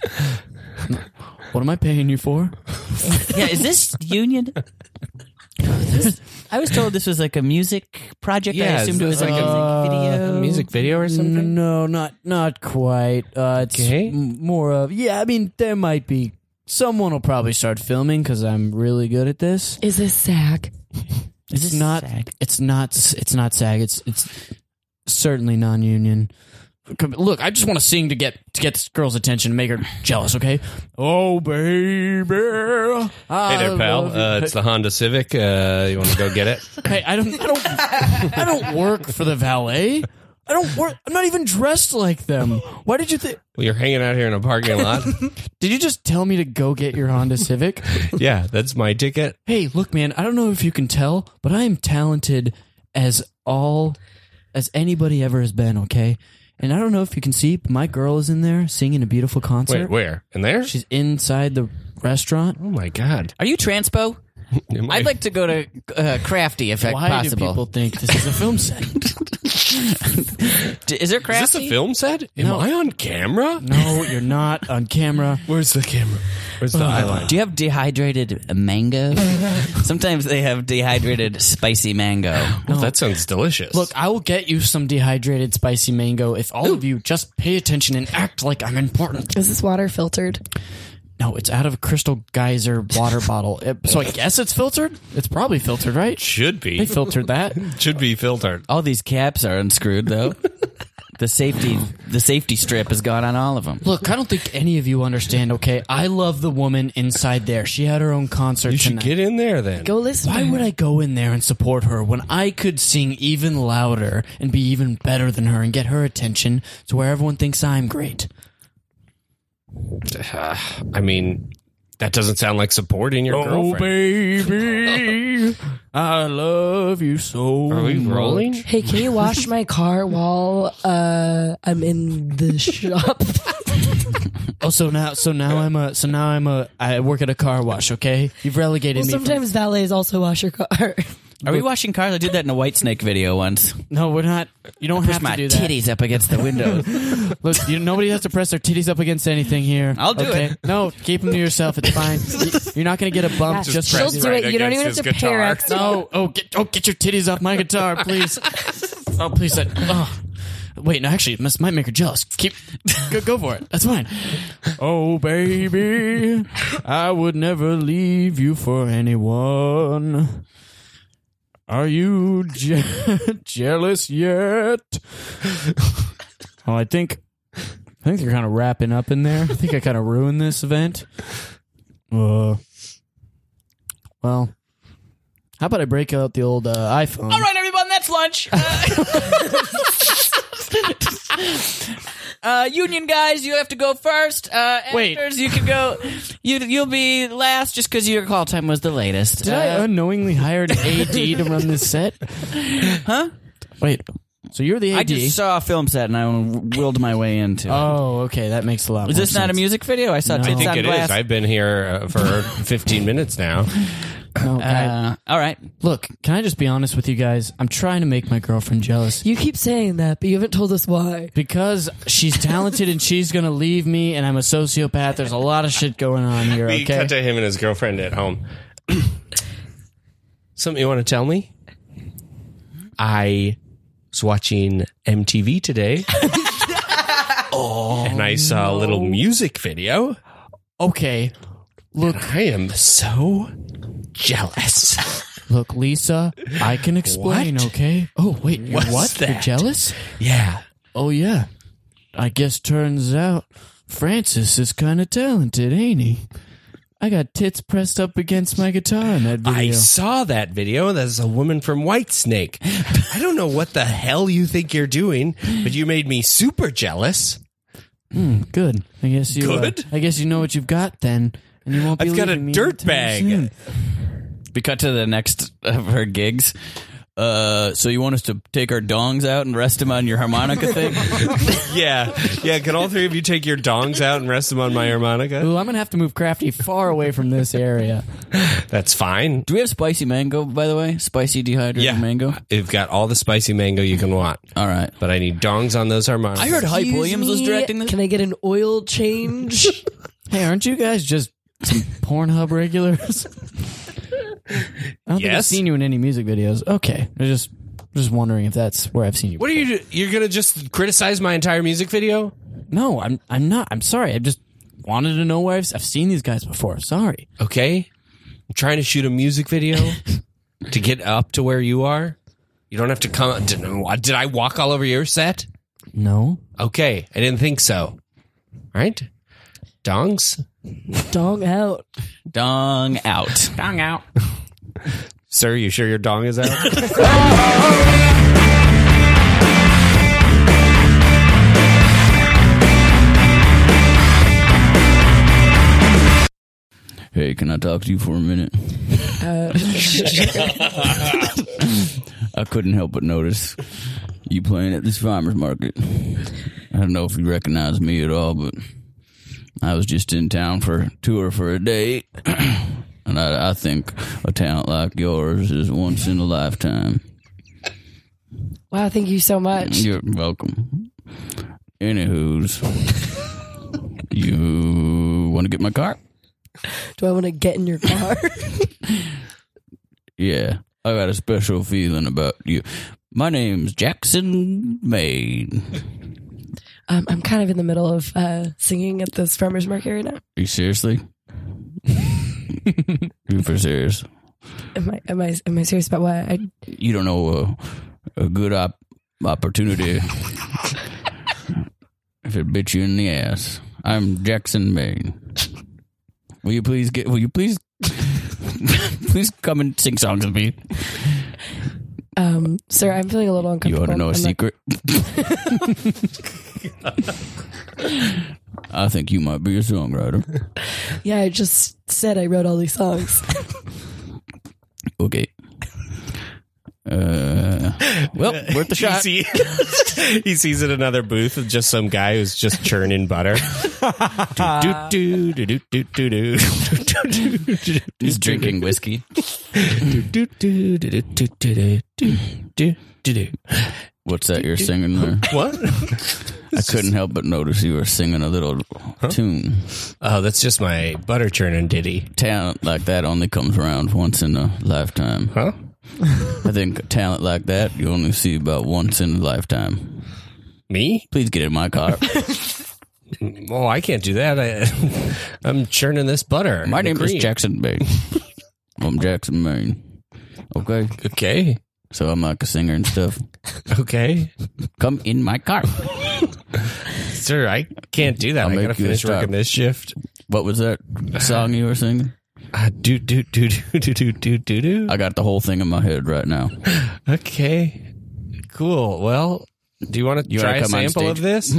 [SPEAKER 5] What am I paying you for?
[SPEAKER 3] Yeah, is this union? This- I was told this was like a music project. I
[SPEAKER 4] Yeah,
[SPEAKER 3] assumed it was like a music video.
[SPEAKER 4] music video or something?
[SPEAKER 5] No, not not quite. Uh, it's
[SPEAKER 4] Okay.
[SPEAKER 5] m- more of yeah. I mean, there might be someone will probably start filming because I'm really good at this.
[SPEAKER 6] Is this Zach?
[SPEAKER 5] It's
[SPEAKER 3] this
[SPEAKER 5] not.
[SPEAKER 3] SAG?
[SPEAKER 5] It's not. s- It's not SAG. It's it's certainly non-union. Come- Look, I just want to sing to get to get this girl's attention, and make her jealous. Okay. Oh, baby.
[SPEAKER 4] Hey
[SPEAKER 5] I
[SPEAKER 4] there, pal.
[SPEAKER 5] love you.
[SPEAKER 4] Uh, it's the Honda Civic. Uh, you want to go get it?
[SPEAKER 5] Hey, I don't, I don't, I don't work for the valet. I don't work. I'm not even dressed like them. Why did you think?
[SPEAKER 4] Well, you're hanging out here in a parking lot.
[SPEAKER 5] Did you just tell me to go get your Honda Civic?
[SPEAKER 4] yeah, that's my ticket.
[SPEAKER 5] hey, look, man. I don't know if you can tell, but I am talented as all as anybody ever has been. Okay, and I don't know if you can see, but my girl is in there singing a beautiful concert.
[SPEAKER 4] Wait, where? In there?
[SPEAKER 5] She's inside the restaurant.
[SPEAKER 4] oh my god!
[SPEAKER 3] Are you transpo?
[SPEAKER 4] Am I-
[SPEAKER 3] I'd like to go to uh, Crafty if
[SPEAKER 5] Why do
[SPEAKER 3] possible.
[SPEAKER 5] people think this is a
[SPEAKER 4] [laughs]
[SPEAKER 5] film set?
[SPEAKER 3] D- is there
[SPEAKER 4] Is this
[SPEAKER 3] Crafty?
[SPEAKER 4] a film set? Am I on camera?
[SPEAKER 5] no, you're not on camera.
[SPEAKER 4] Where's the camera? Where's the eyeliner?
[SPEAKER 3] Do you have dehydrated
[SPEAKER 4] [laughs]
[SPEAKER 3] mango? Sometimes they have dehydrated spicy mango.
[SPEAKER 4] Well, Oh, that sounds delicious.
[SPEAKER 5] Look, I will get you some dehydrated spicy mango if all of you just pay attention and act like I'm important.
[SPEAKER 6] Is this water filtered?
[SPEAKER 5] No, it's out of a crystal geyser
[SPEAKER 4] [laughs]
[SPEAKER 5] water bottle. It- so I guess it's filtered? It's probably filtered, right?
[SPEAKER 4] should
[SPEAKER 5] They
[SPEAKER 4] be
[SPEAKER 5] filtered that.
[SPEAKER 4] should be filtered.
[SPEAKER 3] All these caps are unscrewed
[SPEAKER 4] [laughs]
[SPEAKER 3] though. the safety the safety strip has gone on all of them.
[SPEAKER 5] Look, I don't think any of you understand, okay? I love the woman inside there. She had her own concert
[SPEAKER 4] You should
[SPEAKER 5] tonight.
[SPEAKER 4] get in there then.
[SPEAKER 6] Go listen.
[SPEAKER 5] Why
[SPEAKER 6] to
[SPEAKER 5] would
[SPEAKER 6] her.
[SPEAKER 5] I go in there and support her when I could sing even louder and be even better than her and get her attention to where everyone thinks I'm great?
[SPEAKER 4] [sighs] I mean, that doesn't sound like supporting your
[SPEAKER 5] Oh,
[SPEAKER 4] girlfriend.
[SPEAKER 5] [laughs] baby, I love you so.
[SPEAKER 4] Are we rolling?
[SPEAKER 6] Hey, can you wash my car while uh, I'm in the shop?
[SPEAKER 5] Oh, so now, so now I'm a, so now I'm a, I work at a car wash. Okay, you've relegated
[SPEAKER 6] well,
[SPEAKER 5] me. from-
[SPEAKER 6] sometimes valets also wash your car.
[SPEAKER 3] Are we washing cars? I did that in a White Snake video once.
[SPEAKER 5] no, we're not. You don't
[SPEAKER 3] Push
[SPEAKER 5] have
[SPEAKER 3] my
[SPEAKER 5] to do that.
[SPEAKER 3] titties up against the window.
[SPEAKER 5] Look, you, nobody has to press their titties up against anything here.
[SPEAKER 3] I'll do
[SPEAKER 5] okay?
[SPEAKER 3] it.
[SPEAKER 5] No, keep them to yourself. It's
[SPEAKER 3] [laughs]
[SPEAKER 5] fine. You- You're not gonna get a bump just,
[SPEAKER 6] She'll
[SPEAKER 5] from
[SPEAKER 4] press
[SPEAKER 6] do
[SPEAKER 4] right
[SPEAKER 6] it. You don't even have
[SPEAKER 4] against
[SPEAKER 6] to
[SPEAKER 4] his
[SPEAKER 6] pay her
[SPEAKER 4] guitar.
[SPEAKER 6] extra.
[SPEAKER 5] No, oh, get, oh, get your titties off my guitar, please. oh, please. That, oh. Wait, no, actually, this might make her jealous. Keep, go, go for it. That's fine. Oh, baby, I would never leave you for anyone. Are you je- [laughs] jealous yet? Well, I think, I think they're kind of wrapping up in there. I think I kind of ruined this event. Uh, well, how about I break out the old uh, iPhone? All
[SPEAKER 3] right, everyone, that's lunch. Uh, union guys, you have to go first. Uh,
[SPEAKER 5] Wait.
[SPEAKER 3] editors, you can go. You you'll be last just because your call time was the latest.
[SPEAKER 5] Did I
[SPEAKER 3] Uh,
[SPEAKER 5] unknowingly hired an AD
[SPEAKER 3] [laughs]
[SPEAKER 5] to run this set? Huh? Wait. So you're the AD.
[SPEAKER 3] I just saw a film set and I willed my way into. it.
[SPEAKER 5] oh, okay. That makes a lot.
[SPEAKER 3] Is
[SPEAKER 5] more
[SPEAKER 3] this not a
[SPEAKER 5] sense.
[SPEAKER 3] music video? I saw.
[SPEAKER 5] No.
[SPEAKER 3] Tits
[SPEAKER 5] I
[SPEAKER 4] I think
[SPEAKER 3] on
[SPEAKER 4] it
[SPEAKER 3] glass.
[SPEAKER 4] is. I've been here uh, [laughs] for 15 minutes now.
[SPEAKER 5] No, can I-
[SPEAKER 3] Uh, all right.
[SPEAKER 5] Oh, look, can I just be honest with you guys? I'm trying to make my girlfriend jealous
[SPEAKER 6] You keep saying that, but you haven't told us why.
[SPEAKER 5] because she's talented and she's gonna leave me, and I'm a sociopath. There's a lot of shit going on here.
[SPEAKER 4] We cut
[SPEAKER 5] Okay.
[SPEAKER 4] to him and his girlfriend at home. [clears throat] Something you want to tell me? I was watching MTV today. [laughs] and I saw a little music video.
[SPEAKER 5] Okay. Look,
[SPEAKER 4] I am so [laughs] jealous.
[SPEAKER 5] look, Lisa. I can explain.
[SPEAKER 4] What?
[SPEAKER 5] Okay. Oh wait, you're
[SPEAKER 4] What's
[SPEAKER 5] what? You're
[SPEAKER 4] that?
[SPEAKER 5] jealous?
[SPEAKER 4] Yeah.
[SPEAKER 5] Oh yeah. I guess turns out Francis is kind of talented, ain't he? I got tits pressed up against my guitar in that
[SPEAKER 4] I
[SPEAKER 5] video.
[SPEAKER 4] saw that video. That's a woman from [laughs] Whitesnake. I don't know what the hell you think you're doing, but you made me super jealous.
[SPEAKER 5] Good. I guess you. uh,
[SPEAKER 4] Good?
[SPEAKER 5] I guess you know what you've got then, and you won't be.
[SPEAKER 4] I've got a
[SPEAKER 5] leaving me
[SPEAKER 4] dirt
[SPEAKER 5] anytime
[SPEAKER 4] bag.
[SPEAKER 5] soon.
[SPEAKER 3] We cut to the next of her gigs. uh, so you want us to take our dongs out and rest them on your harmonica thing?
[SPEAKER 4] [laughs] Yeah, yeah. Can all three of you take your dongs out and rest them on my harmonica?
[SPEAKER 5] Ooh, I'm gonna have to move Crafty far away from this area.
[SPEAKER 4] That's fine.
[SPEAKER 3] [laughs] Do we have spicy mango, by the way? Spicy dehydrated mango?
[SPEAKER 4] You've got all the spicy mango you can want,
[SPEAKER 3] All right.
[SPEAKER 4] but I need dongs on those harmonicas.
[SPEAKER 3] I heard Hype Williams was
[SPEAKER 6] me,
[SPEAKER 3] directing this.
[SPEAKER 6] Can I get an oil change?
[SPEAKER 5] Hey, aren't you guys just [laughs] some Pornhub regulars? I don't think I've
[SPEAKER 4] Yes.
[SPEAKER 5] seen you in any music videos. Okay, I just just wondering if that's where I've seen you.
[SPEAKER 4] What are you? do- You're gonna just criticize my entire music video?
[SPEAKER 5] No, I'm I'm not. I'm sorry. I just wanted to know where I've, I've seen these guys before. Sorry.
[SPEAKER 4] Okay, I'm trying to shoot a music video
[SPEAKER 3] [laughs]
[SPEAKER 4] to get up to where you are. You don't have to come. Did, did I walk all over your set?
[SPEAKER 5] No.
[SPEAKER 4] Okay, I didn't think so. All right, dongs.
[SPEAKER 6] Dong out.
[SPEAKER 3] Dong out. Dong out.
[SPEAKER 4] Sir, you sure your dong is out?
[SPEAKER 3] Hey, can I talk to you for a minute? [laughs] I couldn't help but notice you playing at this farmer's market. I don't know if you recognize me at all, but I was just in town for a tour for a day. [clears throat] and I, I think a talent like yours is once in a lifetime.
[SPEAKER 6] Wow, thank you so much.
[SPEAKER 3] You're welcome. Anywho's, you want to get my car?
[SPEAKER 6] Do I want to get in your car? [laughs]
[SPEAKER 3] Yeah, I got a special feeling about you. My name's Jackson Maine.
[SPEAKER 6] um, I'm kind of in the middle of uh, singing at this farmer's market right now.
[SPEAKER 3] you seriously? you for serious?
[SPEAKER 6] Am I am I am I serious about why I
[SPEAKER 3] You don't know a, a good op- opportunity if it bit you in the ass. I'm Jackson Maine. Will you please get? Will you please? [laughs] please come and sing songs with me.
[SPEAKER 6] um sir, I'm feeling a little
[SPEAKER 3] You
[SPEAKER 6] uncomfortable.
[SPEAKER 3] want to know a
[SPEAKER 6] I'm not-
[SPEAKER 3] secret? I think you might be a songwriter.
[SPEAKER 6] yeah, I just said I wrote all these songs.
[SPEAKER 3] Okay. Uh, well, worth
[SPEAKER 4] [laughs]
[SPEAKER 3] the shot.
[SPEAKER 4] He, see- he sees [laughs] at another booth of just some guy who's just churning [laughs] butter. do, do, do, do, do, do, do, do, do.
[SPEAKER 3] He's drinking whiskey.
[SPEAKER 4] Do, do, do, do, do, do, do, do, do, do.
[SPEAKER 3] What's that you're singing
[SPEAKER 4] [laughs]
[SPEAKER 3] there?
[SPEAKER 4] What?
[SPEAKER 3] I couldn't help but notice you were singing a little tune.
[SPEAKER 4] Oh, that's just my butter churning ditty.
[SPEAKER 3] Talent like that only comes around once in a lifetime.
[SPEAKER 4] Huh?
[SPEAKER 3] I think talent like that you only see about once in a lifetime.
[SPEAKER 4] Me?
[SPEAKER 3] Please get in my
[SPEAKER 4] [laughs]
[SPEAKER 3] car.
[SPEAKER 4] Oh, I can't do that. I, [laughs] I'm churning this butter.
[SPEAKER 3] My
[SPEAKER 4] The
[SPEAKER 3] name is
[SPEAKER 4] cream.
[SPEAKER 3] Jackson Maine. I'm Jackson Maine. Okay,
[SPEAKER 4] Okay.
[SPEAKER 3] so I'm like a singer and stuff.
[SPEAKER 4] Okay.
[SPEAKER 3] Come in my car.
[SPEAKER 4] Sir, I can't do that.
[SPEAKER 3] I'll
[SPEAKER 4] I
[SPEAKER 3] make
[SPEAKER 4] gotta
[SPEAKER 3] you a
[SPEAKER 4] finish
[SPEAKER 3] star.
[SPEAKER 4] working this shift.
[SPEAKER 3] What was that song you were singing?
[SPEAKER 4] Uh, do, do, do, do, do, do, do, do, do.
[SPEAKER 3] I got the whole thing in my head right now.
[SPEAKER 4] Okay. Cool. Well, do you want to
[SPEAKER 3] You wanna
[SPEAKER 4] try a
[SPEAKER 3] come on
[SPEAKER 4] sample of this?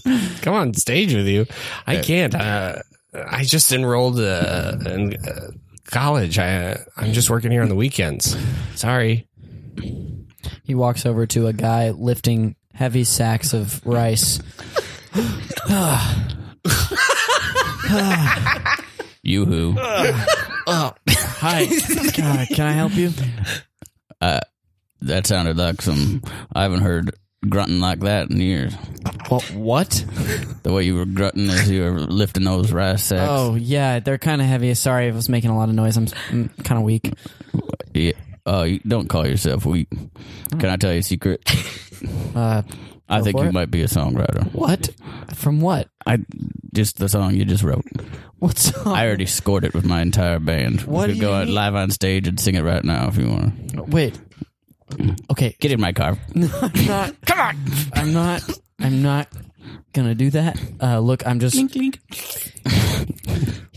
[SPEAKER 4] [laughs] come on stage with you. I can't. Uh, I just enrolled uh, in uh, college. I, uh, I'm just working here on the weekends. Sorry.
[SPEAKER 5] He walks over to a guy lifting heavy sacks of rice.
[SPEAKER 3] You who?
[SPEAKER 5] [laughs] Hi. God, Uh, can I help you?
[SPEAKER 3] That sounded like some. I haven't heard grunting like that in years.
[SPEAKER 5] What? What?
[SPEAKER 3] The way you were grunting as you were lifting those rice sacks.
[SPEAKER 5] Oh yeah, they're kind of heavy. Sorry, I was making a lot of noise. I'm, kind of weak.
[SPEAKER 3] Yeah. Uh, you don't call yourself weak. Can I tell you a secret?
[SPEAKER 5] Hmm. [laughs] Uh,
[SPEAKER 3] I
[SPEAKER 5] Go
[SPEAKER 3] think
[SPEAKER 5] for
[SPEAKER 3] you
[SPEAKER 5] it.
[SPEAKER 3] might be a songwriter.
[SPEAKER 5] what? From what?
[SPEAKER 3] I just the song you just wrote.
[SPEAKER 5] What song?
[SPEAKER 3] I already scored it with my entire band.
[SPEAKER 5] What
[SPEAKER 3] we
[SPEAKER 5] do
[SPEAKER 3] could
[SPEAKER 5] you
[SPEAKER 3] go out
[SPEAKER 5] mean?
[SPEAKER 3] live on stage and sing it right now if you want.
[SPEAKER 5] Wait. Okay,
[SPEAKER 3] Get in my
[SPEAKER 5] [laughs]
[SPEAKER 3] car.
[SPEAKER 5] I'm not. Come on. I'm not. I'm not gonna do that. Uh, look, I'm just.
[SPEAKER 6] He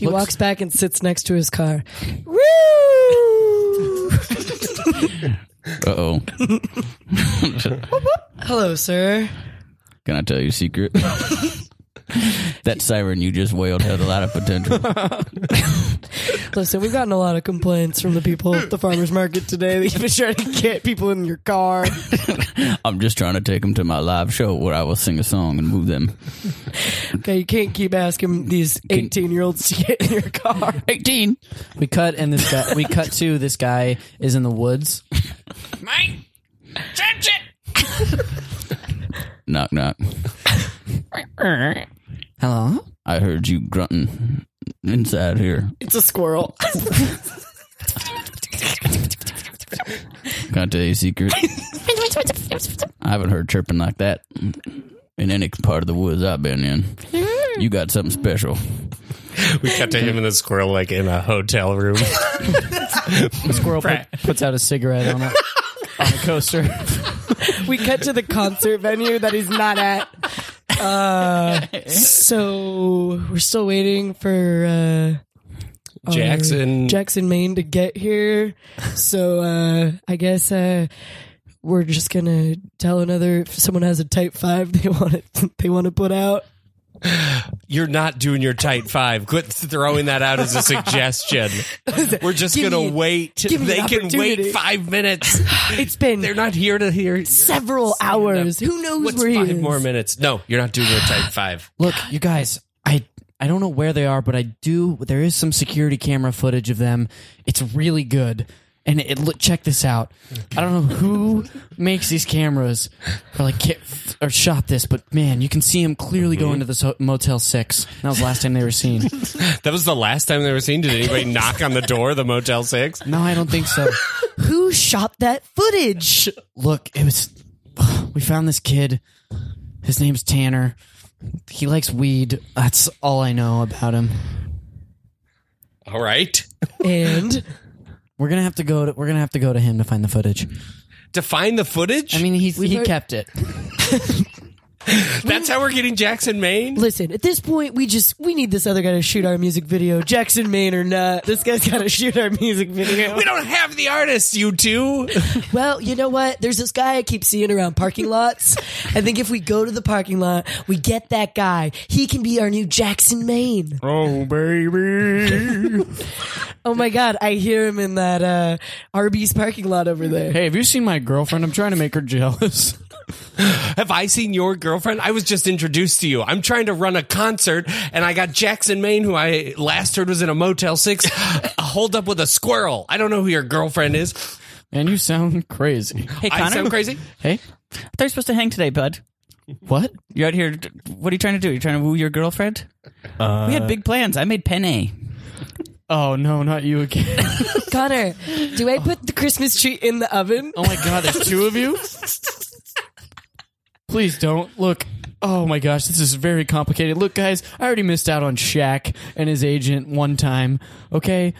[SPEAKER 5] Looks-
[SPEAKER 6] walks back and sits next to his car.
[SPEAKER 3] Uh oh.
[SPEAKER 6] Hello, sir.
[SPEAKER 5] [laughs]
[SPEAKER 3] Can I tell you a secret? That siren you just wailed had a lot of
[SPEAKER 5] [laughs]
[SPEAKER 3] potential.
[SPEAKER 8] Listen, we've gotten a lot of complaints from the people at the farmers market today that you've been trying to get people in your car.
[SPEAKER 3] I'm just trying to take them to my live show where I will sing a song and move them.
[SPEAKER 8] Okay, you can't keep asking these 18 year olds to get in your car.
[SPEAKER 3] 18.
[SPEAKER 5] We cut and this guy. [laughs] We cut to this guy is in the woods.
[SPEAKER 2] Mike, change it.
[SPEAKER 3] Knock, knock.
[SPEAKER 5] Hello.
[SPEAKER 3] I heard you grunting inside here.
[SPEAKER 8] It's a squirrel.
[SPEAKER 3] Can I tell you a secret? [laughs] I haven't heard chirping like that in any part of the woods I've been in. You got something special.
[SPEAKER 4] [laughs] We got to him and the squirrel like in a hotel [laughs] room.
[SPEAKER 8] Oh,
[SPEAKER 5] Squirrel put, puts out a cigarette on a on a coaster.
[SPEAKER 8] [laughs] we cut to the concert venue that he's not at. Uh, so we're still waiting for uh,
[SPEAKER 4] Jackson.
[SPEAKER 8] our- Jackson, Maine, to get here. So uh, I guess uh, we're just gonna tell another. If someone has a type five, they want it. [laughs] They want to put out.
[SPEAKER 4] You're not doing your tight five. Quit throwing that out as a
[SPEAKER 8] [laughs]
[SPEAKER 4] suggestion. We're just
[SPEAKER 8] Give me
[SPEAKER 4] gonna
[SPEAKER 8] an-
[SPEAKER 4] wait.
[SPEAKER 8] give me
[SPEAKER 4] They
[SPEAKER 8] an
[SPEAKER 4] can wait
[SPEAKER 8] opportunity.
[SPEAKER 4] five
[SPEAKER 8] [sighs]
[SPEAKER 4] minutes.
[SPEAKER 8] It's been
[SPEAKER 4] They're not here to hear. your-
[SPEAKER 8] several hours. Who knows
[SPEAKER 4] What's
[SPEAKER 8] where
[SPEAKER 4] five
[SPEAKER 8] he is?
[SPEAKER 4] more minutes? No, you're not doing your [sighs] type five.
[SPEAKER 5] Look, you guys, I I don't know where they are, but I do. There is some security camera footage of them. It's really good. And it, look, check this out. I don't know who [laughs] makes these cameras or like ki- or shot this, but man, you can see them clearly going to this ho- Motel Six. That was the last time they were seen.
[SPEAKER 4] That was the last time they were seen. Did [laughs] anybody knock on the door of the Motel Six?
[SPEAKER 5] No, I don't think so.
[SPEAKER 8] Who shot that footage?
[SPEAKER 5] Look, it was. We found this kid. His name's Tanner. He likes weed. That's all I know about him.
[SPEAKER 4] All right.
[SPEAKER 8] And
[SPEAKER 5] We're gonna have to go. To, we're gonna have to go to him to find the footage.
[SPEAKER 4] To find the footage.
[SPEAKER 5] I mean, he he
[SPEAKER 8] heard-
[SPEAKER 5] kept it.
[SPEAKER 4] that's how we're getting Jackson, Maine.
[SPEAKER 8] Listen, at this point, we just we need this other guy to shoot our music video, Jackson Maine or not. This guy's got to shoot our music video.
[SPEAKER 4] We don't have the artist, you two.
[SPEAKER 8] Well, you know what? There's this guy I keep seeing around parking lots. I think if we go to the parking lot, we get that guy. He can be our new Jackson Maine.
[SPEAKER 4] [laughs] Oh baby.
[SPEAKER 8] Oh my God, I hear him in that uh, Arby's parking lot over there.
[SPEAKER 5] Hey, have you seen my girlfriend? I'm trying to make her jealous. [laughs]
[SPEAKER 4] Have I seen your girlfriend? I was just introduced to you. I'm trying to run a concert, and I got Jackson Maine, who I last heard was in a Motel [laughs] 6, a hold up with a squirrel. I don't know who your girlfriend is.
[SPEAKER 5] And you sound crazy.
[SPEAKER 3] Hey,
[SPEAKER 4] I
[SPEAKER 3] Connor.
[SPEAKER 4] sound crazy?
[SPEAKER 5] Hey,
[SPEAKER 3] I thought you were supposed to hang today, bud.
[SPEAKER 5] what?
[SPEAKER 3] You're out here. What are you trying to do? You're trying to woo your girlfriend? we had big plans. I made penne.
[SPEAKER 5] Oh no, not you again. [laughs]
[SPEAKER 8] Connor, [laughs] do I put the Christmas tree in the oven?
[SPEAKER 5] Oh my god, there's two of you. Please don't look. Oh my gosh, this is very complicated. Look, guys, I already missed out on Shaq and his agent one time. Okay,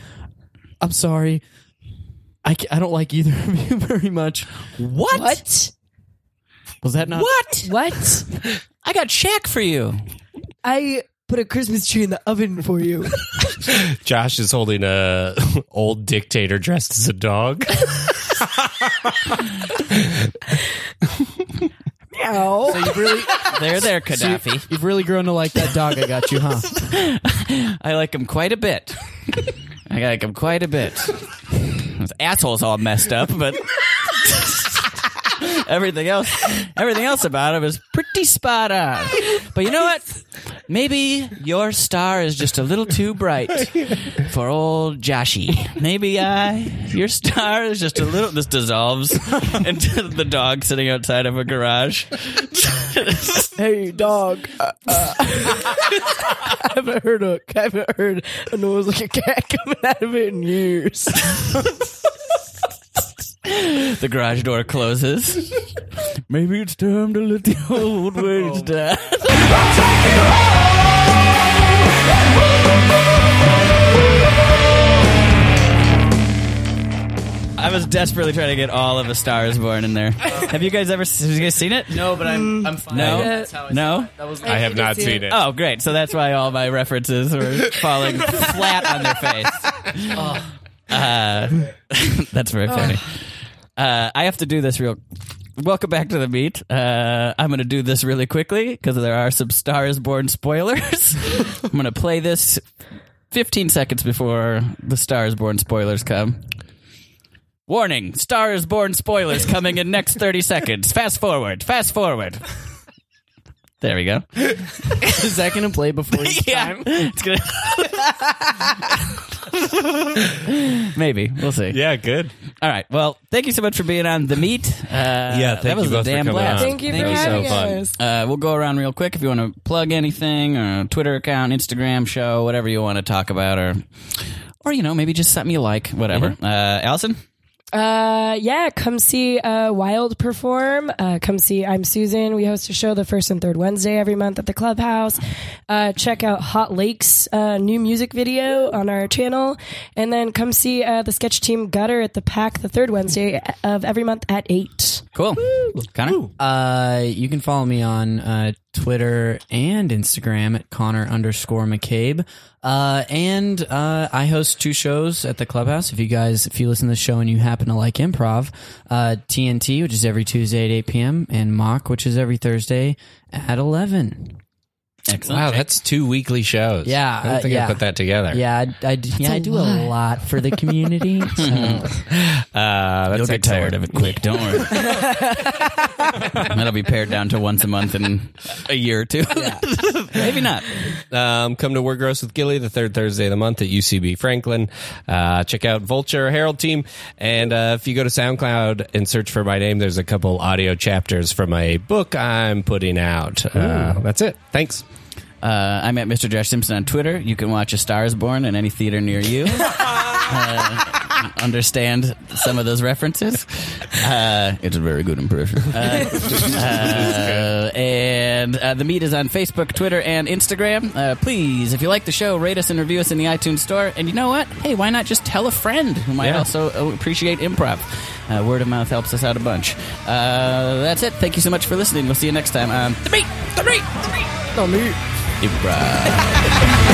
[SPEAKER 5] I'm sorry. I, ca- I don't like either of you [laughs] very much.
[SPEAKER 3] What?
[SPEAKER 8] What?
[SPEAKER 5] Was that not
[SPEAKER 3] What?
[SPEAKER 8] What?
[SPEAKER 3] I got Shaq for you.
[SPEAKER 8] I put a Christmas tree in the oven for you.
[SPEAKER 4] [laughs] Josh is holding a [laughs] old dictator dressed as a dog.
[SPEAKER 8] [laughs] Ow.
[SPEAKER 5] You've really,
[SPEAKER 3] There, [laughs] there, Gaddafi.
[SPEAKER 5] you've really grown to like that dog I got you, [laughs] huh?
[SPEAKER 3] I like him quite a bit. I like him quite a bit. His asshole's all messed up, but everything else, everything else about him is pretty spot on. But you know what? Maybe your star is just a little too bright for old Joshy. Maybe I, your star is just a little. This dissolves into the dog sitting outside of a garage.
[SPEAKER 8] Hey, dog. Uh, [laughs] uh. I haven't heard a, I haven't heard a noise like a cat coming out of it in years.
[SPEAKER 3] The garage door closes. Maybe it's time to let the old ways die. I was desperately trying to get all of the stars born in
[SPEAKER 5] [laughs]
[SPEAKER 3] there. Have you guys ever? Have you guys seen it?
[SPEAKER 5] No, but I'm I'm fine.
[SPEAKER 3] No,
[SPEAKER 8] That's how
[SPEAKER 3] no.
[SPEAKER 5] That was
[SPEAKER 4] I have not seen it.
[SPEAKER 3] Oh, great! So that's why all my references were falling flat on their face. [laughs] Uh, that's very funny. Uh, I have to do this real welcome back to the meet. Uh, I'm going to do this really quickly because there are some Stars Born spoilers. [laughs] I'm going to play this 15 seconds before the Stars Born spoilers come. Warning: Stars Born spoilers coming in next 30 seconds. Fast forward. Fast forward. There we go.
[SPEAKER 5] Is that going to play before?
[SPEAKER 3] Yeah, it's gonna. [laughs] Maybe we'll see.
[SPEAKER 4] Yeah, good.
[SPEAKER 3] All right. Well, thank you so much for being on the meet. Uh, yeah,
[SPEAKER 4] thank
[SPEAKER 3] that was
[SPEAKER 4] you
[SPEAKER 3] a
[SPEAKER 4] both for
[SPEAKER 3] damn
[SPEAKER 4] coming
[SPEAKER 3] blast.
[SPEAKER 4] on.
[SPEAKER 6] Um, Thank you
[SPEAKER 4] That
[SPEAKER 6] for
[SPEAKER 4] was so
[SPEAKER 6] having
[SPEAKER 4] fun.
[SPEAKER 6] us.
[SPEAKER 3] Uh, we'll go around real quick if you want to plug anything or Twitter account, Instagram show, whatever you want to talk about, or or you know maybe just something you like, whatever. Uh, Allison,
[SPEAKER 6] Uh, yeah, come see uh, Wild perform. Uh, come see I'm Susan. We host a show the first and third Wednesday every month at the clubhouse. Uh, check out Hot Lakes uh, new music video on our channel, and then come see uh, the sketch team Gutter at the Pack the third Wednesday uh, of every month at eight.
[SPEAKER 3] cool. Connor,
[SPEAKER 5] Uh, you can follow me on uh, Twitter and Instagram at Connor underscore McCabe. Uh, and uh, I host two shows at the clubhouse. If you guys, if you listen to the show and you happen to like improv, uh, TNT, which is every Tuesday at 8 p.m., and Mock, which is every Thursday at 11.
[SPEAKER 3] excellent.
[SPEAKER 4] Wow, that's two weekly shows.
[SPEAKER 5] Yeah,
[SPEAKER 4] I don't
[SPEAKER 5] uh,
[SPEAKER 4] think I
[SPEAKER 5] yeah.
[SPEAKER 4] put that together.
[SPEAKER 5] Yeah, I, I d- yeah, I do a lot for the community. [laughs] so.
[SPEAKER 4] uh, that's
[SPEAKER 3] You'll get
[SPEAKER 4] excellent.
[SPEAKER 3] tired of it quick. Don't worry. That'll be pared down to once a month in a year or two. [laughs] Maybe not.
[SPEAKER 4] Um, come to We're Gross with Gilly the third Thursday of the month at UCB Franklin. Uh, check out Vulture Herald Team. And uh, if you go to SoundCloud and search for my name, there's a couple audio chapters from a book I'm putting out. Uh, that's it. Thanks.
[SPEAKER 3] Uh, I'm at Mr. Josh Simpson on Twitter. You can watch A Star is Born in any theater near you. Uh, understand some of those references. Uh, it's a very good impression. [laughs] Uh, uh, and uh, the meet is on Facebook, Twitter, and Instagram. Uh, please, if you like the show, rate us and review us in the iTunes store. And you know what? Hey, why not just tell a friend who might
[SPEAKER 4] Yeah.
[SPEAKER 3] also appreciate improv? Uh, word of mouth helps us out a bunch. Uh, that's it. Thank you so much for listening. We'll see you next time on the meet. The meet. The meet. The meet. Improv.